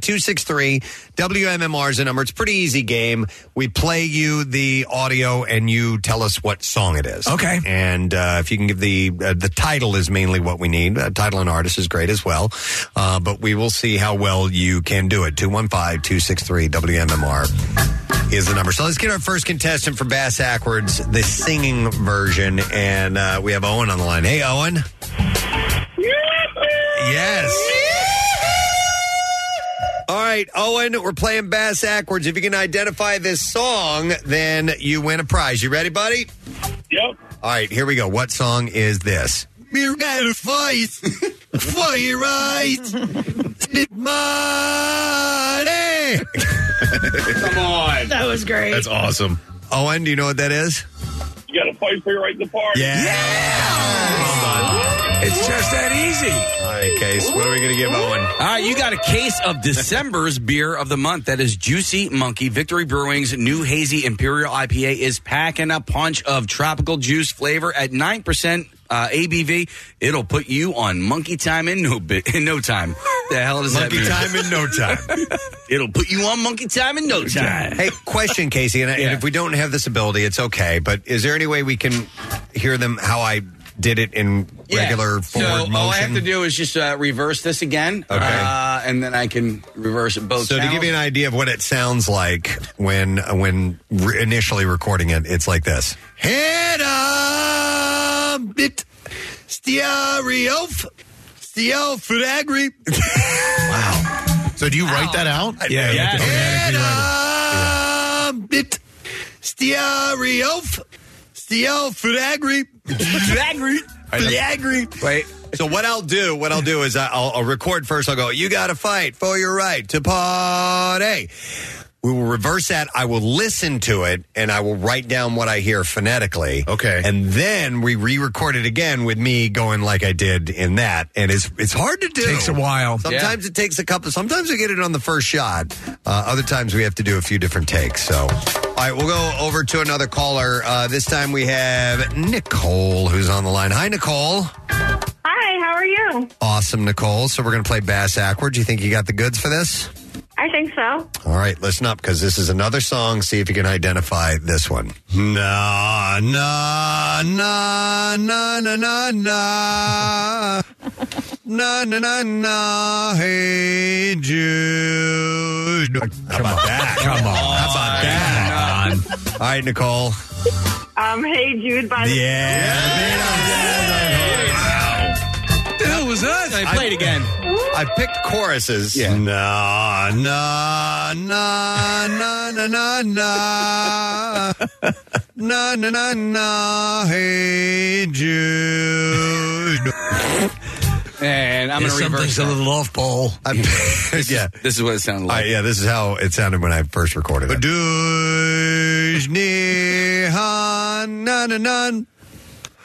215-263 WMMR is the number. It's a pretty easy game. We play you the audio and you tell us what song it is. Okay. And uh, if you can give the uh, the title is mainly what we need. Uh, title and artist is great as well. Uh, but we will see how well you can do it. 215-263 WMMR is the number. So let's get our first contestant for Bass Ackwards, the singing version. And uh, we have Owen on the line. Hey, Owen. Yes. All right, Owen, we're playing Bass Ackwards. If you can identify this song, then you win a prize. You ready, buddy? Yep. All right, here we go. What song is this? We're gonna fight [LAUGHS] for your rights. Money. Come on. That was great. That's awesome. Owen, do you know what that is? You got to fight for your right to party. Yeah. It's just that easy. All right, Case. What are we going to give Owen? All right, you got a case [LAUGHS] of December's beer of the month. That is Juicy Monkey. Victory Brewing's new hazy Imperial IPA is packing a punch of tropical juice flavor at 9%. Uh, ABV, it'll put you on monkey time in no bit in no time. The hell does Monkey that time mean? in no time. [LAUGHS] it'll put you on monkey time in no time. Hey, question, Casey, and, I and if we don't have this ability, it's okay. But is there any way we can hear them how I did it in regular so forward motion? all I have to do is just uh, reverse this again, okay, uh, and then I can reverse it both. so to give you an channels. idea of what it sounds like when when re- initially recording it, it's like this. Head up, bit stereo, stereo fragri. wow. So do you write that out? Yeah, you have to yeah. Bit stereo, stereo fragri, fragri, fragri. Wait. So what I'll do, what I'll do is I- I'll, I'll record first. I'll go. You got to fight for your right to party. We will reverse that. I will listen to it and I will write down what I hear phonetically. Okay. And then we re-record it again with me going like I did in that. And it's it's hard to do. Takes a while. Sometimes it takes a couple. Sometimes we get it on the first shot. Uh, other times we have to do a few different takes. So, all right, we'll go over to another caller. Uh, this time we have Nicole who's on the line. Hi, Nicole. Hi, how are you? Awesome, Nicole. So we're going to play Bass Ackwards. You think you got the goods for this? I think so. All right, listen up because this is another song. See if you can identify this one. Na na na na na na na na na na na. Hey Jude, how about that? Come on, how about that? All right, Nicole. Um, hey Jude, by the That was us. I played again. I picked choruses. Yeah. Na na na na na na na na na na na. Hey Jude. And I'm Yeah, going to something's reverse a that. little off [LAUGHS] ball. yeah, this is what it sounded like. yeah, this is how it sounded when I first recorded it. na na na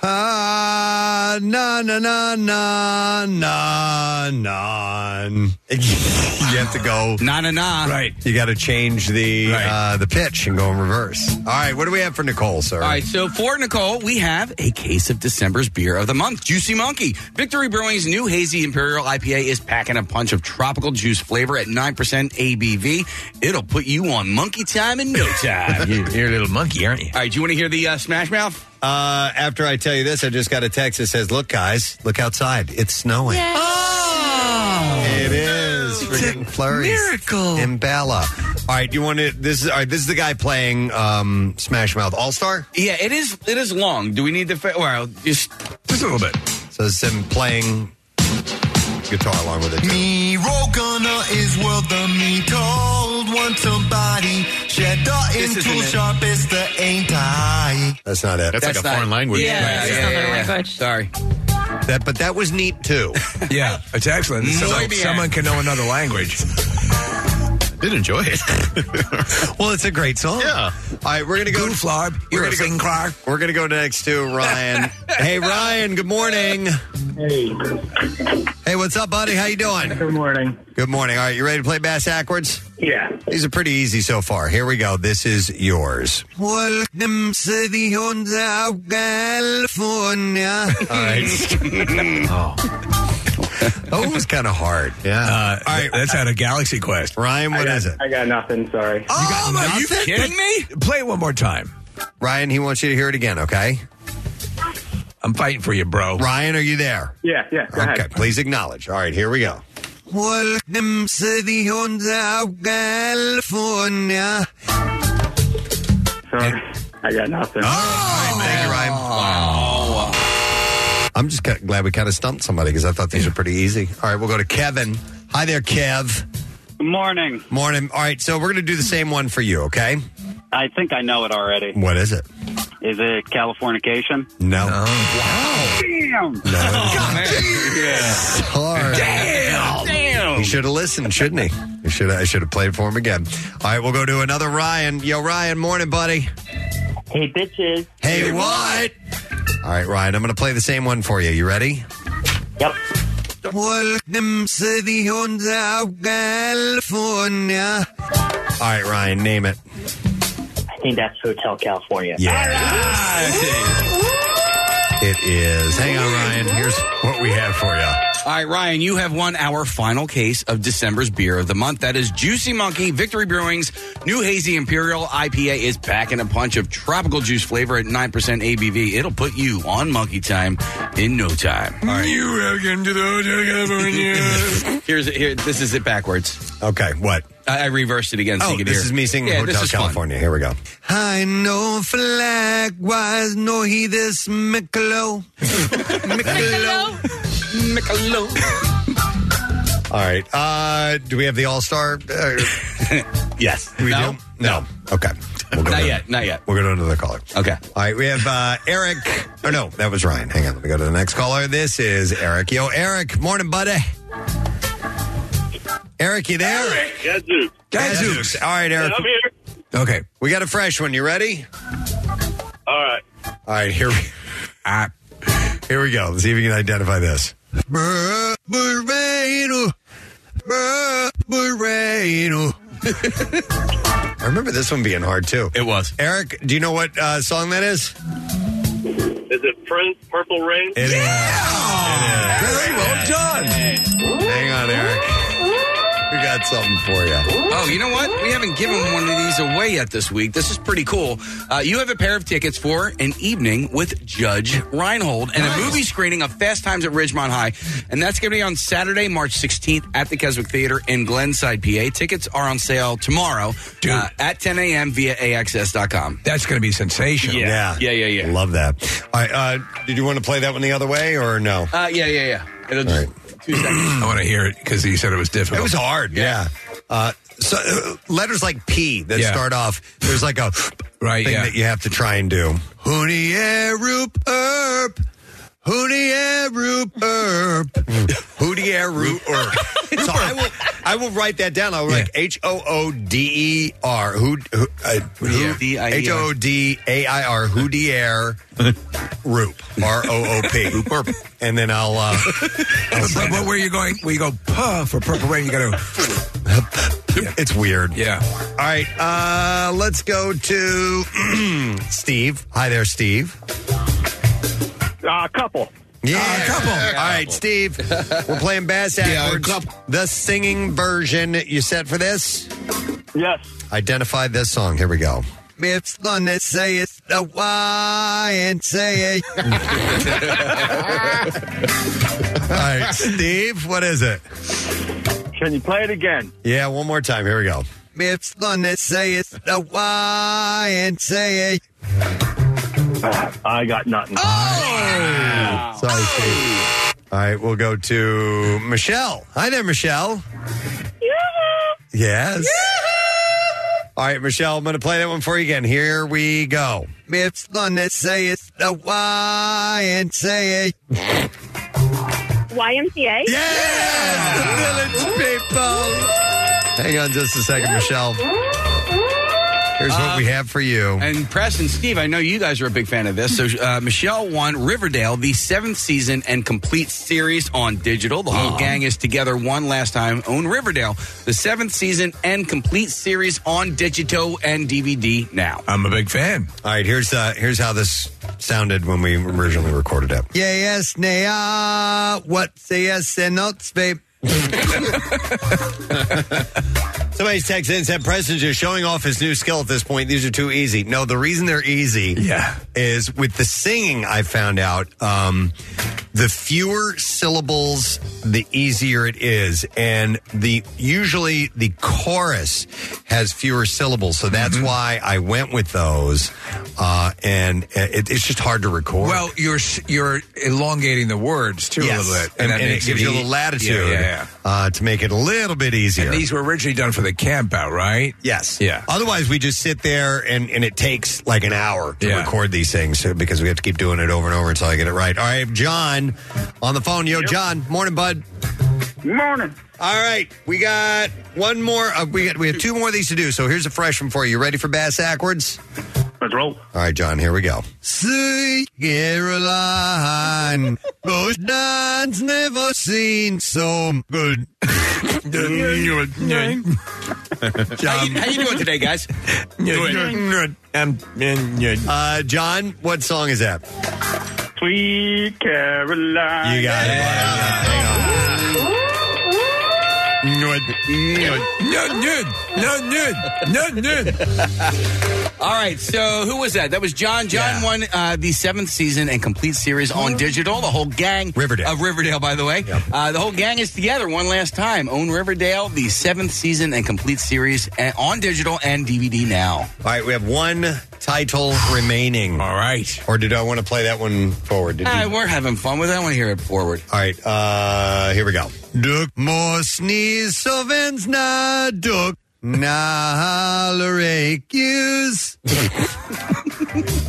Ah, na na na na na na. you have to go na na na. Right. You got to change the uh, the pitch and go in reverse. All right. What do we have for Nicole, sir? All right, so for Nicole, we have a case of December's beer of the month, Juicy Monkey. Victory Brewing's new hazy Imperial IPA is packing a punch of tropical juice flavor at 9% ABV. It'll put you on monkey time [LAUGHS] in no time. You're a little monkey, aren't you? All right, do you want to hear the uh, Smash Mouth? Uh, after I tell you this, I just got a text that says, "Look, guys, look outside. It's snowing." Oh. It is. We're getting flurries. miracle. In Bella. All right, you want to? This is all right. This is the guy playing um, Smash Mouth All Star. Yeah, it is. It is long. Do we need to? Fa- well, just just a little bit. So it's him playing. guitar along with it. Me Gunner is world the me told one somebody. Shadow This is isn't too it. sharp is the ain't I. That's not it. That's like That's a not- foreign language. Yeah, Yeah, it's yeah, not yeah, yeah. language. Sorry. That, but that was neat [LAUGHS] too. yeah, it's excellent. So Muy bien. someone can know another language. Did enjoy it. [LAUGHS] well, it's a great song. Yeah. All right, we're gonna go. Gooflarb, you're a sing Clark. We're gonna go next to [LAUGHS] Ryan. hey, Ryan. Good morning. Hey. Hey, what's up, buddy? How you doing? Good morning. Good morning. All right, you ready to play Bass Ackwards? Yeah. These are pretty easy so far. Here we go. This is yours. Welcome to the Honda of California. All right. oh. That was kind of hard. Yeah. Uh, All right. That's out of Galaxy Quest. Ryan, what is it? I got nothing. Sorry. Oh, are you kidding me? Play it one more time. Ryan, he wants you to hear it again, okay? I'm fighting for you, bro. Ryan, are you there? Yeah, yeah. okay, please acknowledge. All right, here we go. [LAUGHS] Welcome to the Honda of California. Sorry. I got nothing. Oh, Thank you, Ryan. I'm just ki- glad we kind of stumped somebody because I thought these were pretty easy. All right, we'll go to Kevin. Hi there, Kev. Good morning. Morning. All right, so we're going to do the same one for you, okay? I think I know it already. What is it? Is it Californication? No. Wow. Damn. Sorry. Damn. Damn. He should have listened, shouldn't he? He should. I should have played for him again. All right, we'll go to another Ryan. Yo, Ryan. Morning, buddy. Hey, bitches. Hey, what? All right, Ryan. I'm going to play the same one for you. You ready? Yep. Welcome to the Honda of California. All right, Ryan. Name it. I think that's Hotel California. It is. Hang on, Ryan. Here's what we have for you. All right, Ryan, you have won our final case of December's beer of the month. That is Juicy Monkey. Victory Brewing's new hazy imperial IPA is packing a punch of tropical juice flavor at 9% ABV. It'll put you on monkey time in no time. All right. You welcome to the Hotel California. [LAUGHS] Here's here. This is it backwards. Okay, what? I, I reversed it again. So Oh, you could this hear. is me singing Yeah, Hotel this is fun. California. Here we go. I know flag wise, no he this Michelob. Michelob. Michelob. All right. Uh, do we have the All Star? Uh, [LAUGHS] yes. We No? do? No. Okay. We'll Not to- yet, not yet. We'll go to another caller. Okay. All right. We have uh, Eric. Oh, no. That was Ryan. Hang on. Let me go to the next caller. This is Eric. Yo, Eric. Morning, buddy. Eric, you there? Gadzooks. Gadzooks. All right, Eric. I'm here. Okay. We got a fresh one. You ready? All right. All right. Here we, [LAUGHS] ah, here we go. Let's see if you can identify this. Burr, burrito. Burr, burrito. I remember this one being hard, too. It was. Eric, do you know what uh, song that is? Is it Prince Purple Rain? It is. Very well done. Hang on, Eric. We got something for you. Oh, you know what? We haven't given one of these away yet this week. This is pretty cool. Uh, you have a pair of tickets for an evening with Judge Reinhold and a movie screening of Fast Times at Ridgemont High. And that's going to be on Saturday, March 16th at the Keswick Theater in Glenside, PA. Tickets are on sale tomorrow uh, at 10 a.m. via AXS.com. That's going to be sensational. Yeah. Yeah, yeah, yeah. Love that. All right, uh, did you want to play that one the other way or no? Uh, yeah, yeah, yeah. It'll All just, two seconds. [CLEARS THROAT] I want to hear it because you said it was difficult. It was hard, yeah. Uh, so uh, letters like P that Yeah. start off, there's like a right, thing yeah. that you have to try and do. Honey, roop, erp. Honey, roop, erp. Hootier root or so I will I will write that down. I'll write H O O D E R who who- uh, who- D-I-E-R. H O O D E A I R Hootier Roop R O O P and then I'll uh, But, but where you going? Where you go? Puh for purple rain. You got [LAUGHS] to. it's weird. Yeah. All right, uh, let's go to [CLEARS THROAT] Steve. Hi there, Steve. Uh, couple. Yeah, couple. All right, Steve. We're playing Bass Ackwards. the singing version. You set for this? Yes. Identify this song. Here we go. It's gonna say it's the Y and say it. [LAUGHS] All right, Steve. What is it? Can you play it again? Yeah, one more time. Here we go. It's gonna say it's the Y and say it. I got nothing. Sorry, Oh! Steve. All right, we'll go to Michelle. Hi there, Michelle. Yes. All right, Michelle, I'm going to play that one for you again. Here we go. It's gonna say it's the Y and say it. YMCA? Yes! The village people! Hang on just a second, Michelle. Here's what we have for you. Uh, And Press and Steve, I know you guys are a big fan of this. So uh, Michelle won Riverdale, the seventh season and complete series on digital. The whole gang is together one last time. Own Riverdale, the seventh season and complete series on digital and DVD now. I'm a big fan. All right, here's uh, here's how this sounded when we originally recorded it. Yeah, yes, nay, ah, what's the yes and notes, babe? [LAUGHS] Somebody's texted in and said Preston's just showing off his new skill at this point. These are too easy. No, the reason they're easy yeah. is with the singing, I found out um, the fewer syllables, the easier it is. And the usually the chorus has fewer syllables. So that's Mm-hmm. why I went with those. Uh, and it, it's just hard to record. Well, you're s- you're elongating the words too Yes. a little bit, And, that and it makes gives you a e- little latitude Yeah, yeah, yeah. Uh, to make it a little bit easier. And these were originally done for the camp out, right? Yes. Yeah. Otherwise, we just sit there and, and it takes like an hour to Yeah. record these things uh, because we have to keep doing it over and over until I get it right. All right, John on the phone. Yo, John. Morning, bud. Morning. All right, we got one more. Uh, we got we have two more of these to do. So here's a fresh one for you. Ready for Bass Ackwards? Let's roll. All right, John. Here we go. Sweet Caroline, those nuns never seen so good. How you, how you doing today, guys? Um, Uh, John, what song is that? Sweet Caroline. You got it. [LAUGHS] All right, so who was that? That was John. John won uh, the seventh season and complete series on digital. The whole gang Riverdale of Riverdale, by the way. Uh, the whole gang is together one last time. Own Riverdale, the seventh season and complete series uh, on digital and DVD now. All right, we have one title remaining. All right. Or did I want to play that one forward? Did Uh, we're having fun with it. I want to hear it forward. All right, uh, here we go. Duck Morse knees so vens na duck na [LAUGHS] use.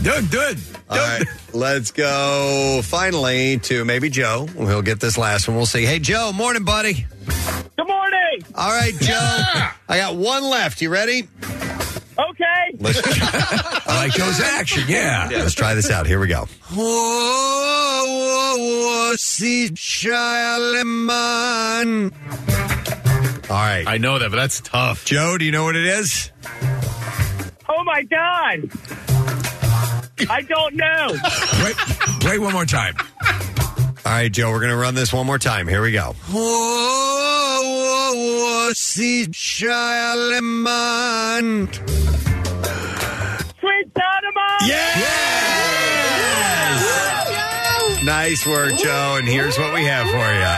Done, done. All right, let's go finally to maybe Joe. He'll get this last one. We'll see. Hey, Joe, morning, buddy. Good morning. All right, Joe. I got one left. You ready? Okay. Let's I like Joe's action. Yeah. Let's try this out. Here we go. Oh, see, Charlemagne. All right. I know that, but that's tough. Joe, do you know what it is? Oh my God. I don't know. Wait, wait one more time. All right, Joe, we're going to run this one more time. Here we go. Oh, see, Charlemagne. Sweet Dynamite. Nice work, Joe. And here's what we have for you.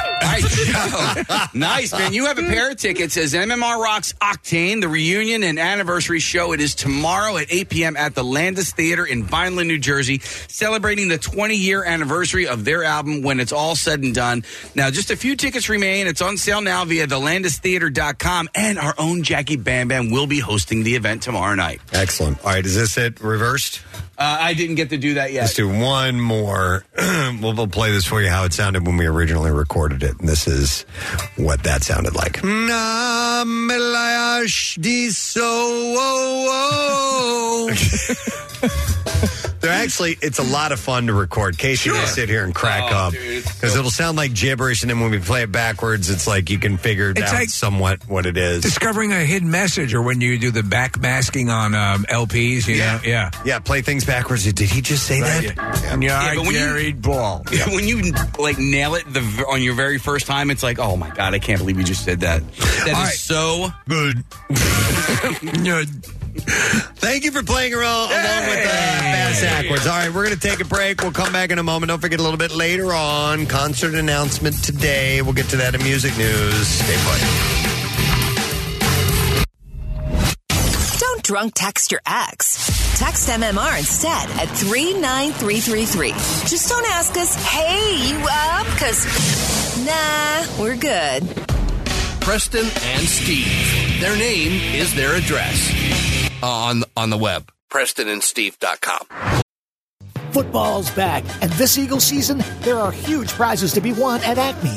[LAUGHS] nice, man. You have a pair of tickets as MMR Rocks Octane, the reunion and anniversary show. It is tomorrow at 8 p.m. at the Landis Theater in Vineland, New Jersey, celebrating the 20 year anniversary of their album when it's all said and done. Now, just a few tickets remain. It's on sale now via thelandistheater.com, and our own Jackie Bam Bam will be hosting the event tomorrow night. Excellent. All right, is this it reversed? Uh, I didn't get to do that yet. Let's do one more. [CLEARS THROAT] we'll, we'll play this for you how it sounded when we originally recorded it. And this is what that sounded like. Na melayash di so oh, oh. They're actually, it's a lot of fun to record. Casey will sit here and crack up because it'll sound like gibberish, and then when we play it backwards, it's like you can figure It's out like- somewhat what it is. Discovering a hidden message, or when you do the backmasking on um, LPs, you know, yeah, yeah, play things backwards. Did he just say that? And you're Yeah, but when you- Gary Ball. [LAUGHS] when you like nail it the, on your very first time, it's like, oh my god, I can't believe you just did that. That is so good. [LAUGHS] Thank you for playing along, along with uh, Bass Ackwards. All right, we're going to take a break. We'll come back in a moment. Don't forget a little bit later on concert announcement today. We'll get to that in music news. Stay put. Don't drunk text your ex. Text MMR instead at 39333. Just don't ask us, hey, you up? Because, nah, we're good. Preston and Steve. Their name is their address Uh, on on the web. PrestonandSteve.com. Football's back, and this Eagle season, there are huge prizes to be won at Acme.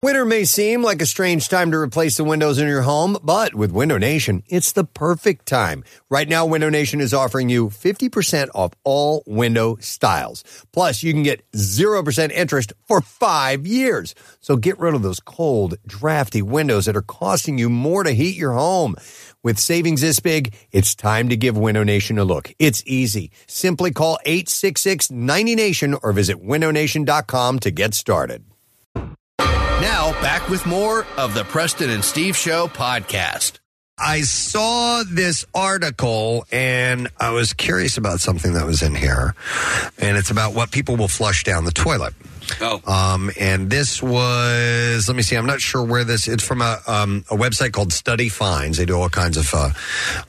Winter may seem like a strange time to replace the windows in your home, but with Window Nation, it's the perfect time. Right now, Window Nation is offering you 50% off all window styles. Plus, you can get 0% interest for five years. So get rid of those cold, drafty windows that are costing you more to heat your home. With savings this big, it's time to give Window Nation a look. It's easy. Simply call 866 90Nation or visit windownation.com to get started. Now, back with more of the Preston and Steve Show podcast. I saw this article and I was curious about something that was in here. And it's about what people will flush down the toilet. Oh. Um, and this was, let me see, I'm not sure where this, it's from a, um, a website called Study Finds. They do all kinds of uh,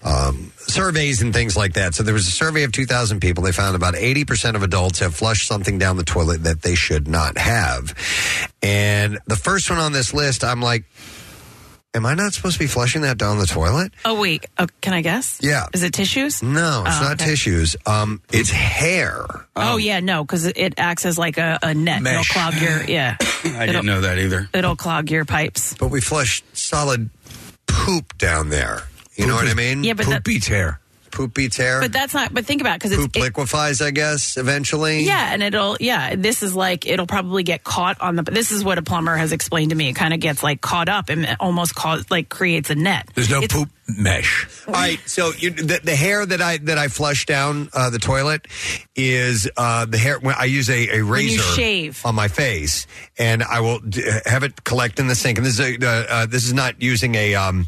um, surveys and things like that. So there was a survey of 2,000 people. They found about 80% of adults have flushed something down the toilet that they should not have. And the first one on this list, I'm like, am I not supposed to be flushing that down the toilet? Oh, wait. Oh, can I guess? Yeah. Mm. Is it tissues? No, it's Oh, not okay. tissues. Um, it's hair. Oh, yeah, no, because it acts as like a, a net. Um, Mesh. It'll [COUGHS] clog your yeah. I didn't know that either. It'll clog your pipes. But we flush solid poop down there. You know what I mean? Yeah, but Poop that- beats hair. Poop beats hair. But that's not. But think about because poop it's it, liquefies, I guess, eventually. yeah, and it'll yeah. This is like it'll probably get caught on the. This is what a plumber has explained to me. It kind of gets like caught up and almost cause like creates a net. There's no It's- poop mesh. All right, so you, the, the hair that I that I flush down uh, the toilet is uh, the hair. When I use a, a razor you shave. on my face, and I will d- have it collect in the sink. And this is a, uh, uh, this is not using a um,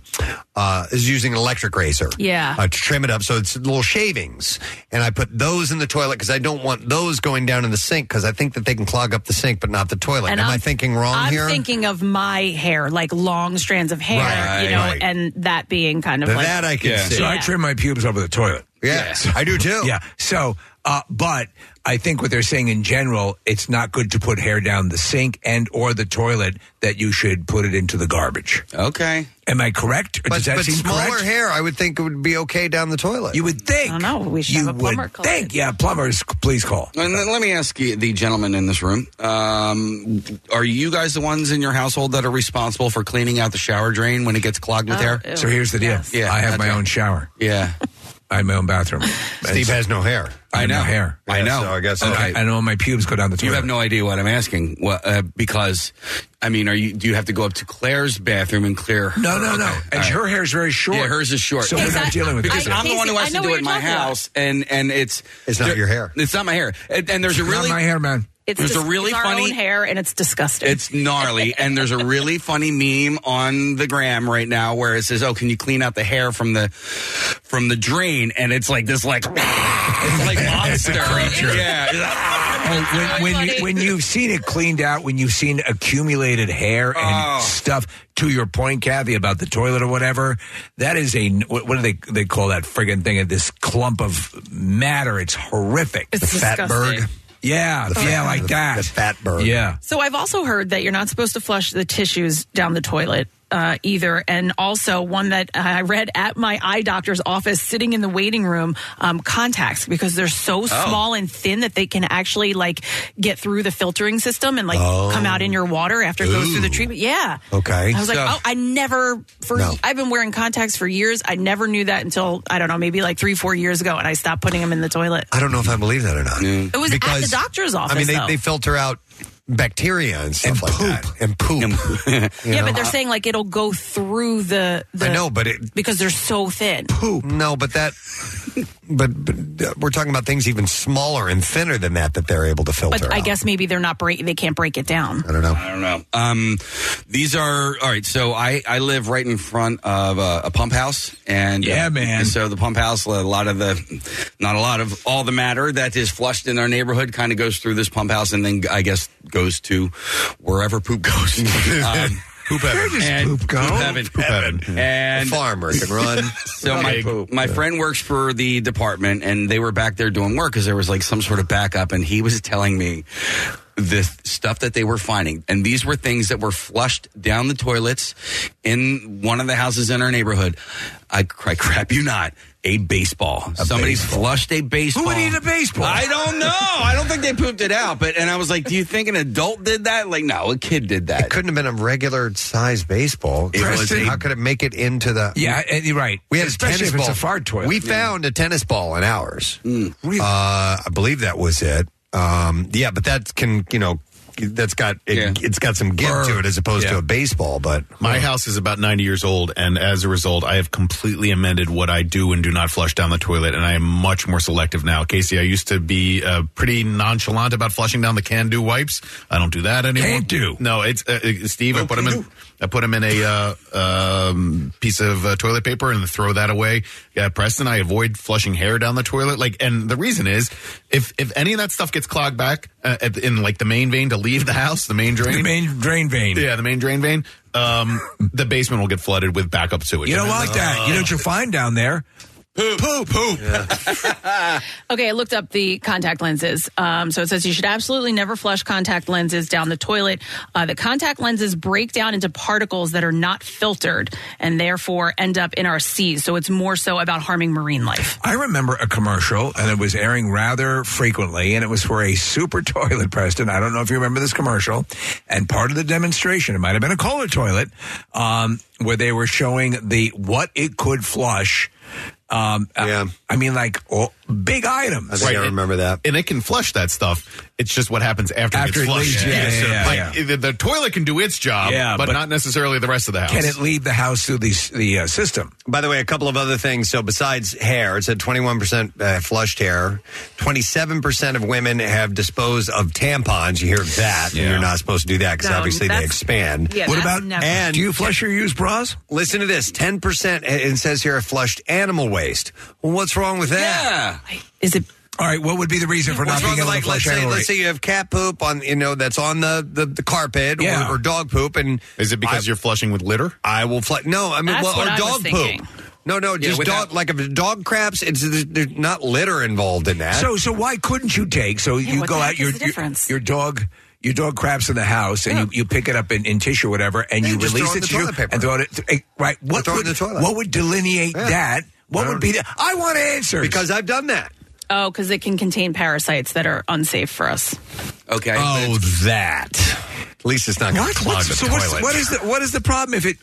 uh, this is using an electric razor. Yeah. uh, to trim it up so it's little shavings, and I put those in the toilet because I don't want those going down in the sink because I think that they can clog up the sink, but not the toilet. And Am i I'm- thinking wrong I'm here? thinking of my hair, like long strands of hair, Right, you know, right. and that being kind of like yeah. So I trim my pubes over the toilet. Yes, I do too. [LAUGHS] Yeah. So, uh, but I think what they're saying in general, it's not good to put hair down the sink and or the toilet. That you should put it into the garbage. Okay. Am I correct? Or But, Does that but seem smaller correct? hair, I would think it would be okay down the toilet. You would think. I know. We you would think. Yeah, plumbers, please call. And then let me ask you, the gentleman in this room: um, Are you guys the ones in your household that are responsible for cleaning out the shower drain when it gets clogged with Oh, hair? ew. So here's the deal. Yes. I have my own shower. [LAUGHS] Yeah, I have my own bathroom. Steve has no hair. I, have no hair. I know. And I, I know my pubes go down the toilet. You have no idea what I'm asking. What uh, because I mean, are you? Do you have to go up to Claire's bathroom and clear? Her? No, no, no. And her hair is very short. Yeah, hers is short. So we're not dealing with because that. I'm the one who has to do it in my house, and and it's it's not your hair. It's not my hair. And, and there's a Not really my hair, man. It's there's just, a really it's our funny own hair, and it's disgusting. It's gnarly, and there's a really funny meme on the gram right now where it says, "Oh, can you clean out the hair from the from the drain?" And it's like this, like [LAUGHS] it's [LAUGHS] like monster creature. [LAUGHS] Yeah, Oh, when, when, you, when you've seen it cleaned out, when you've seen accumulated hair and Oh. stuff, to your point, Kathy, about the toilet or whatever, that is a what, what do they they call that friggin' thing? This clump of matter. It's horrific. It's The fat disgusting. bird? Yeah, The yeah, fat- like the- that. Oh, the fat bird. Yeah. So I've also heard that you're not supposed to flush the tissues down the toilet uh, either. And also one that I read at my eye doctor's office, sitting in the waiting room, um, contacts because they're Oh. so small and thin that they can actually like get through the filtering system and like Oh. come out in your water after it goes through the treatment. Yeah. Okay. I was like, So- oh, I never for No. I've been wearing contacts for years. I never knew that until I don't know, maybe like three, four years ago, and I stopped putting them in the toilet. I don't know if I believe that or not. It was at the doctor's office, I mean, they, though. they filter out bacteria and stuff like that. And poop. You [LAUGHS] yeah, know? but they're saying like it'll go through the. the I know, but it because they're so thin. poop. No, but that. But, but uh, we're talking about things even smaller and thinner than that that they're able to filter. But I guess maybe they're not break. They can't break it down. I don't know. I don't know. Um, these are all right. So I I live right in front of a, a pump house, and yeah, man. so the pump house, a lot of the, not a lot of all the matter that is flushed in our neighborhood kind of goes through this pump house, and then I guess goes to wherever [LAUGHS] poop goes. um, Poop heaven. And poop go? heaven. Poop heaven. And A farmer can [LAUGHS] run. so Okay. my my friend works for the department, and they were back there doing work because there was like some sort of backup, and he was telling me the th- stuff that they were finding, and these were things that were flushed down the toilets in one of the houses in our neighborhood. I, cry crap you not. A baseball. Somebody flushed a baseball. Who would eat a baseball? I don't know. I don't think they pooped it out. But and I was like, do you think an adult did that? Like, no, a kid did that. It couldn't have been a regular size baseball. It was Preston, a- how could it make it into the? Yeah, and you're right. We had Especially a tennis if it's ball. a fart toilet. We Yeah. Hmm. found a tennis ball in ours. Uh, I believe that was it. Um, yeah, but that can you know that's got it, it's got some give to it as opposed to a baseball. But My house is about 90 years old, and as a result, I have completely amended what I do and do not flush down the toilet, and I am much more selective now. Casey, I used to be uh, pretty nonchalant about flushing down the can-do wipes. I don't do that anymore. Can-do. No, it's uh, uh, Steve. I put them in. I put 'em in a uh, um, piece of uh, toilet paper and throw that away. Yeah, Preston, I avoid flushing hair down the toilet. Like, and the reason is, if if any of that stuff gets clogged back uh, at- in like the main vein to leave the house, the main drain, The main drain vein. yeah, the main drain vein. Um, the basement will get flooded with backup sewage. You don't And like then- that. You know Oh. what you'll find down there? Poop. Poop. Poop. Okay, I looked up the contact lenses. Um, so it says you should absolutely never flush contact lenses down the toilet. Uh, the contact lenses break down into particles that are not filtered and therefore end up in our seas. So it's more so about harming marine life. I remember a commercial, and it was airing rather frequently, and it was for a super [LAUGHS] toilet, Preston. I don't know if you remember this commercial. And part of the demonstration, it might have been a cola toilet, um, where they were showing the what it could flush. Um, yeah. I, mean, like all, big items. remember that. And it can flush that stuff. It's just what happens after, After it it gets flushed. leaves, yeah, yeah, yeah, like The, the toilet can do its job, Yeah, but, but- not necessarily the rest of the house. Can it leave the house through the, the uh, system? By the way, a couple of other things. So besides hair, it said 21% uh, flushed hair. 27% of women have disposed of tampons. You hear that, and Yeah. you're not supposed to do that because No, obviously they that's- expand. yeah, What that's about- never- and do you flush your used bras? Listen to this: 10% it says here flushed animal waste. Well, what's wrong with that? Yeah. Is it All right, what would be the reason for not What's being wrong able with, like to flush let's say animal let's say you have cat poop on you know that's on the the, the carpet Yeah. or, or dog poop and is it because you're flushing with litter? I will flush. No, I mean That's well, what or I was dog thinking. poop. No, no, Yeah, just without- dog like if it's dog craps. It's there's, there's not litter involved in that. So so why couldn't you take? So you what go the out heck your, is the your difference? your dog your dog craps in the house and you, you pick it up in, in tissue or whatever and Yeah, you just release throw it in it the tissue toilet paper. and throw it eh, right what throw it in would, the toilet. what would delineate Yeah. that what I would don't- be the oh, I want answers because I've done that Oh, because it can contain parasites that are unsafe for us. Okay. Oh, that. At least it's not going to what? clog What's, the so toilet. what's, what is the what is the problem if it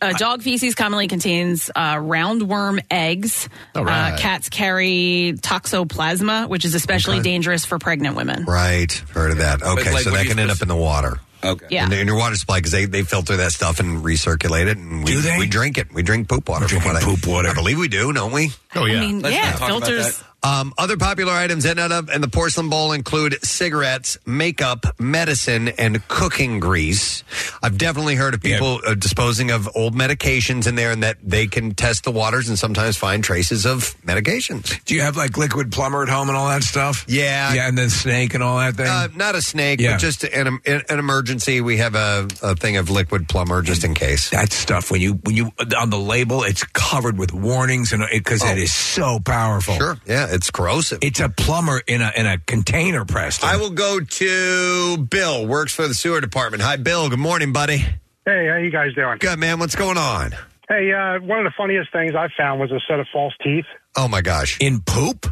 Uh, dog feces commonly contains uh, roundworm eggs. All right. Uh, cats carry toxoplasma, which is especially dangerous for pregnant women. Right, heard of that. Okay, like, so what are that you can end up in the water. Okay, Yeah. in, the- in your water supply because they, they filter that stuff and recirculate it, and we, Do they? we drink it. We drink poop water. from what I, I believe we do, don't we? Oh yeah. mean, Let's yeah, not talk about filters- Um, other popular items that end up in the porcelain bowl include cigarettes, makeup, medicine, and cooking grease. I've definitely heard of people uh, disposing of old medications in there, and that they can test the waters and sometimes find traces of medications. do you have like liquid plumber at home and all that stuff Yeah, yeah and then snake and all that thing Uh, not a snake, Yeah. but just an, an an emergency. We have a, a thing of liquid plumber just in case. that stuff when you when you on the label it's covered with warnings and because it is so powerful Oh. Sure. Yeah, it's corrosive. it's a plumber in a in a container pressed [LAUGHS] I will go to Bill, works for the sewer department. Hi, Bill. Good morning, buddy. Hey, how you guys doing? Good, man. What's going on? Hey, uh, one of the funniest things I found was a set of false teeth. Oh, my gosh. in poop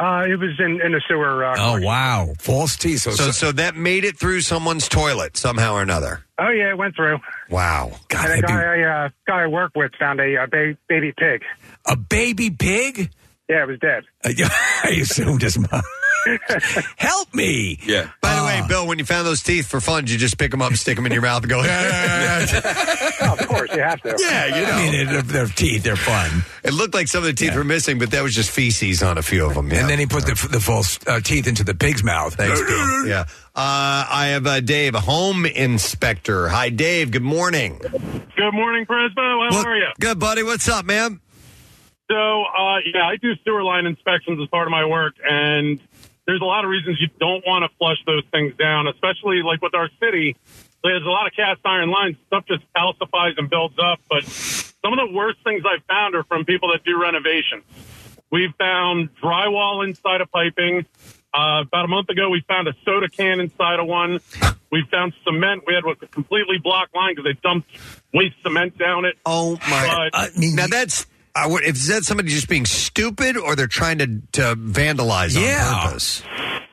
Uh, it was in, in the sewer. Uh, Oh wow, false teeth. So, So, so that made it through someone's toilet somehow or another. oh, yeah, it went through. Wow. God, and that'd a be- guy, I, uh, guy I work with found a, uh ba- baby pig. a baby pig? Yeah, it was dead. [LAUGHS] Uh, yeah, I assumed as much. Help me. Yeah. By the way, Bill, when you found those teeth for fun, did you just pick them up, stick them in your mouth, and go. [LAUGHS] of course, you have to. Yeah, you know. I mean, they're, teeth, they're fun. It looked like some of the teeth were missing, but that was just feces on a few of them. Yeah. And then he put the, the false uh, teeth into the pig's mouth. Thanks, Bill. Yeah. Uh, I have uh, Dave, a home inspector. Hi, Dave. Good morning. Good morning, Presbo. How Well, are you? Good, buddy. What's up, man? So, uh, yeah, I do sewer line inspections as part of my work, and there's a lot of reasons you don't want to flush those things down, especially like with our city. There's a lot of cast iron lines. Stuff just calcifies and builds up. But some of the worst things I've found are from people that do renovations. We found drywall inside of piping. Uh, about a month ago, we found a soda can inside of one. We found cement. We had a completely blocked line because they dumped waste cement down it. Oh my! I mean, now that's I would, if is that somebody just being stupid or they're trying to, to vandalize on purpose?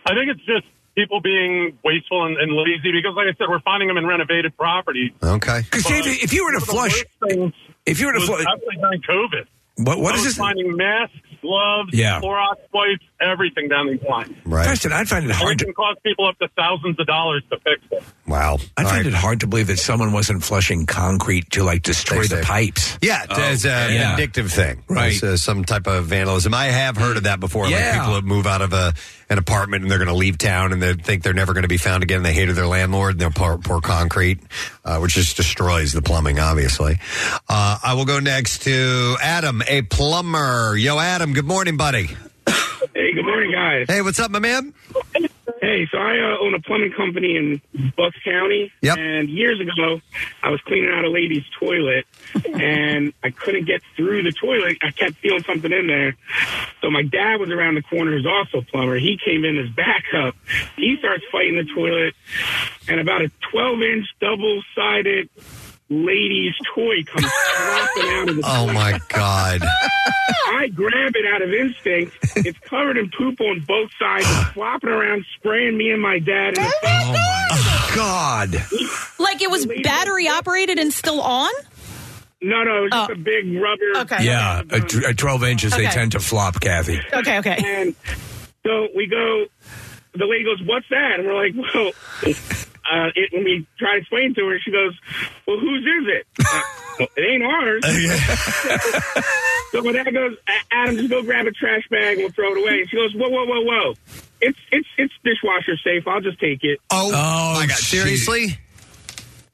I think it's just people being wasteful and, and lazy because, like I said, we're finding them in renovated property. Okay. Because Dave, if you were to flush, if you were to was flush, absolutely during COVID. What- what I is was this- Finding masks, gloves, Yeah. Clorox wipes, everything down these lines. Right. Preston, I'd find it Or hard it to. can cost people up to thousands of dollars to fix it. Wow. I find it hard to believe that someone wasn't flushing concrete to like destroy Thanks, the Dave. pipes. Oh, Yeah, as a vindictive thing, Oh, Right. It's, uh, some type of vandalism. I have heard of that before. Yeah. Like people that move out of a an apartment and they're going to leave town and they think they're never going to be found again. They hated their landlord and they'll pour, pour concrete, uh, which just destroys the plumbing. Obviously, uh, I will go next to Adam, a plumber. Yo, Adam. Good morning, buddy. Hey, good morning, guys. Hey, what's up, my man? Hey, so I uh, own a plumbing company in Bucks County. And years ago, I was cleaning out a lady's toilet, and I couldn't get through the toilet. I kept feeling something in there. So my dad was around the corner, who's also a plumber. He came in as backup. He starts fighting the toilet, and about a 12-inch double-sided lady's toy [LAUGHS] comes dropping out of the Oh my God. I grab it out of instinct. It's covered in poop on both sides, It's flopping around, spraying me and my dad. In the face. God. Like it was battery operated and still on? No, no, it was Oh. just a big rubber. Okay. Yeah, at tw- at 12 inches, they Okay. tend to flop, Kathy. Okay, okay. And so we go. The lady goes, "What's that?" And we're like, "Well." Uh, it, when we try to explain to her, she goes, "Well, whose is it? Uh, well, it ain't ours." [LAUGHS] [LAUGHS] so my dad goes, "A- "Adam, just go grab a trash bag and we'll throw it away." And she goes, "Whoa, whoa, whoa, whoa! It's it's it's dishwasher safe. I'll just take it." Oh, my God! Seriously?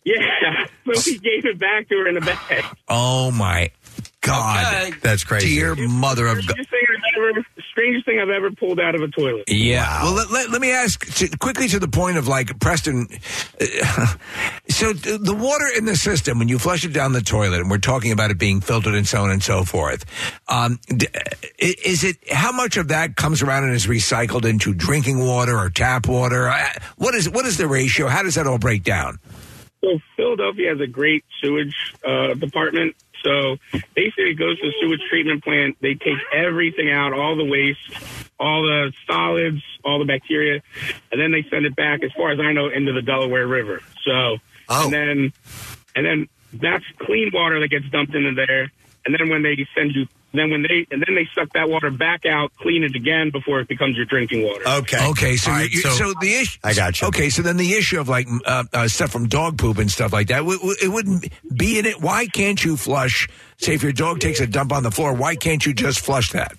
Yeah. [LAUGHS] So he gave it back to her in a bag. Oh my God. That's crazy. Dear mother of God. Strangest thing I've ever, strangest thing I've ever pulled out of a toilet. Yeah. Well, let, let, let me ask to, quickly to the point of like Preston. [LAUGHS] uh, so th- the water in the system, when you flush it down the toilet, and we're talking about it being filtered and so on and so forth, um, d- i- is it how much of that comes around and is recycled into drinking water or tap water? Uh, What is what is the ratio? How does that all break down? So Philadelphia has a great sewage uh, department. So basically, it goes to the sewage treatment plant. They take everything out, all the waste, all the solids, all the bacteria, and then they send it back, as far as I know, into the Delaware River. So Oh. and then and then that's clean water that gets dumped into there. And then when they send you, then when they and then they suck that water back out, clean it again before it becomes your drinking water. Okay. Okay. So, All you- right, you- so- so, the issue. I got you. Okay. So then the issue of like m- uh, uh, stuff from dog poop and stuff like that, w- w- it wouldn't be in it. Why can't you flush? Say if your dog takes a dump on the floor, why can't you just flush that?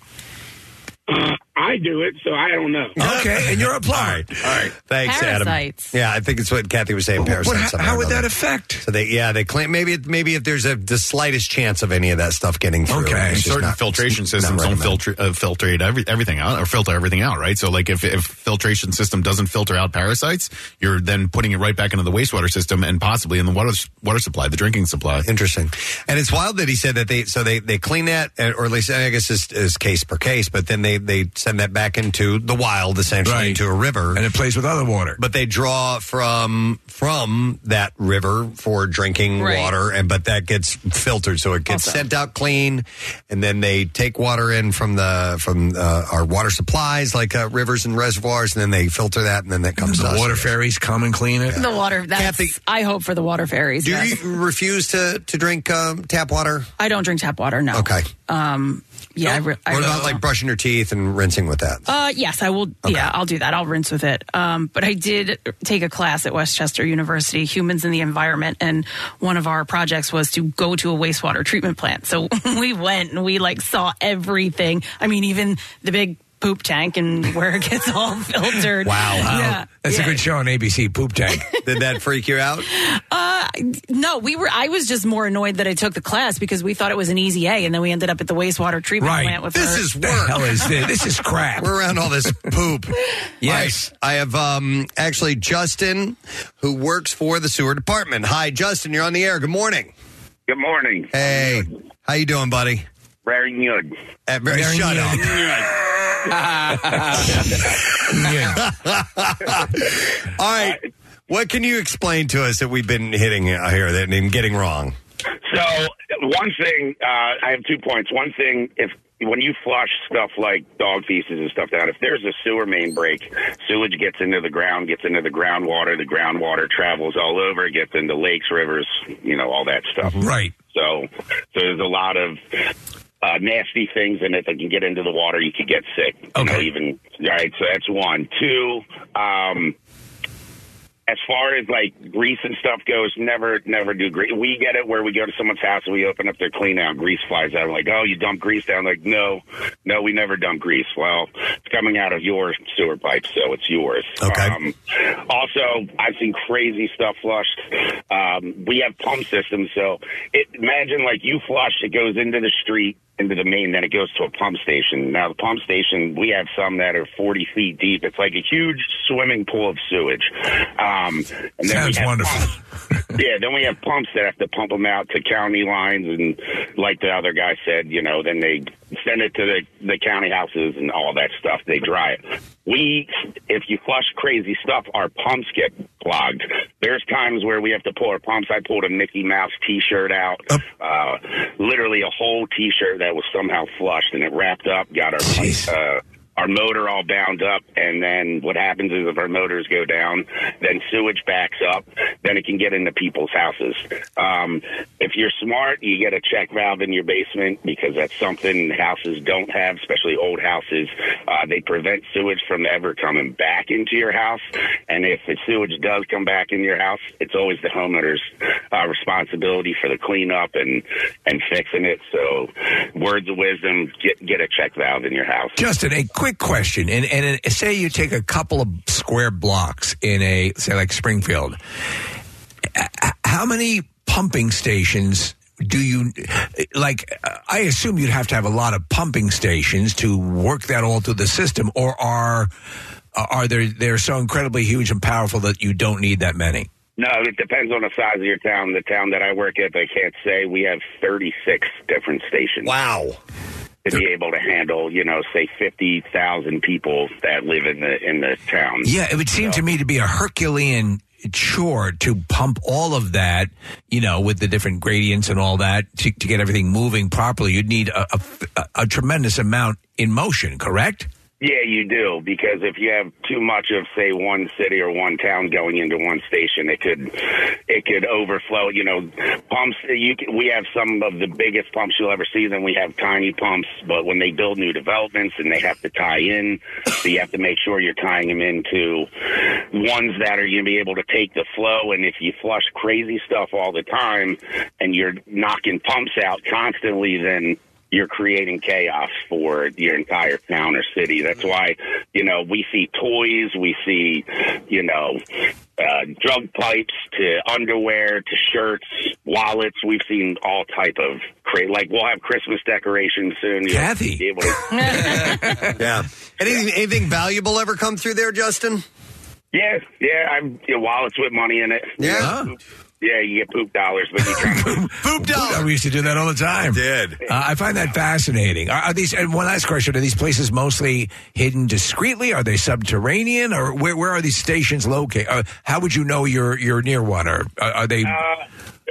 Uh. Uh, I do it, so I don't know. Okay, and you're a plumber. All right. Thanks, Parasites. Adam. Yeah, I think it's what Kathy was saying. Parasites. how- somehow how or would that another. affect? So they, yeah, they claim maybe it- maybe if there's a the slightest chance of any of that stuff getting through. Okay. it's just Certain not- filtration not systems don't recommended. filter uh, filtrate every, everything out or filter everything out, right? So, like, if, if filtration system doesn't filter out parasites, you're then putting it right back into the wastewater system and possibly in the water water supply, the drinking supply. Interesting. And it's wild that he said that they so they they clean that, and- or at least I guess is is case per case, but then they they send that back into the wild, essentially Right. into a river, and it plays with other water. But they draw from from that river for drinking Right. water, and but that gets filtered, so it gets sent out clean, and then they take water in from the from uh, our water supplies like uh, rivers and reservoirs, and then they filter that, and then that comes The to us. water fairies come and clean it. The water. That's, I hope for the water fairies. Do yes. you refuse to to drink um, tap water? I don't drink tap water. No. Okay. Um, Yeah, I, re- I what really about like brushing your teeth and rinsing with that? Uh, yes, I will. Yeah, I'll do that. I'll rinse with it. Um, but I did take a class at Westchester University, Humans and the Environment, and one of our projects was to go to a wastewater treatment plant. So [LAUGHS] we went and we like saw everything. I mean, even the big poop tank and [LAUGHS] where it gets all filtered. Wow. Yeah. That's yeah. a good show on ABC, Poop Tank. Did that freak you out? Uh, no, we were. I was just more annoyed that I took the class because we thought it was an easy A, and then we ended up at the wastewater treatment plant with her. The hell is this? This is crap. We're around all this [LAUGHS] poop. Yes. All right. I have um, actually Justin, who works for the sewer department. Hi, Justin. You're on the air. Good morning. Good morning. Hey, how you doing, buddy? Very good. Uh, very, Very shut good. [LAUGHS] up. [LAUGHS] All right. What can you explain to us that we've been hitting uh, here that and getting wrong? So one thing, uh, I have two points. One thing, if when you flush stuff like dog feces and stuff down, if there's a sewer main break, sewage gets into the ground, gets into the groundwater, the groundwater travels all over, gets into lakes, rivers, you know, all that stuff. Right. So, so there's a lot of uh, nasty things in it that can get into the water. You could get sick. Okay. You know, even all right. So that's one. Two. Um, as far as like grease and stuff goes, never, never do grease. We get it where we go to someone's house and we open up their clean out, grease flies out. I'm like, oh, you dump grease down? Like, no, no, we never dump grease. Well, it's coming out of your sewer pipe, so it's yours. Okay. Um, also, I've seen crazy stuff flushed. Um, we have pump systems, so it, imagine like you flush, it goes into the street. Into the main, then it goes to a pump station. Now, the pump station, we have some that are 40 feet deep. It's like a huge swimming pool of sewage. Um, and then we Sounds have wonderful. yeah, then we have pumps that have to pump them out to county lines, and like the other guy said, you know, then they send it to the the county houses and all that stuff. They dry it. We, if you flush crazy stuff, our pumps get clogged. There's times where we have to pull our pumps. I pulled a Mickey Mouse T-shirt out, uh, literally a whole T-shirt that was somehow flushed, and it wrapped up, got our pumps, uh, our motor all bound up, and then what happens is if our motors go down, then sewage backs up, then it can get into people's houses. Um, if you're smart, you get a check valve in your basement because that's something houses don't have, especially old houses. Uh, they prevent sewage from ever coming back into your house, and if the sewage does come back in your house, it's always the homeowner's uh, responsibility for the cleanup and and fixing it. So, words of wisdom: get get a check valve in your house. Justin, a quick question, and and uh, say you take a couple of square blocks in a say like Springfield, Uh, how many pumping stations do you like? uh, I assume you'd have to have a lot of pumping stations to work that all through the system, or are are they they're so incredibly huge and powerful that you don't need that many? No, it depends on the size of your town. The town that I work at, I can't say we have 36 different stations. Wow. To be able to handle, you know, say 50,000 people that live in the in the town. Yeah, it would seem to me to be a Herculean chore to pump all of that, you know, with the different gradients and all that to, to get everything moving properly. You'd need a, a, a tremendous amount in motion, correct? Yeah, you do because if you have too much of say one city or one town going into one station, it could it could overflow. You know, pumps. You can, we have some of the biggest pumps you'll ever see. Then we have tiny pumps, but when they build new developments and they have to tie in, so you have to make sure you're tying them into ones that are going to be able to take the flow. And if you flush crazy stuff all the time, and you're knocking pumps out constantly, then you're creating chaos for your entire town or city. That's why, you know, we see toys, we see, you know, uh, drug pipes to underwear to shirts, wallets. We've seen all type of cra Like we'll have Christmas decorations soon. You'll Kathy. be able to- yeah. Anything, anything valuable ever come through there, Justin? yeah, yeah. I'm your wallets with money in it. Yeah. Yeah, you get poop dollars, but you kind of Poop dollar. We used to do that all the time. did. Uh, I find that fascinating. Are, are these? And one last question: Are these places mostly hidden discreetly? Are they subterranean, or where, where are these stations located? Uh, how would you know you're you're near one? Or are, are uh, they?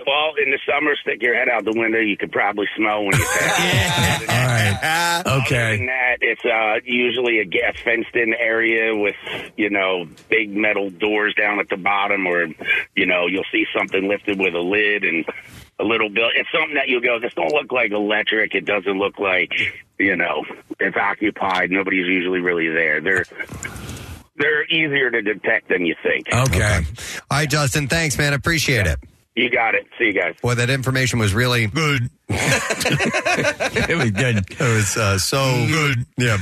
fall in the summer, stick your head out the window. You could probably smell when you pass. All right. Other than Okay. that, it's uh, usually a, ga- fenced-in area with you know big metal doors down at the bottom, or you know you'll see something lifted with a lid and a little bill. It's something that you go, this don't look like electric. It doesn't look like you know it's occupied. Nobody's usually really there. They're they're easier to detect than you think. Okay. All right, Justin. Thanks, man. Appreciate it. You got it. See you guys. Boy, that information was really good. [LAUGHS] it was good. It was uh, so good. Yeah.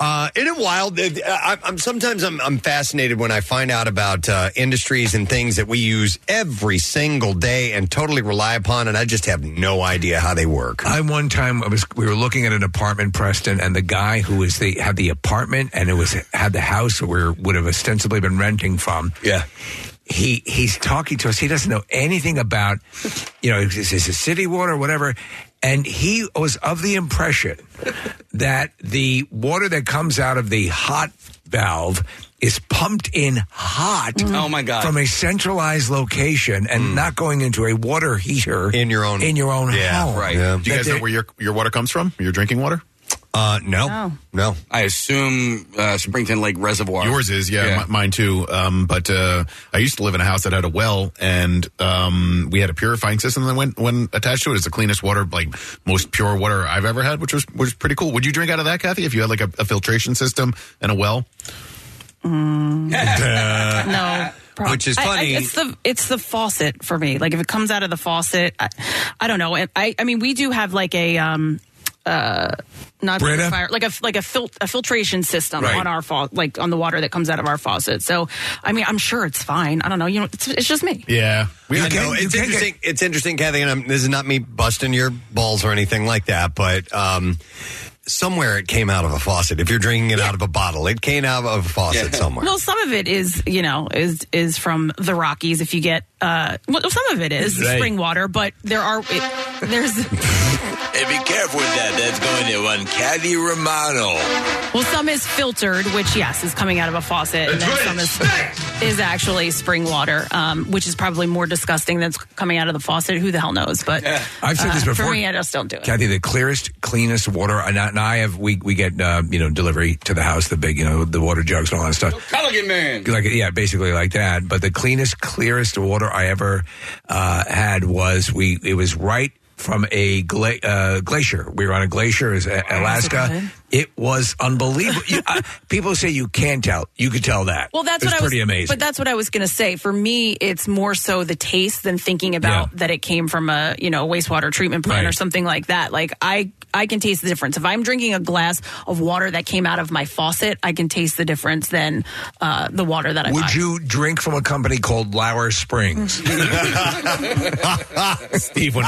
Uh, isn't it wild? It- I, I'm sometimes I'm, I'm fascinated when I find out about uh, industries and things that we use every single day and totally rely upon, and I just have no idea how they work. I one time I was we were looking at an apartment, Preston, and the guy who was the had the apartment and it was had the house we would have ostensibly been renting from. Yeah. He he's talking to us. He doesn't know anything about, you know, is this a city water or whatever. And he was of the impression that the water that comes out of the hot valve is pumped in hot. Oh, my God. From a centralized location and not going into a water heater in your own in your own Yeah, home. right. Do you guys know where your your water comes from? Your drinking water? Uh, No. no. I assume uh, Springton Lake Reservoir. Yours is, yeah, mi- mine too. Um, but uh, I used to live in a house that had a well, and um, we had a purifying system that went when attached to it. It's the cleanest water, like most pure water I've ever had, which was was pretty cool. Would you drink out of that, Kathy? If you had like a, a filtration system and a well? [LAUGHS] Mm. no. prob- Which is I- I- funny. it's the it's the faucet for me. Like if it comes out of the faucet, I, I don't know. I I I mean we do have like a um uh not Brita? fire like a like a, fil- a filtration system Right. on our fa- like on the water that comes out of our faucet. So I mean I'm sure it's fine. I don't know. You know it's, it's just me. Yeah, we I know it's interesting. it's interesting, Kathy, and I'm, this is not me busting your balls or anything like that, but um, somewhere it came out of a faucet. If you're drinking it out of a bottle, it came out of a faucet somewhere. Well, some of it is, you know, is is from the Rockies. If you get, uh, well, some of it is Right. spring water, but there are it, there's Hey, be careful with that. That's going to one Caddy Romano. Well, some is filtered, which yes is coming out of a faucet, and then some is, is actually spring water, um, which is probably more disgusting than it's coming out of the faucet. Who the hell knows? But I've said this uh, before. For me, I just don't do it. Kathy, the clearest, cleanest water. And I, and I have we we get uh, you know delivery to the house, the big you know the water jugs and all that stuff. Pelican Man. Like yeah, basically like that. But the cleanest, clearest water I ever uh, had was we. It was right from a gla- uh, glacier. We were on a glacier, in Alaska. It was unbelievable. you, uh, people say you can tell. You could tell that. Well, that's it was what I was. pretty amazing. But that's what I was going to say. For me, it's more so the taste than thinking about that it came from a you know wastewater treatment plant or Right. something like that. Like I. I can taste the difference. If I'm drinking a glass of water that came out of my faucet, I can taste the difference than uh, the water that I Would buy. you drink from a company called Lower [LAUGHS] Springs? [LAUGHS] Steve, when,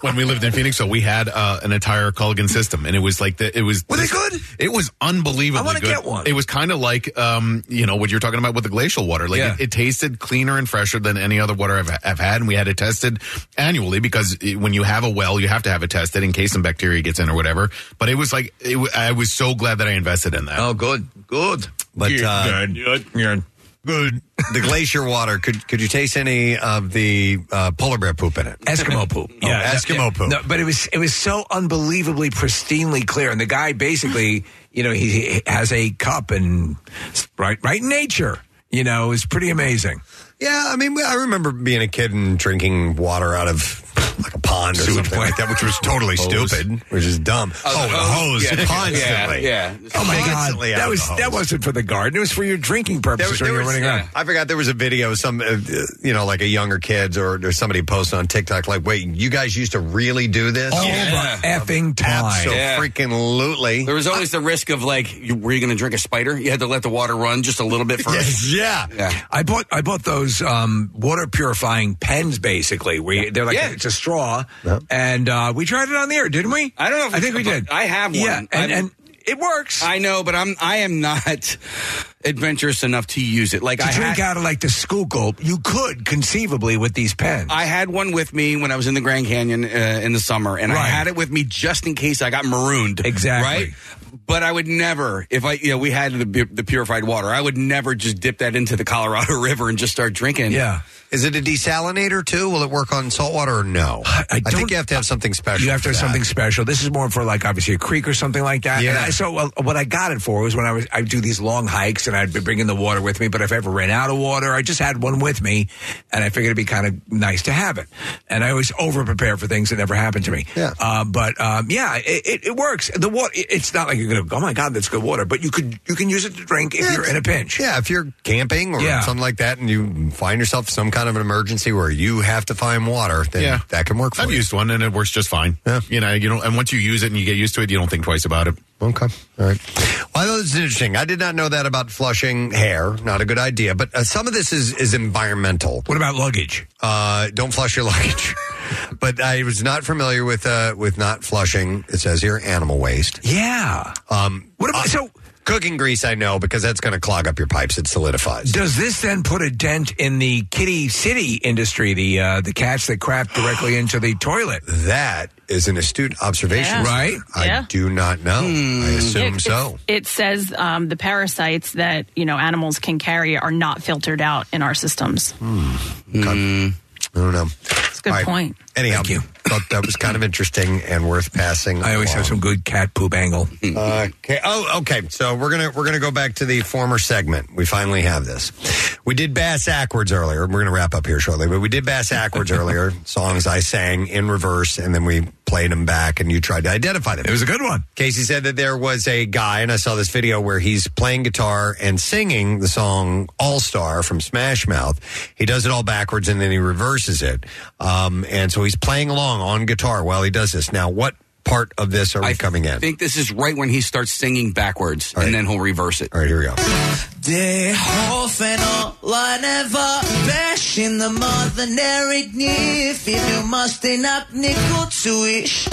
when we lived in Phoenix, so we had uh, an entire Culligan system, and it was like the it was. Were they good? It was unbelievably. I wanna good. get one. It was kind of like um, you know what you're talking about with the glacial water. Like Yeah. it, it tasted cleaner and fresher than any other water I've, I've had, and we had it tested annually because it- when you have a well, you have to have it tested in case some bacteria gets in or whatever. But it was like it, wa- I was so glad that I invested in that. Oh, good, good, But uh, good, good. The glacier water. Could could you taste any of the uh, polar bear poop in it? Eskimo poop. Oh, Yeah, Eskimo yeah. poop. No, but it was it was so unbelievably pristinely clear, and the guy basically, you know, he, he has a cup and right, right in nature. You know, it's pretty amazing. Yeah, I mean, I remember being a kid and drinking water out of like a pond or something like that, which was totally Hose. stupid, which is dumb. Oh, the hose, constantly. Oh my god, Constantly out that of was the hose. that wasn't for the garden. It was for your drinking There purposes was- when you there were was- running around. yeah. I forgot there was a video of some, uh, you know, like a younger kids or, or somebody posted on TikTok, like, wait, you guys used to really do this? All the effing time. So freaking lootly. There was always the risk of like, you, were you going to drink a spider? You had to let the water run just a little bit first. yeah. I bought I bought those um, water purifying pens basically where you, they're like Yeah. it's a straw and uh, we tried it on the air didn't we I don't know. If I think we did I have one. yeah and, I'm- and it works I know, but I'm I am not [LAUGHS] adventurous enough to use it. Like to I drink had, out of like the Schuylkill, you could conceivably with these pens. I had one with me when I was in the Grand Canyon uh, in the summer, and I Right. had it with me just in case I got marooned. Exactly. Right. But I would never, if I, you know, we had the, bu- the purified water. I would never just dip that into the Colorado [LAUGHS] River and just start drinking. Is it a desalinator too? Will it work on salt water or no? I, think don't- you have to have something special. You have to for have that. something special. This is more for like obviously a creek or something like that. Yeah. And I, so uh, what I got it for was when I was I would do these long hikes and I'd be bringing the water with me. But if I ever ran out of water, I just had one with me, and I figured it'd be kind of nice to have it. And I always over prepare for things that never happen to me. Yeah. Uh, but um, yeah, it, it, it works. The water. It's not like you're gonna go, oh my god, that's good water. But you could you can use it to drink if you're in a pinch. Yeah, if you're camping or Yeah. something like that, and you find yourself some kind of an emergency where you have to find water, then Yeah. that can work for I've you. used one and it works just fine. You know, you don't, and once you use it and you get used to it, you don't think twice about it. Okay. All right. Well, I thought this is interesting. I did not know that about flushing hair. Not a good idea. But uh, some of this is is environmental. What about luggage? Uh, don't flush your [LAUGHS] luggage. but I was not familiar with uh, with not flushing. It says here animal waste. Yeah. Um, what about so? Cooking grease, I know, because that's going to clog up your pipes. It solidifies. Does this then put a dent in the kitty city industry? The uh, the cats that crap directly into the toilet. That is an astute observation, Yeah. Right? Hmm. I Yeah. do not know. I assume Mm. It- so. It says um, the parasites that you know animals can carry are not filtered out in our systems. Hmm. I don't know. Hmm. That's a good point. Anyhow, Thank you. thought that was kind of interesting and worth passing. I always have along. some good cat poop angle. [LAUGHS] Okay. Oh, okay. So we're gonna we're gonna go back to the former segment. We finally have this. We did Bass Ackwards earlier. We're gonna wrap up here shortly, but we did [LAUGHS] Bass Ackwards earlier. Songs I sang in reverse, and then we played them back, and you tried to identify them. It was a good one. Casey said that there was a guy, and I saw this video where he's playing guitar and singing the song All Star from Smash Mouth. He does it all backwards, and then he reverses it. Um, and so he's playing along on guitar while he does this. Now, what part of this are we coming in? I think this is right when he starts singing backwards, and then he'll reverse it. All right, here we go. Det hårfenolene var bash in the mother nærig knif I nu måske nap nikotuish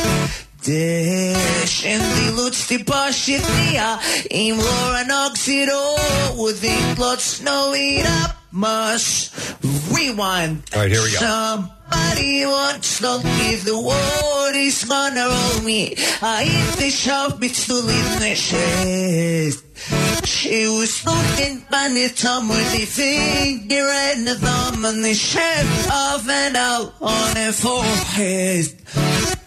Desh in the lutsti pashitnia Im loran oxido Within blood snow it up must Rewind All right, here we go. Somebody once told me the world is gonna roll me. I hit the shop, it's too late in the shit. She was looking by the thumb with the finger and the thumb and the shape of an owl on her forehead.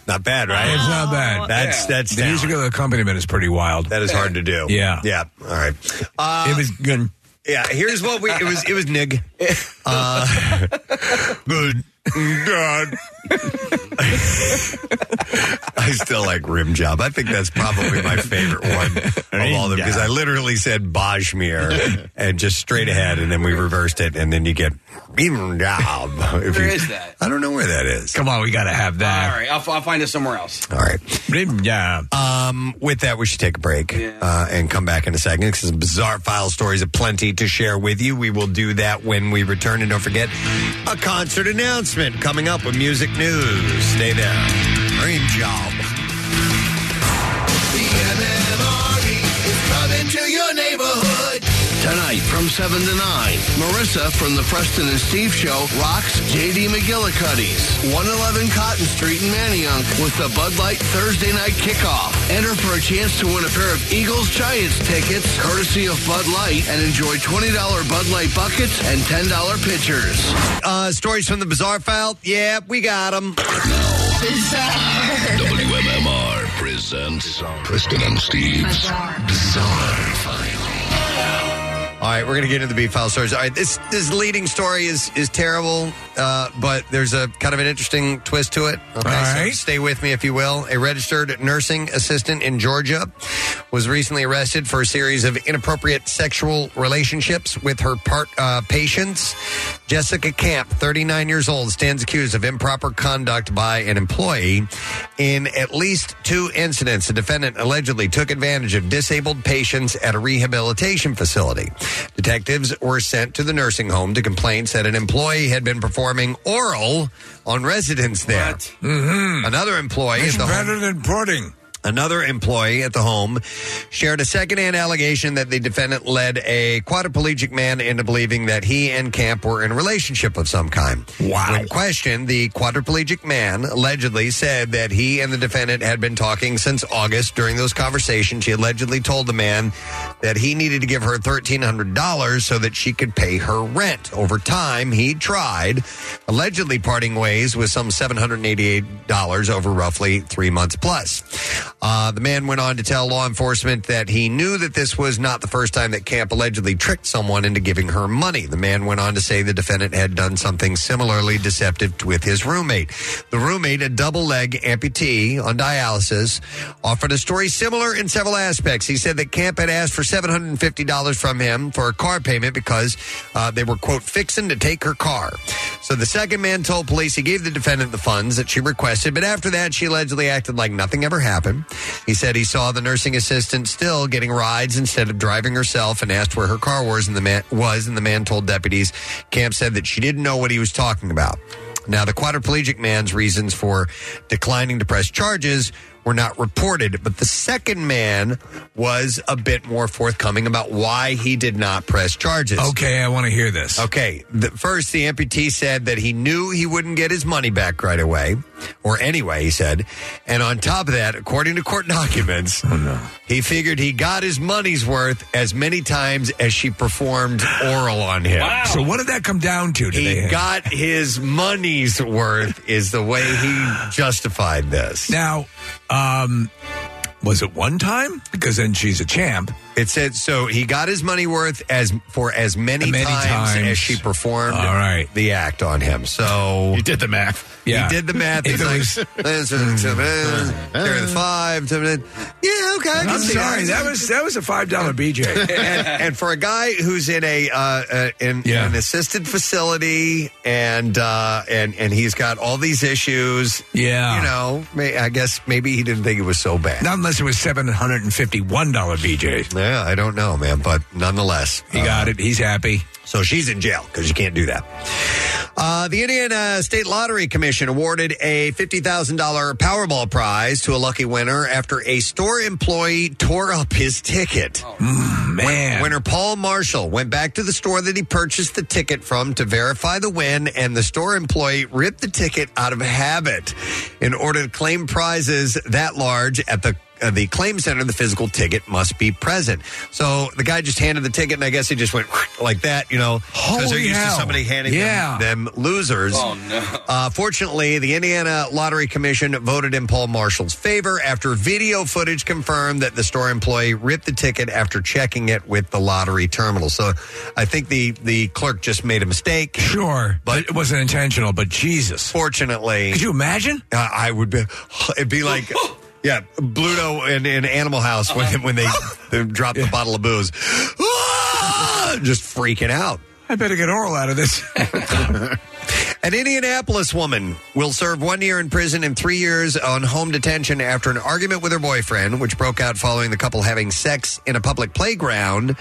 Not bad, right? It's not bad. That's- that's the musical accompaniment is pretty wild. That is hard to do. Yeah, yeah. All right. Uh, it was good. Yeah, here's what we. It was. It was nig. [LAUGHS] Uh, good God. [LAUGHS] I still like rim job. I think that's probably my favorite one of all of them because I literally said Bajmir and just straight ahead, and then we reversed it, and then you get rim job. [LAUGHS] If Where you- is that? I don't know where that is. Come on, we got to have All that. right, I'll, I'll find it somewhere else. All right. Yeah. Um, with that, we should take a break uh, and come back in a second because bizarre file stories aplenty to share with you. We will do that when we return. And don't forget, a concert announcement coming up with music news. Stay there. Dream job. Coming to your neighborhood. Tonight from 7 to 9, Marissa from the Preston and Steve Show rocks JD McGillicuddy's 111 Cotton Street in Manayunk with the Bud Light Thursday night kickoff. Enter for a chance to win a pair of Eagles Giants tickets courtesy of Bud Light and enjoy $20 Bud Light buckets and $10 pitchers. Uh, stories from the bizarre file. Yeah, we got them. WMMR presents Preston and Steve's Bizarre File. All right, we're gonna get into the B file stories. All right, this this leading story is is terrible, uh, but there's a kind of an interesting twist to it. Okay, All so right. stay with me if you will. A registered nursing assistant in Georgia was recently arrested for a series of inappropriate sexual relationships with her part uh, patients. Jessica Camp, 39 years old, stands accused of improper conduct by an employee. In at least two incidents, the defendant allegedly took advantage of disabled patients at a rehabilitation facility. Detectives were sent to the nursing home to complaints that an employee had been performing oral on residents there. Another employee at Hmm. It's the home- better than pudding. Another employee at the home shared a secondhand allegation that the defendant led a quadriplegic man into believing that he and Camp were in a relationship of some kind. Wow. When questioned, the quadriplegic man allegedly said that he and the defendant had been talking since August. During those conversations, she allegedly told the man that he needed to give her $1,300 so that she could pay her rent. Over time, he tried, allegedly parting ways with some $788 over roughly three months plus. Uh, the man went on to tell law enforcement that he knew that this was not the first time that Camp allegedly tricked someone into giving her money. The man went on to say the defendant had done something similarly deceptive with his roommate. The roommate, a double leg amputee on dialysis, offered a story similar in several aspects. He said that Camp had asked for $750 from him for a car payment because uh, they were, quote, fixing to take her car. So the second man told police he gave the defendant the funds that she requested, but after that, she allegedly acted like nothing ever happened. He said he saw the nursing assistant still getting rides instead of driving herself and asked where her car was, and the man, was, and the man told deputies. Camp said that she didn't know what he was talking about. Now, the quadriplegic man's reasons for declining to press charges were not reported, but the second man was a bit more forthcoming about why he did not press charges. Okay, I want to hear this. Okay. The, first, the amputee said that he knew he wouldn't get his money back right away, or anyway, he said. And on top of that, according to court [LAUGHS] documents, he figured he got his money's worth as many times as she performed oral on him. So what did that come down to? Did He they- got his money's worth, is the way he justified this. Now, um, was it one time? Because then she's a champ. It said so. He got his money worth as for as many, Many times, times. as she performed All right. the act on him. So he did the math. He did the math. If He's it like, was- [LAUGHS] "This is- there are the five. Yeah, okay. I can I'm see sorry. That was that was a five dollar BJ. [LAUGHS] and, and for a guy who's in a uh, uh, in, in an assisted facility and uh, and and he's got all these issues, Yeah. you know, may, I guess maybe he didn't think it was so bad. Not unless it was seven hundred and fifty-one dollar BJ. Yeah, I don't know, man, but nonetheless, he Uh, got it. He's happy. So she's in jail because you can't do that. Uh, the Indiana State Lottery Commission awarded a $50,000 Powerball prize to a lucky winner after a store employee tore up his ticket. man. Winner Paul Marshall went back to the store that he purchased the ticket from to verify the win, and the store employee ripped the ticket out of habit in order to claim prizes that large at the uh, the claim center, the physical ticket must be present. So the guy just handed the ticket, and I guess he just went [LAUGHS] like that, you know, because they're Holy used hell. to somebody handing them- Yeah. them, losers. Oh, no. Uh, fortunately, the Indiana Lottery Commission voted in Paul Marshall's favor after video footage confirmed that the store employee ripped the ticket after checking it with the lottery terminal. So I think the, the clerk just made a mistake. Sure, but it wasn't intentional. But Jesus, fortunately, could you imagine? Uh, I would be. It'd [LAUGHS] be like. Yeah, Bluto in, in Animal House when Uh-huh. when [LAUGHS] they, they drop the bottle of booze, [LAUGHS] Ah! just freaking out. I better get oral out of [LAUGHS] this. An Indianapolis woman will serve one year in prison and three years on home detention after an argument with her boyfriend, which broke out following the couple having sex in a public playground,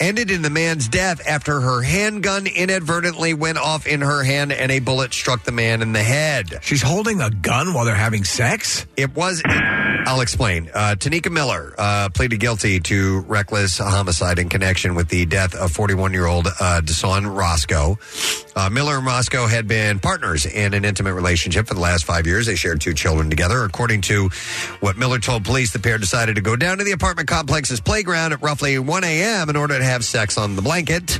ended in the man's death after her handgun inadvertently went off in her hand and a bullet struck the man in the head. She's holding a gun while they're having sex? It was. I'll explain. Uh, Tanika Miller uh, pleaded guilty to reckless homicide in connection with the death of 41 year old uh, Dasan Roscoe. Uh, Miller and Roscoe had been partners in an intimate relationship for the last five years. They shared two children together. According to what Miller told police, the pair decided to go down to the apartment complex's playground at roughly 1 a.m. in order to have sex on the blanket.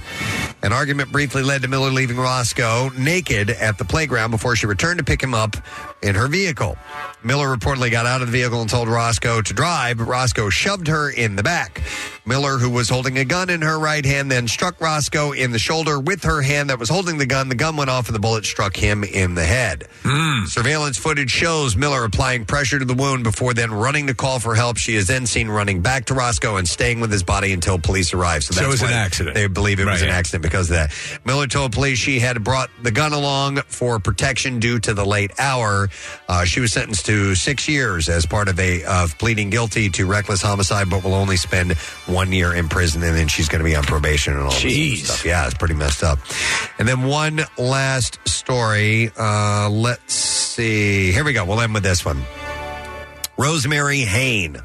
An argument briefly led to Miller leaving Roscoe naked at the playground before she returned to pick him up in her vehicle. Miller reportedly got out of the vehicle and told Roscoe to drive, but Roscoe shoved her in the back. Miller, who was holding a gun in her right hand, then struck Roscoe in the shoulder with her hand that was holding the gun. The gun went off and the bullet struck him in the head. Surveillance footage shows Miller applying pressure to the wound before then running to call for help. She is then seen running back to Roscoe and staying with his body until police arrive. So, So that's it was why an accident. They believe it was Right. an accident because of that. Miller told police she had brought the gun along for protection due to the late hour. Uh, she was sentenced to six years as part of a of pleading guilty to reckless homicide, but will only spend one year in prison, and then she's going to be on probation and all this other stuff. Yeah, it's pretty messed up. And then one last story. Uh, let's see. Here we go. We'll end with this one. Rosemary Hain,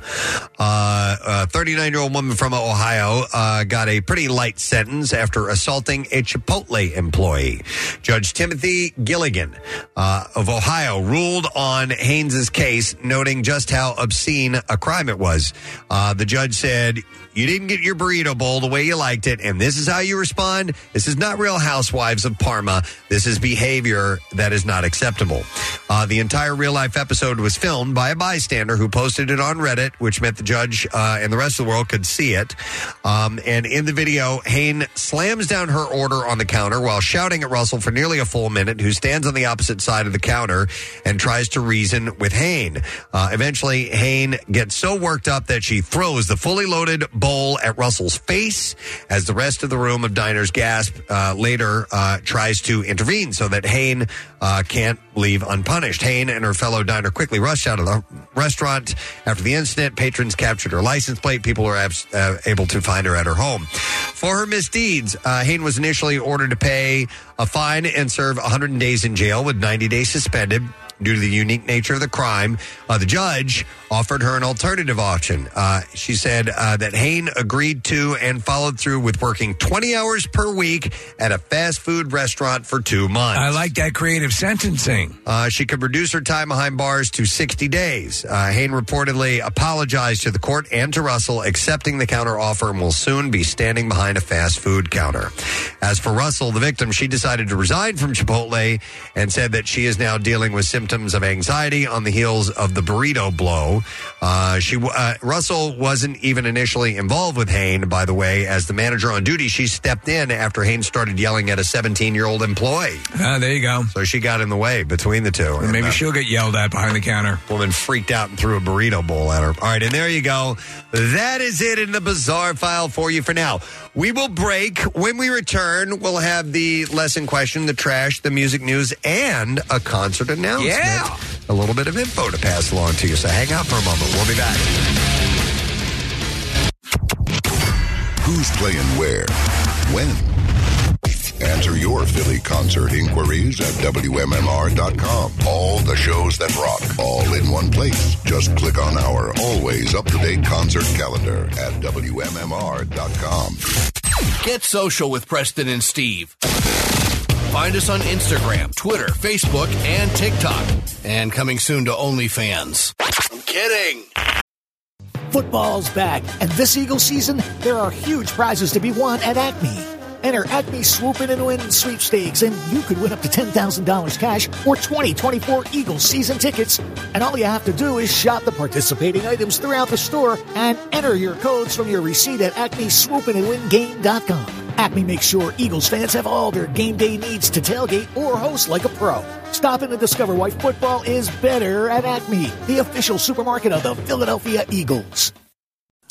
uh, a 39 year old woman from Ohio, uh, got a pretty light sentence after assaulting a Chipotle employee. Judge Timothy Gilligan uh, of Ohio ruled on Haynes' case, noting just how obscene a crime it was. Uh, the judge said, you didn't get your burrito bowl the way you liked it, and this is how you respond. This is not Real Housewives of Parma. This is behavior that is not acceptable. Uh, the entire real life episode was filmed by a bystander who posted it on Reddit, which meant the judge uh, and the rest of the world could see it. Um, and in the video, Hain slams down her order on the counter while shouting at Russell for nearly a full minute, who stands on the opposite side of the counter and tries to reason with Hain. Uh, eventually, Hain gets so worked up that she throws the fully loaded bowl at Russell's face as the rest of the room of diners gasp. Uh, later, uh, tries to intervene so that Hain uh, can't leave unpunished. Hain and her fellow diner quickly rushed out of the restaurant after the incident. Patrons captured her license plate. People were abs- uh, able to find her at her home. For her misdeeds, uh, Hain was initially ordered to pay a fine and serve 100 days in jail with 90 days suspended. Due to the unique nature of the crime, uh, the judge offered her an alternative option. Uh, she said uh, that Hain agreed to and followed through with working 20 hours per week at a fast food restaurant for two months. I like that creative sentencing. Uh, she could reduce her time behind bars to 60 days. Uh, Hain reportedly apologized to the court and to Russell, accepting the counter offer and will soon be standing behind a fast food counter. As for Russell, the victim, she decided to resign from Chipotle and said that she is now dealing with symptoms of anxiety on the heels of the burrito blow. Uh, she uh, Russell wasn't even initially involved with Hain, by the way. As the manager on duty, she stepped in after Hain started yelling at a 17 year old employee. Ah, there you go. So she got in the way uh, between the two. Or maybe she'll get yelled at behind the counter. Woman freaked out and threw a burrito bowl at her. All right, and there you go. That is it in the bizarre file for you for now. We will break. When we return, we'll have the lesson question, the trash, the music news, and a concert announcement. Yeah. A little bit of info to pass along to you. So hang out for a moment. We'll be back. Who's playing where? When? Answer your Philly concert inquiries at WMMR.com. All the shows that rock, all in one place. Just click on our always up to date concert calendar at WMMR.com. Get social with Preston and Steve. Find us on Instagram, Twitter, Facebook, and TikTok. And coming soon to OnlyFans. I'm kidding. Football's back, and this Eagle season, there are huge prizes to be won at Acme. Enter Acme Swoop In and Win sweepstakes, and you could win up to $10,000 cash or 2024 Eagle season tickets. And all you have to do is shop the participating items throughout the store and enter your codes from your receipt at acmeswoopinandwingame.com. Acme makes sure Eagles fans have all their game day needs to tailgate or host like a pro. Stop in and discover why football is better at Acme, the official supermarket of the Philadelphia Eagles.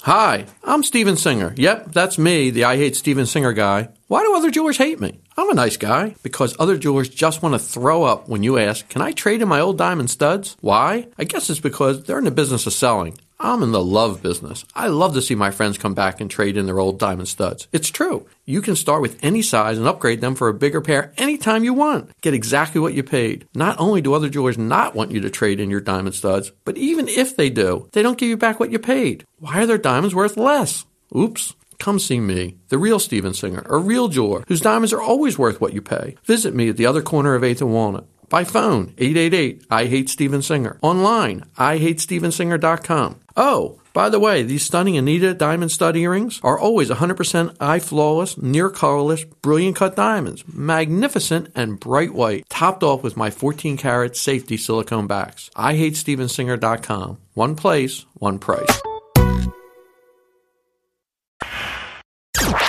Hi, I'm Steven Singer. Yep, that's me, the I Hate Steven Singer guy. Why do other jewelers hate me? I'm a nice guy. Because other jewelers just want to throw up when you ask, Can I trade in my old diamond studs? Why? I guess it's because they're in the business of selling. I'm in the love business. I love to see my friends come back and trade in their old diamond studs. It's true. You can start with any size and upgrade them for a bigger pair anytime you want. Get exactly what you paid. Not only do other jewelers not want you to trade in your diamond studs, but even if they do, they don't give you back what you paid. Why are their diamonds worth less? Oops. Come see me, the real Steven Singer, a real jeweler whose diamonds are always worth what you pay. Visit me at the other corner of 8th and Walnut. By phone, 888 I Hate Steven Singer. Online, I Hate IHateStevenSinger.com. Oh, by the way, these stunning Anita diamond stud earrings are always 100% eye flawless, near colorless, brilliant cut diamonds, magnificent and bright white, topped off with my 14 carat safety silicone backs. I hate IHateStevenSinger.com. One place, one price.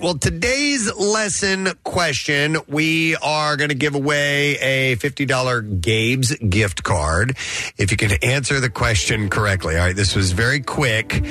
Well, today's lesson question we are going to give away a $50 Gabe's gift card if you can answer the question correctly. All right, this was very quick,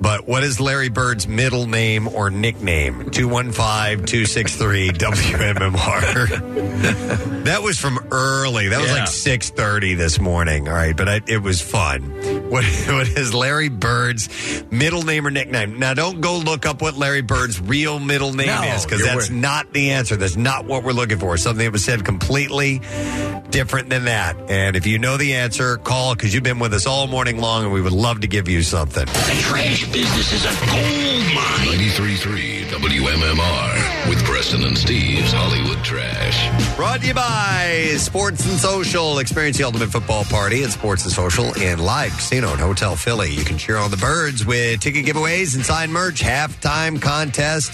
but what is Larry Bird's middle name or nickname? 215 263 WMMR. [LAUGHS] that was from early. That was Yeah. like 6:30 this morning. All right, but I, it was fun. What, [LAUGHS] what is Larry Bird's middle name or nickname? Now, don't go look up what Larry Bird's real middle middle name No, is because you're that's wor- not the answer. That's not what we're looking for. Something that was said completely different than that. And if you know the answer, call because you've been with us all morning long, and we would love to give you something. The trash business is a gold mine. 93.3 WMMR with Preston and Steve's Hollywood Trash. Brought to you by Sports and Social. Experience the ultimate football party at Sports and Social in Live Casino and Hotel Philly. You can cheer on the birds with ticket giveaways and sign merch, halftime contest,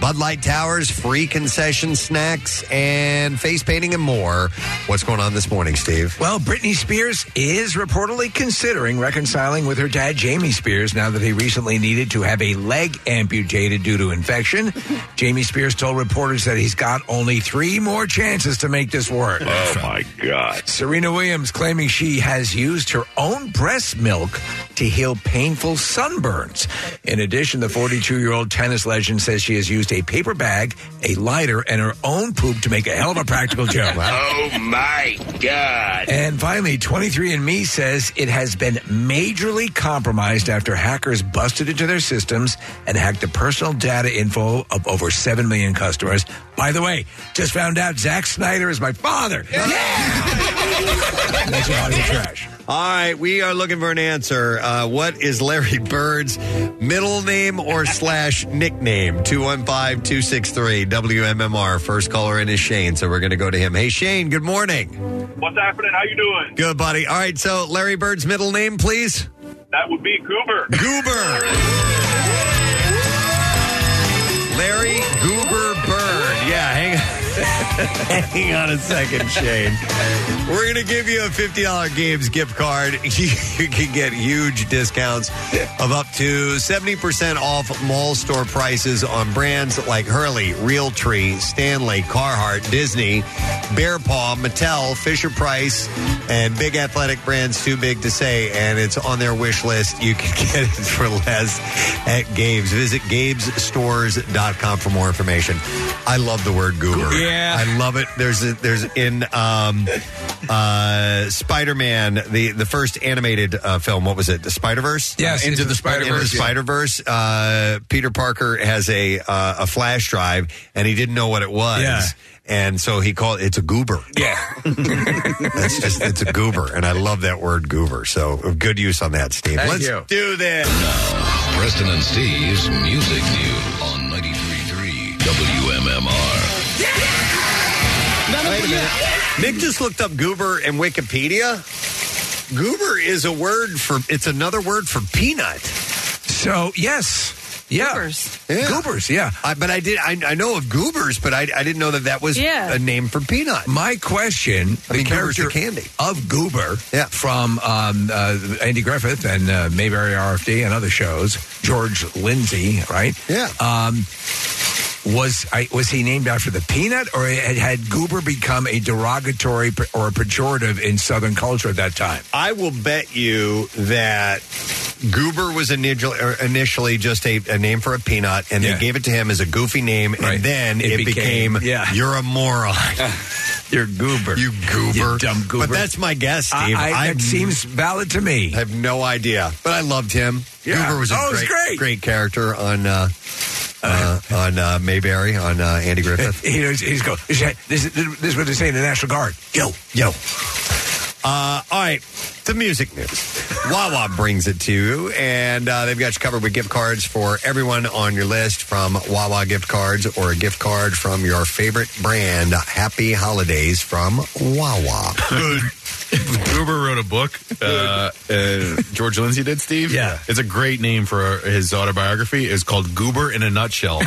Bud Light Towers, free concession snacks, and face painting and more. What's going on this morning, Steve? Well, Britney Spears is reportedly considering reconciling with her dad, Jamie Spears, now that he recently needed to have a leg amputated due to [LAUGHS] infection. Jamie Spears told reporters that he's got only three more chances to make this work. Oh my god. Serena Williams claiming she has used her own breast milk to heal painful sunburns. In addition, the 42 year old tennis legend says she has used a paper bag, a lighter, and her own poop to make a hell of a practical [LAUGHS] joke. Oh my god. And finally, 23andMe says it has been majorly compromised after hackers busted into their systems and hacked the personal data info of over 7 million customers. By the way, just found out Zack Snyder is my father. [LAUGHS] That's your audio trash. All right, we are looking for an answer. Uh, what is Larry Bird's middle name or slash nickname? 215 263 WMMR. First caller in is Shane, so we're going to go to him. Hey, Shane, good morning. What's happening? How you doing? Good, buddy. All right, so Larry Bird's middle name, please. That would be Goober. Goober. Larry Goober Bird. Yeah, hang on. [LAUGHS] hang on a second, Shane. We're going to give you a $50 Games gift card. [LAUGHS] You can get huge discounts of up to 70% off mall store prices on brands like Hurley, Realtree, Stanley, Carhartt, Disney, Bear Paw, Mattel, Fisher Price, and big athletic brands too big to say. And it's on their wish list. You can [LAUGHS] get it for less at Gabe's. Visit Gabe'sStores.com for more information. I love the word goober. Yeah, I love it. There's a, there's in um, uh, Spider-Man the the first animated uh, film. What was it? The Spider Verse. Yes, into, the Spider Verse. Spider Verse. Uh, Peter Parker has a uh, a flash drive, and he didn't know what it was. Yeah. And so he called it's a goober. Yeah. [LAUGHS] That's just it's a goober, and I love that word goober. So good use on that, Steve. Let's do this. Now, Preston and Steve's Music News on 93.3 WMMR. Wait a minute. Nick just looked up goober in Wikipedia. Goober is a word for it's another word for peanut. So yes. Yeah. Goobers. Yeah. Goobers, yeah. I, but I did I, I know of goobers, but I, I didn't know that that was Yeah. a name for peanut. My question: I mean, goober's the candy. of Goober from um, uh, Andy Griffith and uh, Mayberry RFD and other shows. George Lindsay, right? Yeah. Um, was I, was he named after the peanut, or had, had Goober become a derogatory pe- or pejorative in Southern culture at that time? I will bet you that Goober was initial, er, initially just a, a name for a peanut, and Yeah. they gave it to him as a goofy name, and then it, It became, became- yeah. "You're a moron, [LAUGHS] You're Goober, you goober, You dumb goober. But that's my guess, I- Steve. I- that seems valid to me. I have no idea, but I loved him. Yeah. Goober was a Oh, it was great, great. character on uh, uh, on uh, Mayberry on uh, Andy [LAUGHS] Griffith. He knows, he's go. This, is- this is what they say in the National Guard. Yo, Yo. Uh, all right, the music news. Wawa brings it to you, and uh, they've got you covered with gift cards for everyone on your list from Wawa gift cards or a gift card from your favorite brand. Happy holidays from Wawa. Goober wrote a book. Uh, uh, George Lindsay did, Steve. Yeah, it's a great name for his autobiography. It's called Goober in a Nutshell. Isn't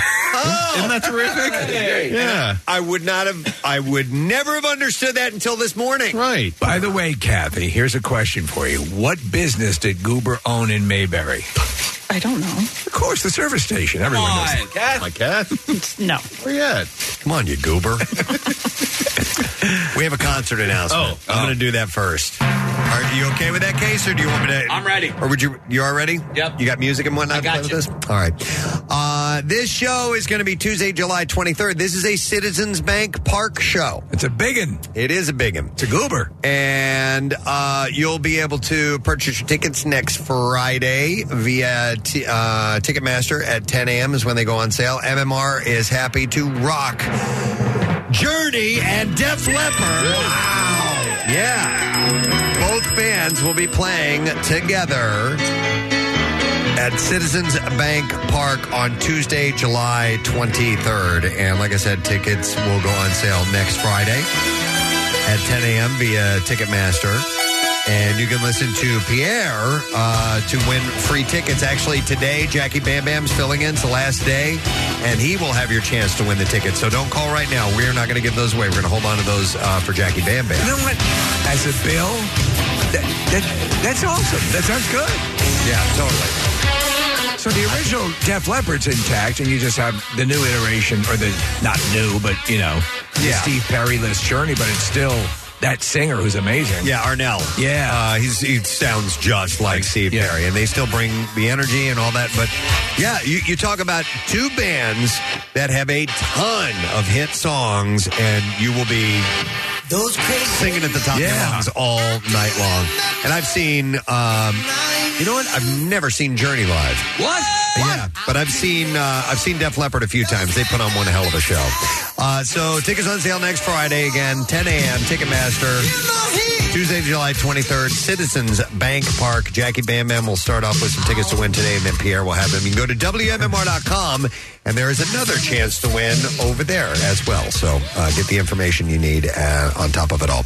that terrific? Yeah. [LAUGHS] I would not have, I would never have understood that until this morning. Right. By the way, Kathy, here's a question for you. What business did Goober own in Mayberry? I don't know. Of course, the service station. Everyone knows. My cat. No. Where you at? Come on, you goober. We have a concert announcement. Oh. I'm going to do that first. Are you okay with that case, or do you want me to? I'm ready. Or would you? You are ready? Yep. You got music and whatnot. I got you. This? All right. Uh, this show is going to be Tuesday, July 23rd. This is a Citizens Bank Park show. It's a biggin. It is a biggin. It's a goober. And uh, you'll be able to purchase your tickets next Friday via t- uh, Ticketmaster at 10 a.m. is when they go on sale. MMR is happy to rock Journey and Def Leppard. Wow. Yeah. Both bands will be playing together at Citizens Bank Park on Tuesday, July 23rd. And like I said, tickets will go on sale next Friday at 10 a.m. via Ticketmaster. And you can listen to Pierre uh, to win free tickets. Actually, today, Jackie Bam Bam's filling in. It's the last day, and he will have your chance to win the tickets. So don't call right now. We're not going to give those away. We're going to hold on to those uh, for Jackie Bam Bam. You know what? As a bill, that, that, that's awesome. That sounds good. Yeah, totally. So the original Def Leppard's intact, and you just have the new iteration, or the not new, but you know, the Yeah. Steve Perry list journey, but it's still that singer who's amazing. Yeah, Arnell. Yeah, uh, he's, he sounds just like Steve Perry, and they still bring the energy and all that. But yeah, you, you talk about two bands that have a ton of hit songs, and you will be those singing at the top of your Yeah. lungs all night long. And I've seen, um, you know what? I've never seen Journey live. What? Yeah, but I've seen uh, I've seen Def Leppard a few times. They put on one hell of a show. Uh, so tickets on sale next Friday again, 10 a.m. Ticketmaster. Tuesday, July 23rd, Citizens Bank Park. Jackie Bam Bam will start off with some tickets to win today, and then Pierre will have them. You can go to WMMR.com, and there is another chance to win over there as well. So uh, get the information you need uh, on top of it all.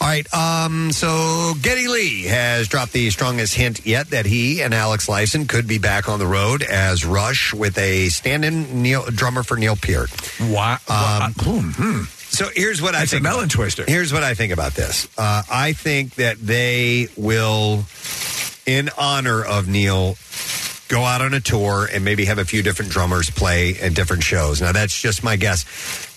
All right. Um, so Getty Lee has dropped the strongest hint yet that he and Alex Lyson could be back on the road as Rush with a stand-in Neil, drummer for Neil Peart. Wow. Um, So here's what I hmm. That's a think. melon about- twister. Here's what I think about this. Uh, I think that they will, in honor of Neil, go out on a tour and maybe have a few different drummers play at different shows. Now that's just my guess.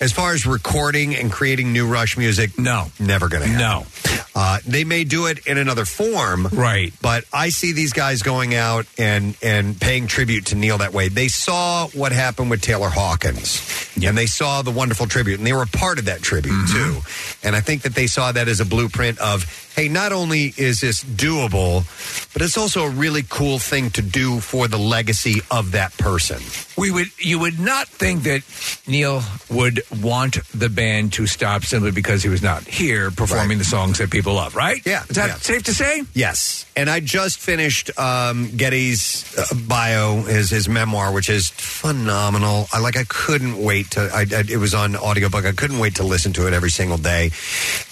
As far as recording and creating new Rush music, no, never going to happen. No, uh, they may do it in another form, right? But I see these guys going out and and paying tribute to Neil that way. They saw what happened with Taylor Hawkins, and they saw the wonderful tribute, and they were a part of that tribute too. And I think that they saw that as a blueprint of, hey, not only is this doable, but it's also a really cool thing to do for the legacy of that person. We would you would not think that Neil would want the band to stop simply because he was not here performing the songs that people love, right? Yeah. Is that Yeah. safe to say? Yes. And I just finished um, Getty's uh, bio, his his memoir, which is phenomenal. I like. I couldn't wait to. I, I- it was on audiobook. I couldn't wait to listen to it every single day.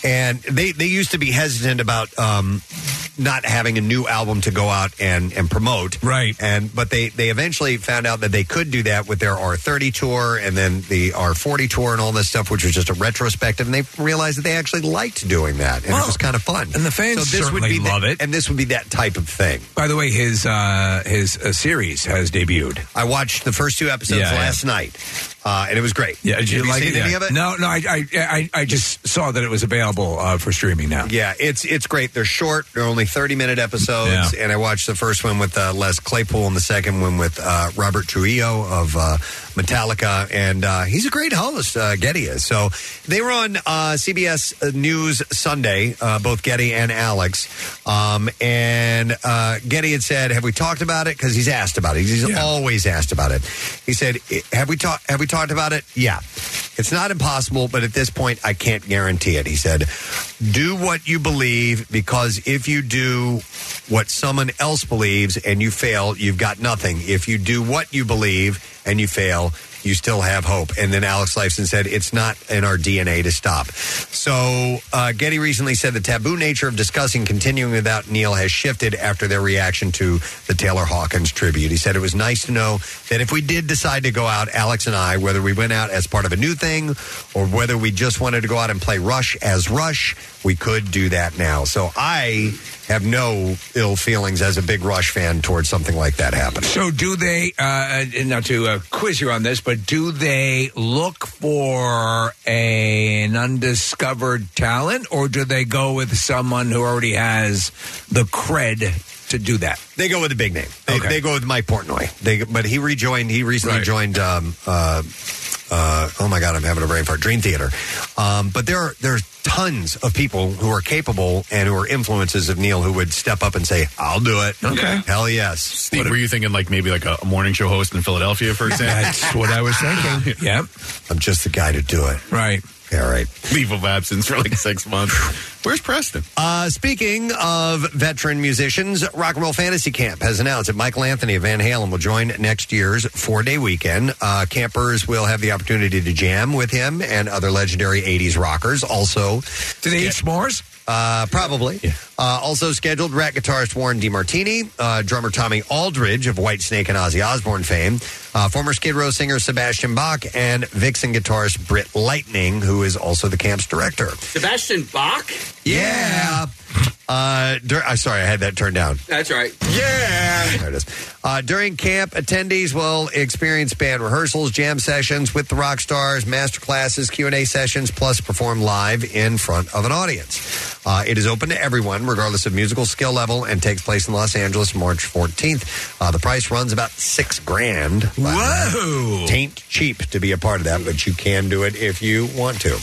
And they they used to be hesitant about um, not having a new album to go out and and promote. Right. And but they they eventually found out that they could do that with their R30 tour and then the R40 tour and all this stuff, which was just a retrospective. And they realized that they actually liked doing that, and it was kind of fun. And the fans So this would certainly be the- love it. And this would be that type of thing. By the way, his uh, his uh, series has debuted. I watched the first two episodes Yeah, yeah. last night, uh, and it was great. Yeah, Have did you, like seen it? any Yeah. of it? No, no, I, I, I, I just saw that it was available uh, for streaming now. Yeah, it's it's great. They're short. They're only thirty minute episodes, and I watched the first one with uh, Les Claypool and the second one with uh, Robert Trujillo of uh, Metallica, and uh, he's a great host. Uh, Getty is. So they were on uh, CBS uh, News Sunday, uh, both Getty and Alex, um, and uh, Getty had said, "Have we talked about it?" Because he's asked about it. He's always asked about it. He said, "I- "Have we talked? Have we talked about it?" Yeah. It's not impossible, but at this point, I can't guarantee it. He said, Do what you believe, because if you do what someone else believes and you fail, you've got nothing. If you do what you believe and you fail, you still have hope. And then Alex Lifeson said, It's not in our DNA to stop. So uh, Getty recently said the taboo nature of discussing continuing without Neil has shifted after their reaction to the Taylor Hawkins tribute. He said it was nice to know that if we did decide to go out, Alex and I, whether we went out as part of a new thing or whether we just wanted to go out and play Rush as Rush, we could do that now. So I have no ill feelings as a big Rush fan towards something like that happening. So, do they? Uh, and not to uh, quiz you on this, but do they look for a, an undiscovered talent, or do they go with someone who already has the cred to do that? They go with the big name. They, they go with Mike Portnoy. They, but he rejoined. He recently joined. Um, uh, uh, oh my God, I'm having a brain fart. Dream Theater. Um, but there are there are tons of people who are capable and who are influences of Neil who would step up and say, "I'll do it." Okay. Hell yes. Steve, were you thinking like maybe like a a morning show host in Philadelphia [LAUGHS] for a second? That's what I was [LAUGHS] thinking. Yep. I'm just the guy to do it. Right. All [LAUGHS] right. Leave of absence for like six months. Where's Preston? Uh, speaking of veteran musicians, Rock and Roll Fantasy Camp has announced that Michael Anthony of Van Halen will join next year's four day weekend. Uh, campers will have the opportunity to jam with him and other legendary 80s rockers. Also, do they eat s'mores? Uh, probably. Uh, also scheduled, rat guitarist Warren DeMartini, uh, drummer Tommy Aldridge of Whitesnake and Ozzy Osbourne fame, uh, former Skid Row singer Sebastian Bach, and Vixen guitarist Britt Lightning, who is also the camp's director. Sebastian Bach? Yeah. Uh, dur- I'm sorry, I had that turned down. That's right. Yeah. There it is. Uh, during camp, attendees will experience band rehearsals, jam sessions with the rock stars, master classes, Q&A sessions, plus perform live in front of an audience. Uh, it is open to everyone, regardless of musical skill level, and takes place in Los Angeles March 14th. Uh, the price runs about six grand. Whoa! Taint cheap to be a part of that, but you can do it if you want to.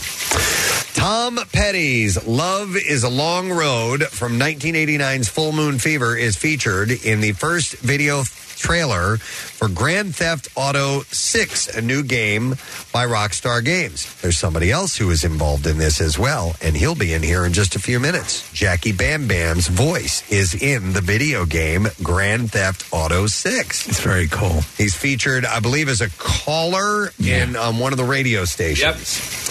Tom Petty's Love is a Long Road from 1989's Full Moon Fever is featured in the first video trailer for Grand Theft Auto 6, a new game by Rockstar Games. There's somebody else who is involved in this as well, and he'll be in here in just a few minutes. Jackie Bam Bam's voice is in the video game Grand Theft Auto 6. It's very cool. He's featured, I believe, as a caller in um, one of the radio stations.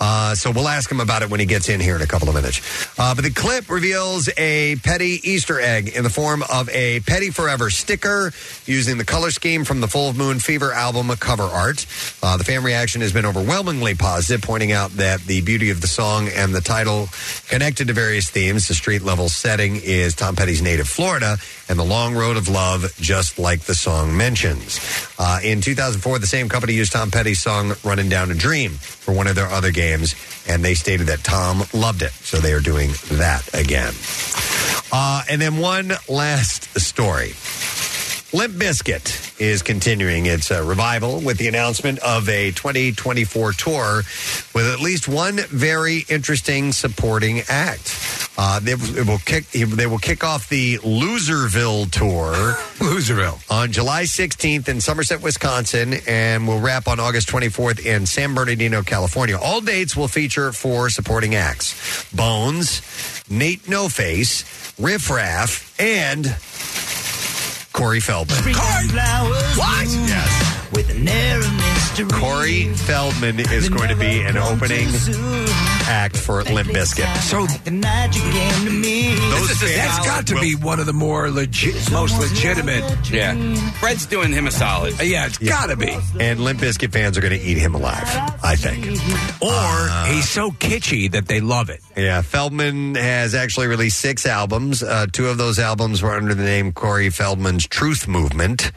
Uh, so we'll ask him about it when he gets in here in a couple of minutes. Uh, but the clip reveals a Petty Easter egg in the form of a Petty Forever sticker using the color scheme from the Full Moon Fever album cover art. Uh, the fan reaction has been overwhelmingly positive, pointing out that the beauty of the song and the title connected to various themes. The street level setting is Tom Petty's native Florida and the long road of love, just like the song mentions. Uh, in 2004, the same company used Tom Petty's song Running Down a Dream for one of their other games, and they stated that Tom loved it. So they are doing that again. Uh, and then one last story. Limp Bizkit is continuing its uh, revival with the announcement of a 2024 tour with at least one very interesting supporting act. Uh, they, it will kick, they will kick off the Loserville tour. Loserville. On July 16th in Somerset, Wisconsin, and will wrap on August 24th in San Bernardino, California. All dates will feature four supporting acts Bones, Nate No Face, Riff Raff, and Corey Feldman. What? Yes. With an air of mystery. Corey Feldman is going to be an opening act for Limp Bizkit. So The night you came to me. that's got to be one of the more legit, most legitimate. Yeah. Fred's doing him a solid. yeah, it's gotta be. And Limp Bizkit fans are going to eat him alive, I think. Uh, Or he's so kitschy that they love it. Yeah, Feldman has actually released six albums. Uh, two of those albums were under the name Corey Feldman's Truth [LAUGHS] Movement,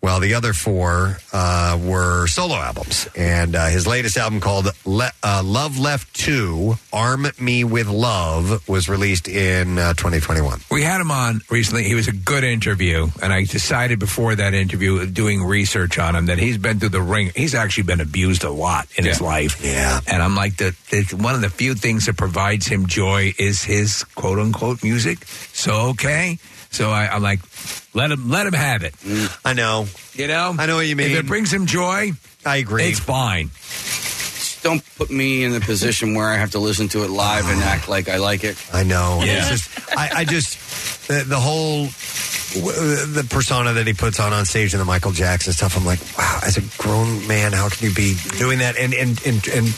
while the other four uh, were solo albums. And uh, his latest album called Le- uh, Love Left 2 Arm Me with Love was released in uh, 2021. We had him on recently. He was a good interview, and I decided before that interview, doing research on him, that he's been through the ring. He's actually been abused a lot in his life. Yeah, and I'm like the, the one of the few things that provides him joy is his quote unquote music. So okay, so I, I'm like, let him let him have it. I know, you know, I know what you If mean. it brings him joy, I agree. It's fine. Just don't put me in the position where I have to listen to it live and act like I like it. I know. Yeah. It's just, I, I just, the, the whole, the persona that he puts on on stage and the Michael Jackson stuff, I'm like, wow, as a grown man, how can you be doing that and, and, and, and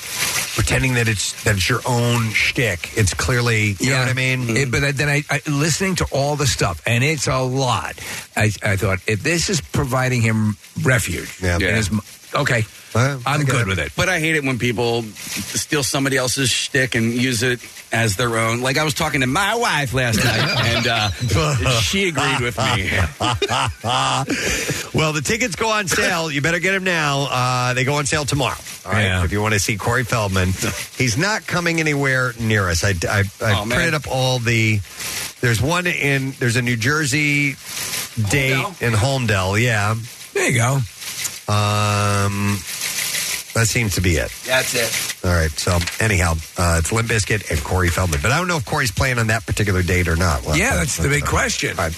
pretending that it's, that it's your own shtick? It's clearly, you know what I mean? It- but then I, I listening to all the stuff, and it's a lot. I, I thought if this is providing him refuge, Yeah. and Yeah. his m- Okay. I'm good with it. But I hate it when people steal somebody else's shtick and use it as their own. Like I was talking to my wife last night, [LAUGHS] and [LAUGHS] uh, she agreed with me. well, the tickets go on sale. You better get them now. Uh, they go on sale tomorrow. All right. If you want to see Corey Feldman, [LAUGHS] he's not coming anywhere near us. I, I, I Oh, man. printed up all the. There's one in. There's a New Jersey date in Holmdel. Yeah. There you go. Um, that seems to be it. That's it. All right. So anyhow, uh, it's Limp Bizkit and Corey Feldman. But I don't know if Corey's playing on that particular date or not. We'll have Uh, yeah, to- that's the big question. I'm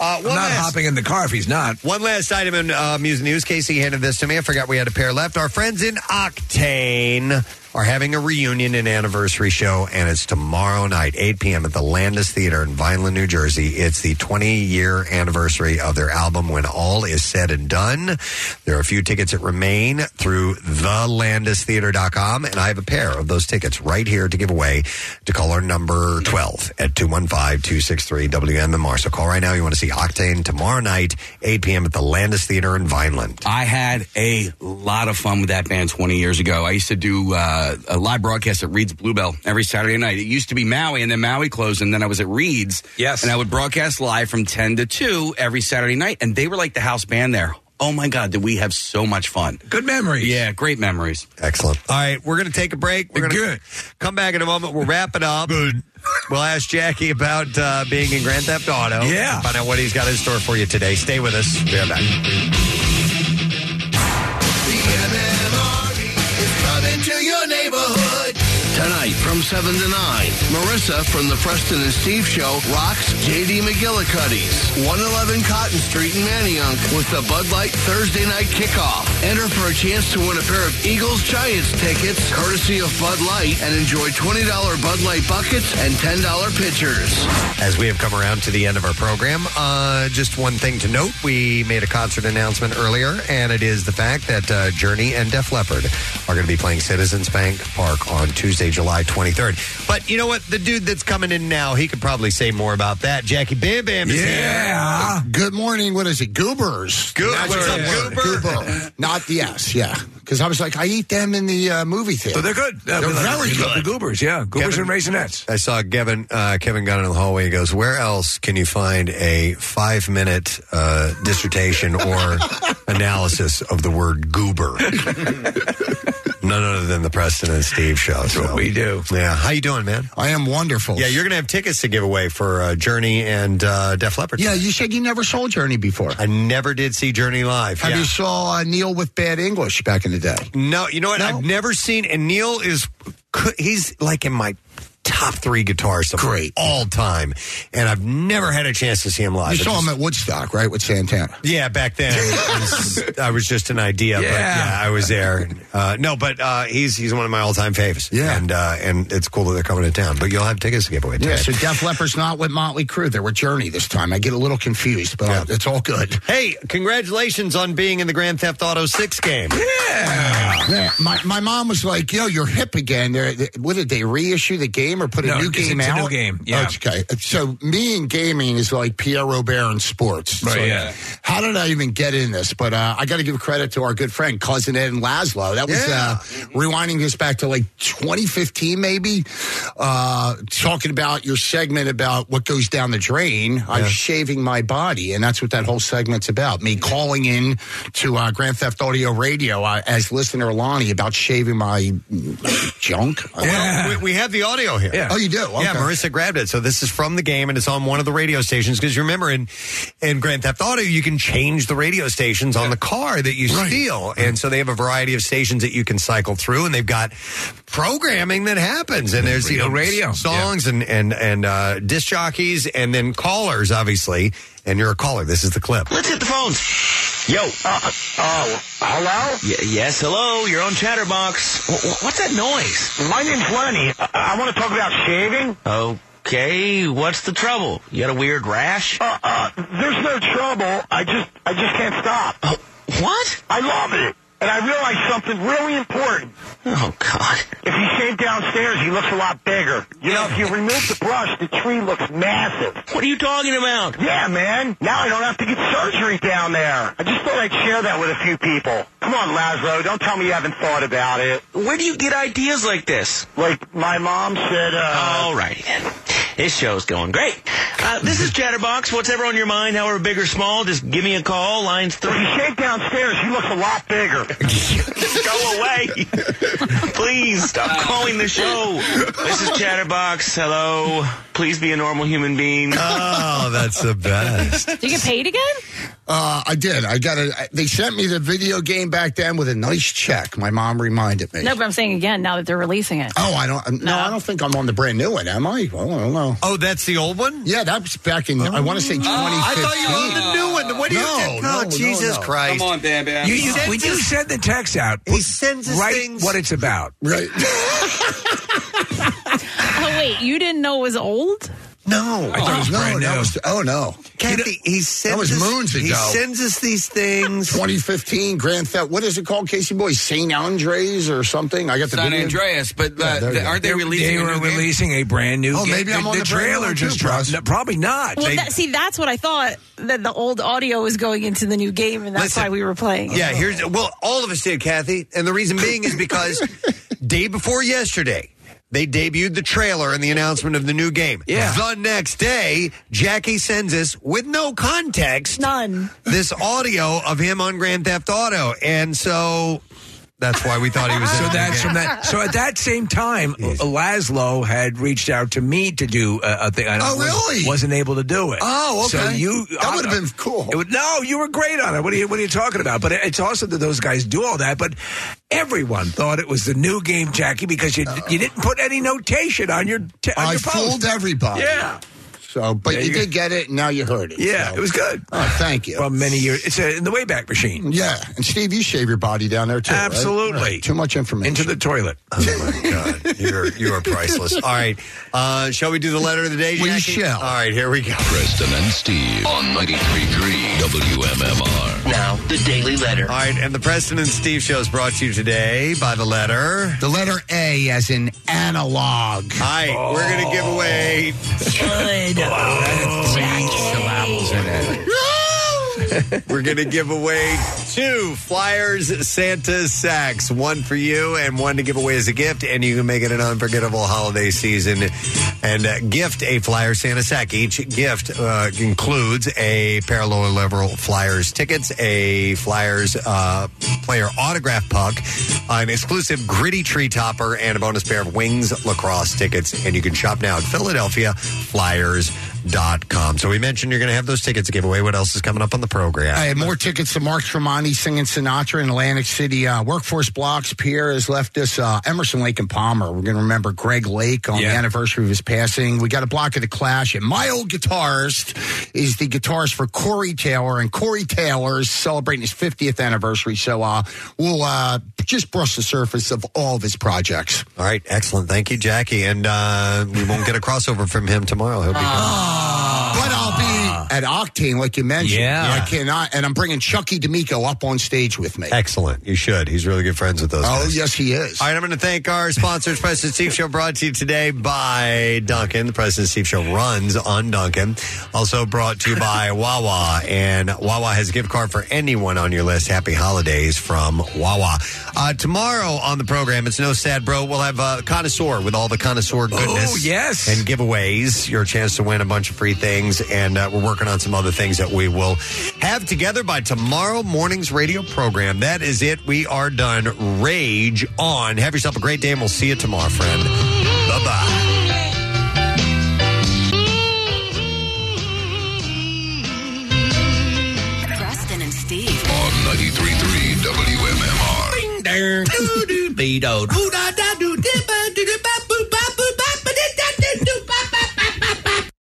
not hopping in the car if he's not. Uh, One last item in uh, Muse News. Casey handed this to me. I forgot we had a pair left. Our friends in Octane are having a reunion and anniversary show, and it's tomorrow night, 8 p.m. at the Landis Theater in Vineland, New Jersey. It's the 20 year anniversary of their album, When All Is Said and Done. There are a few tickets that remain through thelandistheater.com, and I have a pair of those tickets right here to give away to caller number 12 at 215-263-WMMR. So call right now. You want to see Octane tomorrow night, 8 p.m. at the Landis Theater in Vineland. I had a lot of fun with that band 20 years ago. I used to do uh, a live broadcast at Reed's Bluebell every Saturday night. It used to be Maui, and then Maui closed, and then I was at Reed's. Yes. And I would broadcast live from 10 to 2 every Saturday night, and they were like the house band there. Oh my God, did we have so much fun? Good memories. Yeah, great memories. Excellent. All right, we're going to take a break. We're going to come back in a moment. We'll wrap it up. We'll ask Jackie about uh, being in Grand Theft Auto. Yeah. And Find out what he's got in store for you today. Stay with us. Be right back. Coming to your neighborhood. Tonight from 7 to 9, Marissa from the Preston and Steve Show rocks JD McGillicuddy's 111 Cotton Street in Manayunk with the Bud Light Thursday night kickoff. Enter for a chance to win a pair of Eagles Giants tickets courtesy of Bud Light and enjoy $20 Bud Light buckets and $10 pitchers. As we have come around to the end of our program, uh, just one thing to note: we made a concert announcement earlier, and it is the fact that uh, Journey and Def Leppard are going to be playing Citizens Bank Park on Tuesday, July 23rd. But you know what? The dude that's coming in now, he could probably say more about that. Jackie Bam Bam is Yeah. Good morning. What is it? Goobers. Goober. That's What's the up, word. Goober. Not the S. Yeah. Because I was like, I eat them in the uh, movie theater. So they're good. They're very good. The Goobers, yeah. Goobers and Raisinets. I saw Kevin uh, Kevin Gunn in the hallway. He goes, "Where else can you find a five minute uh, dissertation or analysis of the word goober?" None other than the Preston and Steve show. That's what we do. Yeah. How you doing, man? I am wonderful. Yeah, you're gonna have tickets to give away for uh, Journey and uh, Def Leppard. Yeah, you said you never saw Journey before. I never did see Journey live. Have Yeah. you saw uh, Neil with Bad English back in the day? No, you know what? I've never seen. And Neil is could- he's like in my top three guitarists of Great. all time, and I've never had a chance to see him live. You It saw just- him at Woodstock, right, with Santana? Yeah, back then it [LAUGHS] was- I was just an idea, but yeah, I was there. Uh, no, but uh, he's he's one of my all time faves. Yeah, and uh, and it's cool that they're coming to town. But you'll have tickets to give away. Yeah, today. so Def Leppard's not with Motley Crue. They're with Journey this time. I get a little confused, but uh, it's all good. Hey, congratulations on being in the Grand Theft Auto Six game. Yeah, my, my mom was like, yo, you're hip again. They're, they- what did they reissue the game or put No, a new it's- game it's a out? new game, yeah. Oh, okay. So me and gaming is like Pierre Robert in sports. It's Right, like, yeah. How did I even get in this? But uh, I got to give credit to our good friend, cousin Ed and Laszlo. That was uh, rewinding this back to like 2015, maybe. Uh, talking about your segment about what goes down the drain. I'm shaving my body, and that's what that whole segment's about. Me calling in to uh, Grand Theft Audio Radio uh, as listener Lonnie about shaving my junk. Well, we, we have the audio here. Yeah. Oh, you do? Yeah, Okay. Marissa grabbed it. So this is from the game, and it's on one of the radio stations. Because remember, in in Grand Theft Auto, you can change the radio stations on the car that you steal, and so they have a variety of stations that you can cycle through, and they've got programming that happens, and there's you know Real radio. s- songs and and and uh, disc jockeys, and then callers, obviously. And you're a caller. This is the clip. Let's hit the phones. Yo. Uh, oh, hello? yes, hello. You're on Chatterbox. W- what's that noise? My name's Lenny. I, want to talk about shaving. Okay, what's the trouble? You got a weird rash? Uh, uh, there's no trouble. I just, I just can't stop. Uh, what? I love it. And I realized something really important. Oh, God. If you shave downstairs, he looks a lot bigger. You You know, if you remove the brush, the tree looks massive. What are you talking about? Yeah, man. Now I don't have to get surgery down there. I just thought I'd share that with a few people. Come on, Lazlo. Don't tell me you haven't thought about it. Where do you get ideas like this? Like my mom said. Uh... All righty then. This show's going great. Uh, this is Chatterbox. What's ever on your mind, however big or small, just give me a call. Lines three. If you shake downstairs, you look a lot bigger. [LAUGHS] Go away. [LAUGHS] Please stop calling the show. This is Chatterbox. Hello. Please be a normal human being. Oh, that's the best. Did you get paid again? Uh, I did. I got a. They sent me the video game back then with a nice check. My mom reminded me. No, but I'm saying again now that they're releasing it. Oh, I don't. No, I don't think I'm on the brand new one, am I? Well, I don't know. Oh, that's the old one. Oh, Yeah, that was back in. I want to say 2015. Uh, I thought you were on the new one. What do No, you think? Oh, no, no, Jesus no. Christ. Come on, Bam Bam. You, you, Send when you us- send the text out, he sends us right things. what it's about. Right. Oh wait, you didn't know it was old? No, I thought it was no, brand that new. was- oh no, Kathy, he sends that was us- moons ago. he sends us these things. 2015 Grand Theft. What is it called, Casey Boy? Saint Andres or something? I got the San video. Andreas, but there you uh, th- go. aren't they releasing? They a were new game? releasing a brand new Oh, game. maybe I'm the, on the the brand new trailer one, just too, dropped. Russ. No, probably not. Well, They- that, see, that's what I thought that the old audio was going into the new game, and that's Listen. why we were playing. it. Yeah, here's well, all of us did, Kathy, and the reason being is [LAUGHS] because day before yesterday. They debuted the trailer and the announcement of the new game. Yeah. The next day, Jackie sends us, with no context, none, this audio of him on Grand Theft Auto, and so that's why we thought he was. in so the new that's game. from that. So at that same time, Laszlo had reached out to me to do a, a thing. I Oh, wasn't- really? Wasn't able to do it. Oh, okay. So you That would've been cool. It would, no, you were great on it. What are you What are you talking about? But it- it's awesome that those guys do all that. But everyone thought it was the new game, Jackie, because you you didn't put any notation on your. T- on I your post. fooled everybody. Yeah. So, but There you, you go. did get it, and now you heard it. Yeah, so. it was good. Oh, thank you. From many years, it's a, in the Wayback Machine. yeah, and Steve, you shave your body down there too. right? Absolutely. Right. Too much information. Into the toilet. You're you are priceless. All right, uh, shall we do the letter of the day? We Jackie? shall. All right, here we go. Preston and Steve on 93.3 WMMR. Now, the Daily Letter. All right, and the Preston and Steve show is brought to you today by the letter. The letter A as in analog. All right, we're gonna give away. Oh. Oh. [LAUGHS] We're gonna give away two Flyers Santa sacks, one for you and one to give away as a gift, and you can make it an unforgettable holiday season and uh, gift a Flyer Santa sack. Each gift uh, includes a pair of lower level Flyers tickets, a Flyers uh, player autograph puck, an exclusive gritty tree topper, and a bonus pair of wings lacrosse tickets. And you can shop now at Philadelphia Flyers.com. So we mentioned you're going to have those tickets to give away. What else is coming up on the program? I have more tickets to Mark Tremonti singing Sinatra in Atlantic City uh, workforce blocks. Pierre has left us uh, Emerson Lake and Palmer. We're going to remember Greg Lake on Yeah. the anniversary of his passing. We got a block of the Clash, and my old guitarist is the guitarist for Corey Taylor, and Corey Taylor is celebrating his 50th anniversary. So uh, we'll uh, just brush the surface of all of his projects. All right, excellent. Thank you, Jackie. And uh, we won't get a crossover from him tomorrow. He'll be Ah. But I'll be at Octane, like you mentioned. Yeah. I cannot, and I'm bringing Chucky D'Amico up on stage with me. excellent. You should. He's really good friends with those. Oh, guys. yes, he is. All right, I'm going to thank our sponsors, President Steve Show, brought to you today by Duncan. The President Steve Show runs on Duncan. Also brought to you by [LAUGHS] Wawa. And Wawa has a gift card for anyone on your list. Happy holidays from Wawa. Uh, tomorrow on the program, it's no sad, bro. We'll have uh, Connoisseur with all the Connoisseur goodness. Oh, yes. And giveaways, your chance to win a bunch of free things. And uh, we're working on some other things that we will have together by tomorrow morning's radio program. That is it. We are done. Rage on. Have yourself a great day, and we'll see you tomorrow, friend. Bye bye. Preston and Steve. On 93.3 WMMR. [LAUGHS]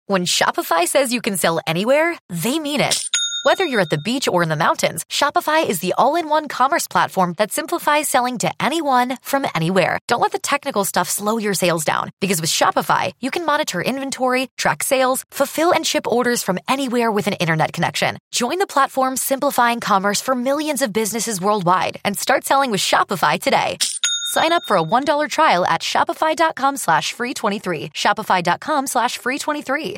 When Shopify says you can sell anywhere, they mean it. Whether you're at the beach or in the mountains, Shopify is the all in one commerce platform that simplifies selling to anyone from anywhere. Don't let the technical stuff slow your sales down because with Shopify, you can monitor inventory, track sales, fulfill and ship orders from anywhere with an internet connection. Join the platform simplifying commerce for millions of businesses worldwide and start selling with Shopify today. Sign up for a $1 trial at Shopify.com slash free twenty-three. Shopify.com slash free twenty-three.